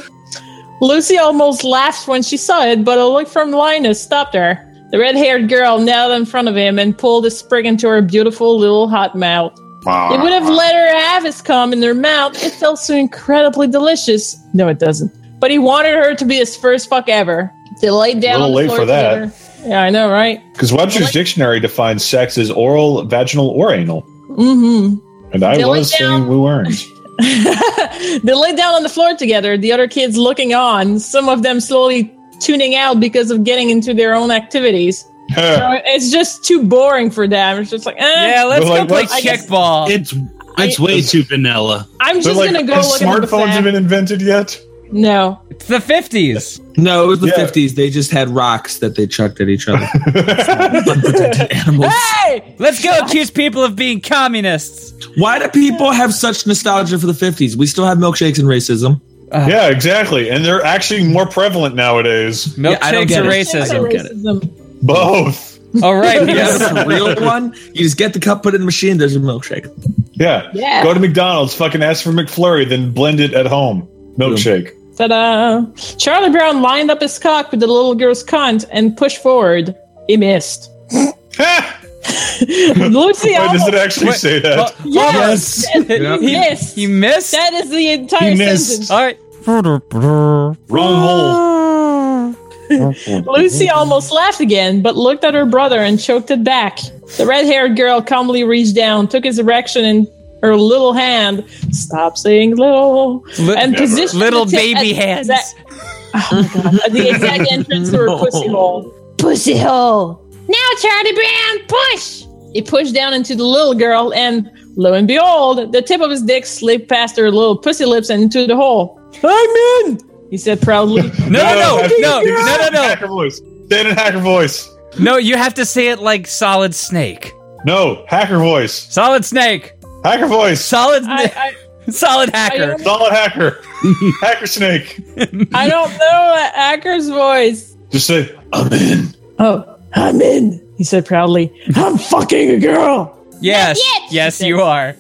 Speaker 7: Lucy almost laughed when she saw it, but a look from Linus stopped her. The red haired girl knelt in front of him and pulled a sprig into her beautiful little hot mouth. It would have let her have his cum in her mouth. It felt so incredibly delicious. No, it doesn't. But he wanted her to be his first fuck ever. They laid down.
Speaker 4: Little
Speaker 7: on the
Speaker 4: late
Speaker 7: floor
Speaker 4: for that.
Speaker 7: together. Yeah, I know, right?
Speaker 4: Because Webster's dictionary defines sex as oral, vaginal, or anal.
Speaker 7: Mm-hmm.
Speaker 4: And I
Speaker 7: Dilly
Speaker 4: was saying we weren't.
Speaker 7: They lay down on the floor together, the other kids looking on, some of them slowly tuning out because of getting into their own activities. So it's just too boring for them. It's just like, eh,
Speaker 1: Yeah, let's
Speaker 7: I
Speaker 1: go play
Speaker 7: guess-
Speaker 1: kickball.
Speaker 8: It's it's way too vanilla.
Speaker 7: I'm just
Speaker 4: They're like,
Speaker 7: gonna go
Speaker 4: "Have
Speaker 7: look at the
Speaker 4: smartphones
Speaker 7: fact-
Speaker 4: have been invented yet?
Speaker 7: No.
Speaker 1: It's the fifties.
Speaker 12: No, it was the fifties. They just had rocks that they chucked at each
Speaker 4: <laughs>
Speaker 12: other.
Speaker 1: Hey, let's go accuse people of being communists.
Speaker 12: Why do people have such nostalgia for the fifties? We still have milkshakes and racism.
Speaker 4: yeah, exactly. And they're actually more prevalent nowadays.
Speaker 12: Yeah, I don't get it. I don't get it.
Speaker 4: Both.
Speaker 1: All
Speaker 12: right,
Speaker 4: right,
Speaker 12: you
Speaker 4: yes.
Speaker 12: have a real one. You just get the cup, put it in the machine. There's a milkshake.
Speaker 4: Yeah.
Speaker 7: Yeah.
Speaker 4: Go to McDonald's, fucking ask for McFlurry, then blend it at home. Milkshake.
Speaker 7: Ta-da! Charlie Brown lined up his cock with the little girl's cunt and pushed forward. He missed. <laughs> Lucy
Speaker 4: Wait, does it
Speaker 7: almost-
Speaker 4: actually say that?
Speaker 7: Yes. <laughs>
Speaker 1: Yep.
Speaker 7: He
Speaker 1: He-
Speaker 7: missed.
Speaker 1: he missed?
Speaker 7: That is the entire
Speaker 1: He missed.
Speaker 7: sentence.
Speaker 1: All right.
Speaker 4: Wrong hole.
Speaker 7: Lucy almost laughed again, but looked at her brother and choked it back. The red haired girl calmly reached down, took his erection in her little hand, stop saying little,
Speaker 22: Li-
Speaker 7: and
Speaker 22: Never.
Speaker 7: positioned
Speaker 22: Little
Speaker 7: the tip
Speaker 22: baby
Speaker 7: at
Speaker 22: hands.
Speaker 7: The exact, oh my God, at <laughs> the exact entrance to her pussy hole.
Speaker 18: Pussy hole.
Speaker 7: Now, Charlie Brown, push! He pushed down into the little girl, and lo and behold, the tip of his dick slid past her little pussy lips and into the hole. I'm in! He said proudly.
Speaker 1: <laughs>
Speaker 7: <laughs>
Speaker 1: no, no,
Speaker 7: You're
Speaker 1: no, no,
Speaker 7: out!
Speaker 1: no.
Speaker 4: Hacker voice. Stand in hacker voice.
Speaker 1: No, you have to say it like Solid Snake.
Speaker 4: No, hacker voice.
Speaker 1: Solid Snake.
Speaker 4: Hacker voice.
Speaker 1: Solid.
Speaker 7: I,
Speaker 1: solid hacker.
Speaker 4: Solid hacker. hacker snake.
Speaker 7: I don't know that Acker's voice.
Speaker 4: Just say,
Speaker 7: Oh, I'm in, he said proudly. I'm fucking a girl.
Speaker 1: Yes. Yes, you are.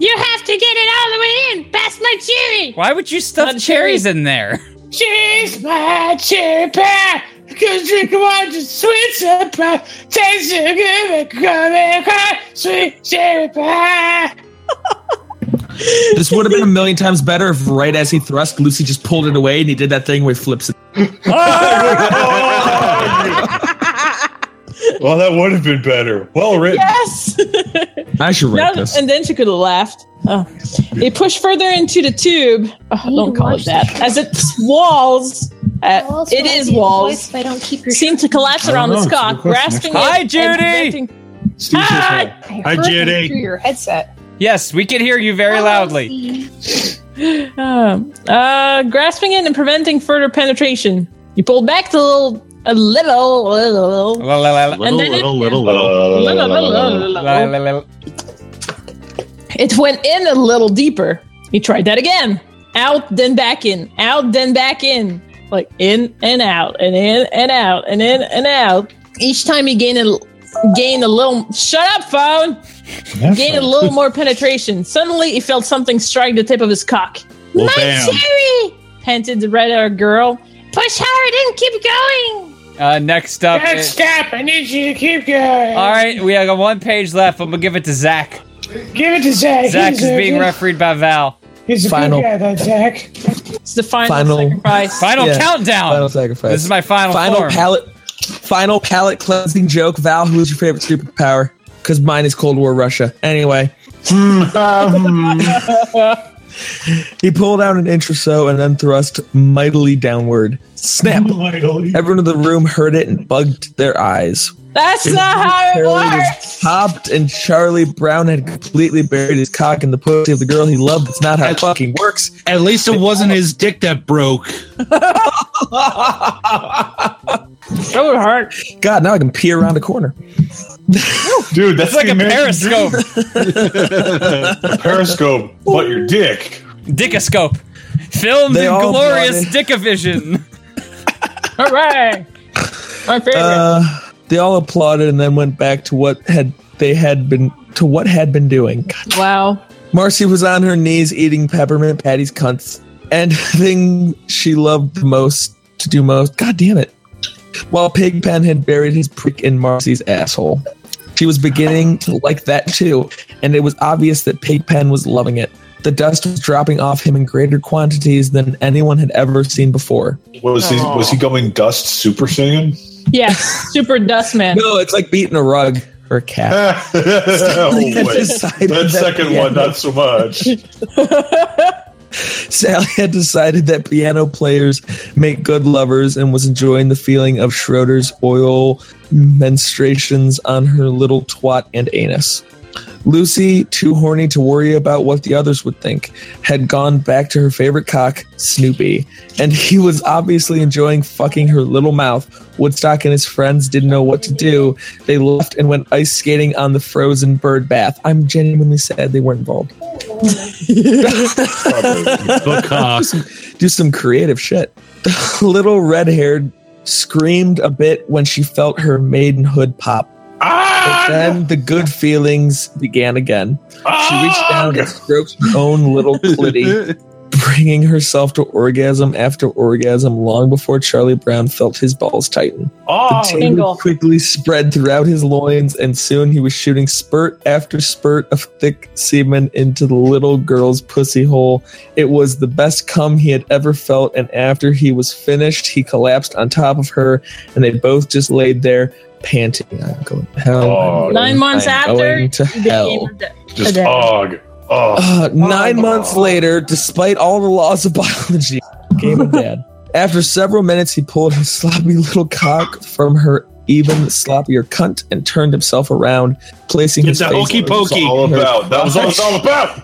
Speaker 18: You have to get it all the way in, past my cherry.
Speaker 1: Why would you stuff cherries in there?
Speaker 19: Cheers, my cherry pie. Cause drink one just sweet surprise. Taste so good, come and cry. Sweet cherry
Speaker 4: <laughs> Oh.
Speaker 19: pie.
Speaker 12: This would have been a million times better if, right as he thrust, Lucy just pulled it away and he did that thing where he flips it.
Speaker 4: well, that would have been better. Well written.
Speaker 7: Yes.
Speaker 12: I should
Speaker 7: Now- and then she could have laughed. Oh. He pushed further into the tube. Oh, don't call it that. As its walls, uh, it is walls,
Speaker 18: If I don't keep your
Speaker 7: seem to collapse
Speaker 18: I don't
Speaker 7: around
Speaker 18: know,
Speaker 7: his
Speaker 18: it's a
Speaker 7: cock,
Speaker 18: good question.
Speaker 7: grasping
Speaker 18: Hi,
Speaker 7: it. and
Speaker 18: Judy!
Speaker 7: preventing- <laughs>
Speaker 4: Hi,
Speaker 1: Hi, Judy.
Speaker 18: Through your headset.
Speaker 1: Yes, we can hear you very loudly.
Speaker 7: Um, uh, grasping it and preventing further penetration. You pulled back the little, a little, little,
Speaker 1: La, la, la, la.
Speaker 7: And then it-
Speaker 1: little,
Speaker 7: La, la, la, la, la, la.
Speaker 4: Uh,
Speaker 7: It went in a little deeper. He tried that again. Out, then back in. Out, then back in. Like in and out, and in and out, and in and out. Each time he gained a gained a little. Shut up, phone. Gained a little more penetration. Suddenly, he felt something strike the tip of his cock.
Speaker 4: Well,
Speaker 7: My
Speaker 4: bam.
Speaker 7: cherry, panted the red-haired girl.
Speaker 18: Push hard and keep going.
Speaker 1: Uh, next up.
Speaker 19: Don't
Speaker 1: is-
Speaker 19: stop. I need you to keep going.
Speaker 1: All right, we have one page left. I'm gonna give it to Zach.
Speaker 19: Give it to Zach.
Speaker 1: Zach
Speaker 19: He
Speaker 1: is
Speaker 19: deserves
Speaker 1: being
Speaker 19: it.
Speaker 1: refereed by Val.
Speaker 19: He's a
Speaker 1: Final.
Speaker 19: good guy, that Zach.
Speaker 7: It's the final,
Speaker 12: Final-
Speaker 7: sacrifice.
Speaker 1: Final
Speaker 12: Yeah.
Speaker 1: countdown.
Speaker 12: Final sacrifice.
Speaker 1: This is my final
Speaker 12: Final
Speaker 1: form.
Speaker 12: palate. Final palate cleansing joke. Val, who's your favorite superpower? Because mine is Cold War Russia. Anyway.
Speaker 4: Hmm.
Speaker 12: <laughs> he pulled out an inch or so and then thrust mightily downward. Snap! Everyone in the room heard it and bugged their eyes.
Speaker 7: That's not how it
Speaker 12: Charlie
Speaker 7: works.
Speaker 12: was popped, and Charlie Brown had completely buried his cock in the pussy of the girl he loved. It's not how it fucking works.
Speaker 8: At least it wasn't his dick
Speaker 7: <laughs>
Speaker 8: that broke.
Speaker 7: That would hurt.
Speaker 12: God, now I can peer around a corner.
Speaker 4: Dude, that's
Speaker 1: like
Speaker 4: the
Speaker 1: a
Speaker 4: American
Speaker 1: periscope.
Speaker 4: Periscope, but your dick.
Speaker 1: Dickoscope. Filmed
Speaker 12: They
Speaker 1: in
Speaker 12: all
Speaker 1: glorious
Speaker 12: brought
Speaker 1: Dickavision.
Speaker 12: <laughs>
Speaker 7: Hooray! My favorite.
Speaker 12: Uh, they all applauded and then went back to what had they had been to what had been doing.
Speaker 7: Wow.
Speaker 12: Marcy was on her knees eating peppermint patty's cunts and <laughs> thing she loved the most to do most. God damn it. While Pigpen had buried his prick in Marcy's asshole. She was beginning to like that too, and it was obvious that Pigpen was loving it. The dust was dropping off him in greater quantities than anyone had ever seen before.
Speaker 4: Was he was he going dust super
Speaker 12: <laughs>
Speaker 4: saiyan?
Speaker 7: Yes, Super Dust Man.
Speaker 12: No, it's like beating a rug or a cat. <laughs>
Speaker 4: oh, wait.
Speaker 12: Decided
Speaker 4: That
Speaker 12: that
Speaker 4: second
Speaker 12: the
Speaker 4: one,
Speaker 12: end-
Speaker 4: not so much.
Speaker 12: Sally had decided that piano players make good lovers and was enjoying the feeling of Schroeder's oil menstruations on her little twat and anus. Lucy, too horny to worry about what the others would think, had gone back to her favorite cock, Snoopy, and he was obviously enjoying fucking her little mouth. Woodstock and his friends didn't know what to do. They left and went ice skating on the frozen bird bath. I'm genuinely sad they weren't involved. do, some, do some creative shit. <laughs> The little red haired screamed a bit when she felt her maidenhood pop. but then the good
Speaker 4: Ah. <laughs>
Speaker 12: feelings began again. She reached down and stroked her own little clitty, bringing herself to orgasm after orgasm long before Charlie Brown felt his balls tighten.
Speaker 7: Oh,
Speaker 12: the taper
Speaker 7: tingle.
Speaker 12: quickly
Speaker 4: <laughs>
Speaker 12: spread throughout his loins, and soon he was shooting spurt after spurt of thick semen into the little girl's pussy hole. It was the best cum he had ever felt, and after he was finished, he collapsed on top of her, and they both just laid there panting. I'm going to hell.
Speaker 7: Oh,
Speaker 12: I'm
Speaker 7: Nine
Speaker 12: going-
Speaker 7: months
Speaker 12: I'm
Speaker 7: after,
Speaker 12: going to
Speaker 7: he
Speaker 12: hell.
Speaker 7: became a- Just a- og.
Speaker 12: Uh, nine months later, despite all the laws of biology, game of dad. After several minutes, he pulled his sloppy little cock from her even sloppier cunt and turned himself around, placing
Speaker 4: It's
Speaker 12: his
Speaker 4: a
Speaker 12: face
Speaker 4: hokey pokey.
Speaker 12: all
Speaker 4: about. That was all it's
Speaker 12: <laughs>
Speaker 4: all about.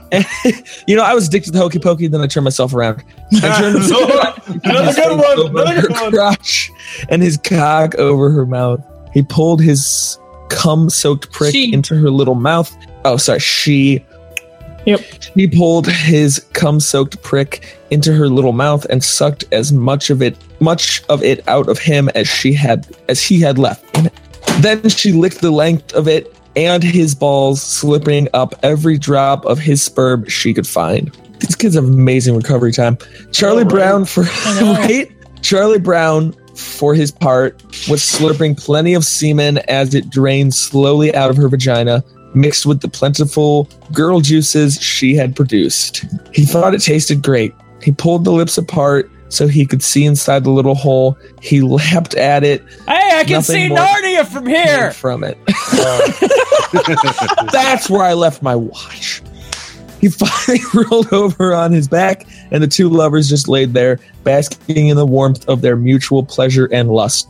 Speaker 12: you know, I was addicted to hokey pokey, then I turned myself around. I turned
Speaker 4: Another good one. Another
Speaker 12: her
Speaker 4: good
Speaker 12: <laughs>
Speaker 4: one.
Speaker 12: crotch and his cock over her mouth. He pulled his cum soaked prick into her little mouth. Oh, sorry, she.
Speaker 7: Yep.
Speaker 12: He pulled his cum soaked prick into her little mouth and sucked as much of it much of it out of him as she had as he had left. Damn it. Then she licked the length of it and his balls, slipping up every drop of his sperm she could find. These kids have amazing recovery time. Charlie Brown for <laughs> right? Charlie Brown, for his part, was slurping plenty of semen as it drained slowly out of her vagina, mixed with the plentiful girl juices she had produced. He thought it tasted great. He pulled the lips apart so he could see inside the little hole. He <laughs> lapped at it.
Speaker 1: Hey, I can
Speaker 12: Nothing
Speaker 1: see
Speaker 12: more
Speaker 1: Narnia from
Speaker 12: came
Speaker 1: here.
Speaker 12: from it. That's where I left my watch. He finally <laughs> rolled over on his back, and the two lovers just laid there, basking in the warmth of their mutual pleasure and lust.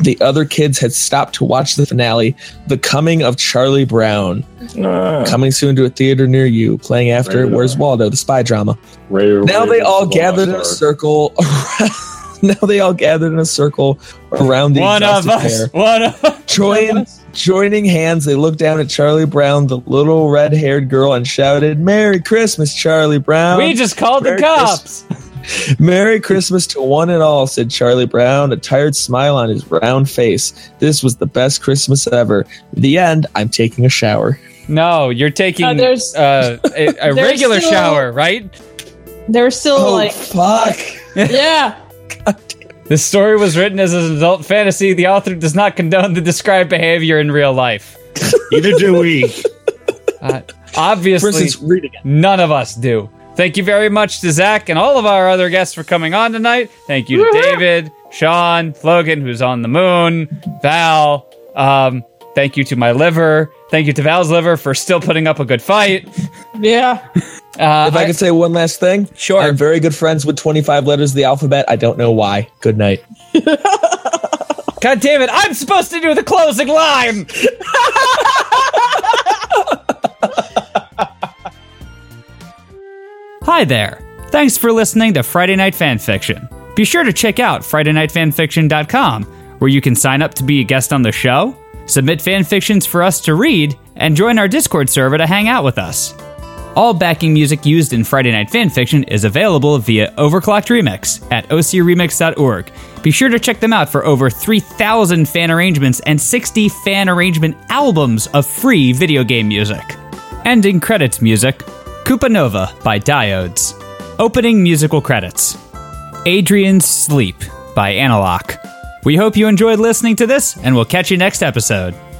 Speaker 12: The other kids had stopped to watch the finale, The Coming of Charlie Brown. Coming soon to a theater near you, playing after
Speaker 4: Rated
Speaker 12: Where's Waldo, the spy drama. <laughs> now they all gathered in a circle around, <laughs> now they all gathered in a circle around the
Speaker 1: One of
Speaker 12: exhausted
Speaker 1: us.
Speaker 12: pair.
Speaker 1: One of us.
Speaker 12: Join, joining hands, they looked down at Charlie Brown, the little red haired girl, and shouted, Merry Christmas, Charlie Brown.
Speaker 1: We just called the cops.
Speaker 12: Christmas- Merry Christmas to one and all, said Charlie Brown, a tired smile on his round face. This was the best Christmas ever. The end, I'm taking a shower.
Speaker 1: No, Oh, you're taking
Speaker 7: Uh, there's-
Speaker 1: uh, a, a
Speaker 7: there's
Speaker 1: regular
Speaker 7: still-
Speaker 1: shower, right?
Speaker 7: They're still like
Speaker 12: fuck.
Speaker 7: Yeah.
Speaker 1: This story was written as an adult fantasy. The author does not condone the described behavior in real life. Uh,
Speaker 8: Neither do
Speaker 12: <laughs>
Speaker 8: we.
Speaker 1: obviously,
Speaker 8: For instance,
Speaker 1: none of us do. Thank you very much to Zach and all of our other guests for coming on tonight. Thank you to David, Sean, Logan, who's on the moon, Val. Um, thank you to my liver. Thank you to Val's liver for still putting up a good fight.
Speaker 12: <laughs>
Speaker 7: Yeah.
Speaker 1: Uh,
Speaker 12: if I, could say one last thing, sure. I'm very good friends with 25 letters of the alphabet. I don't know why. Good night.
Speaker 1: God damn it! I'm supposed to do the closing line. <laughs> Hi there. Thanks for listening to Friday Night Fanfiction. Be sure to check out FridayNightFanfiction.com, where you can sign up to be a guest on the show, submit fanfictions for us to read, and join our Discord server to hang out with us. All backing music used in Friday Night Fanfiction is available via Overclocked Remix at ocremix.org. Be sure to check them out for over 3,000 fan arrangements and 60 fan arrangement albums of free video game music. Ending credits music Koopa Nova by Diodes. Opening musical credits Adrian's Sleep by Analog. We hope you enjoyed listening to this, and we'll catch you next episode.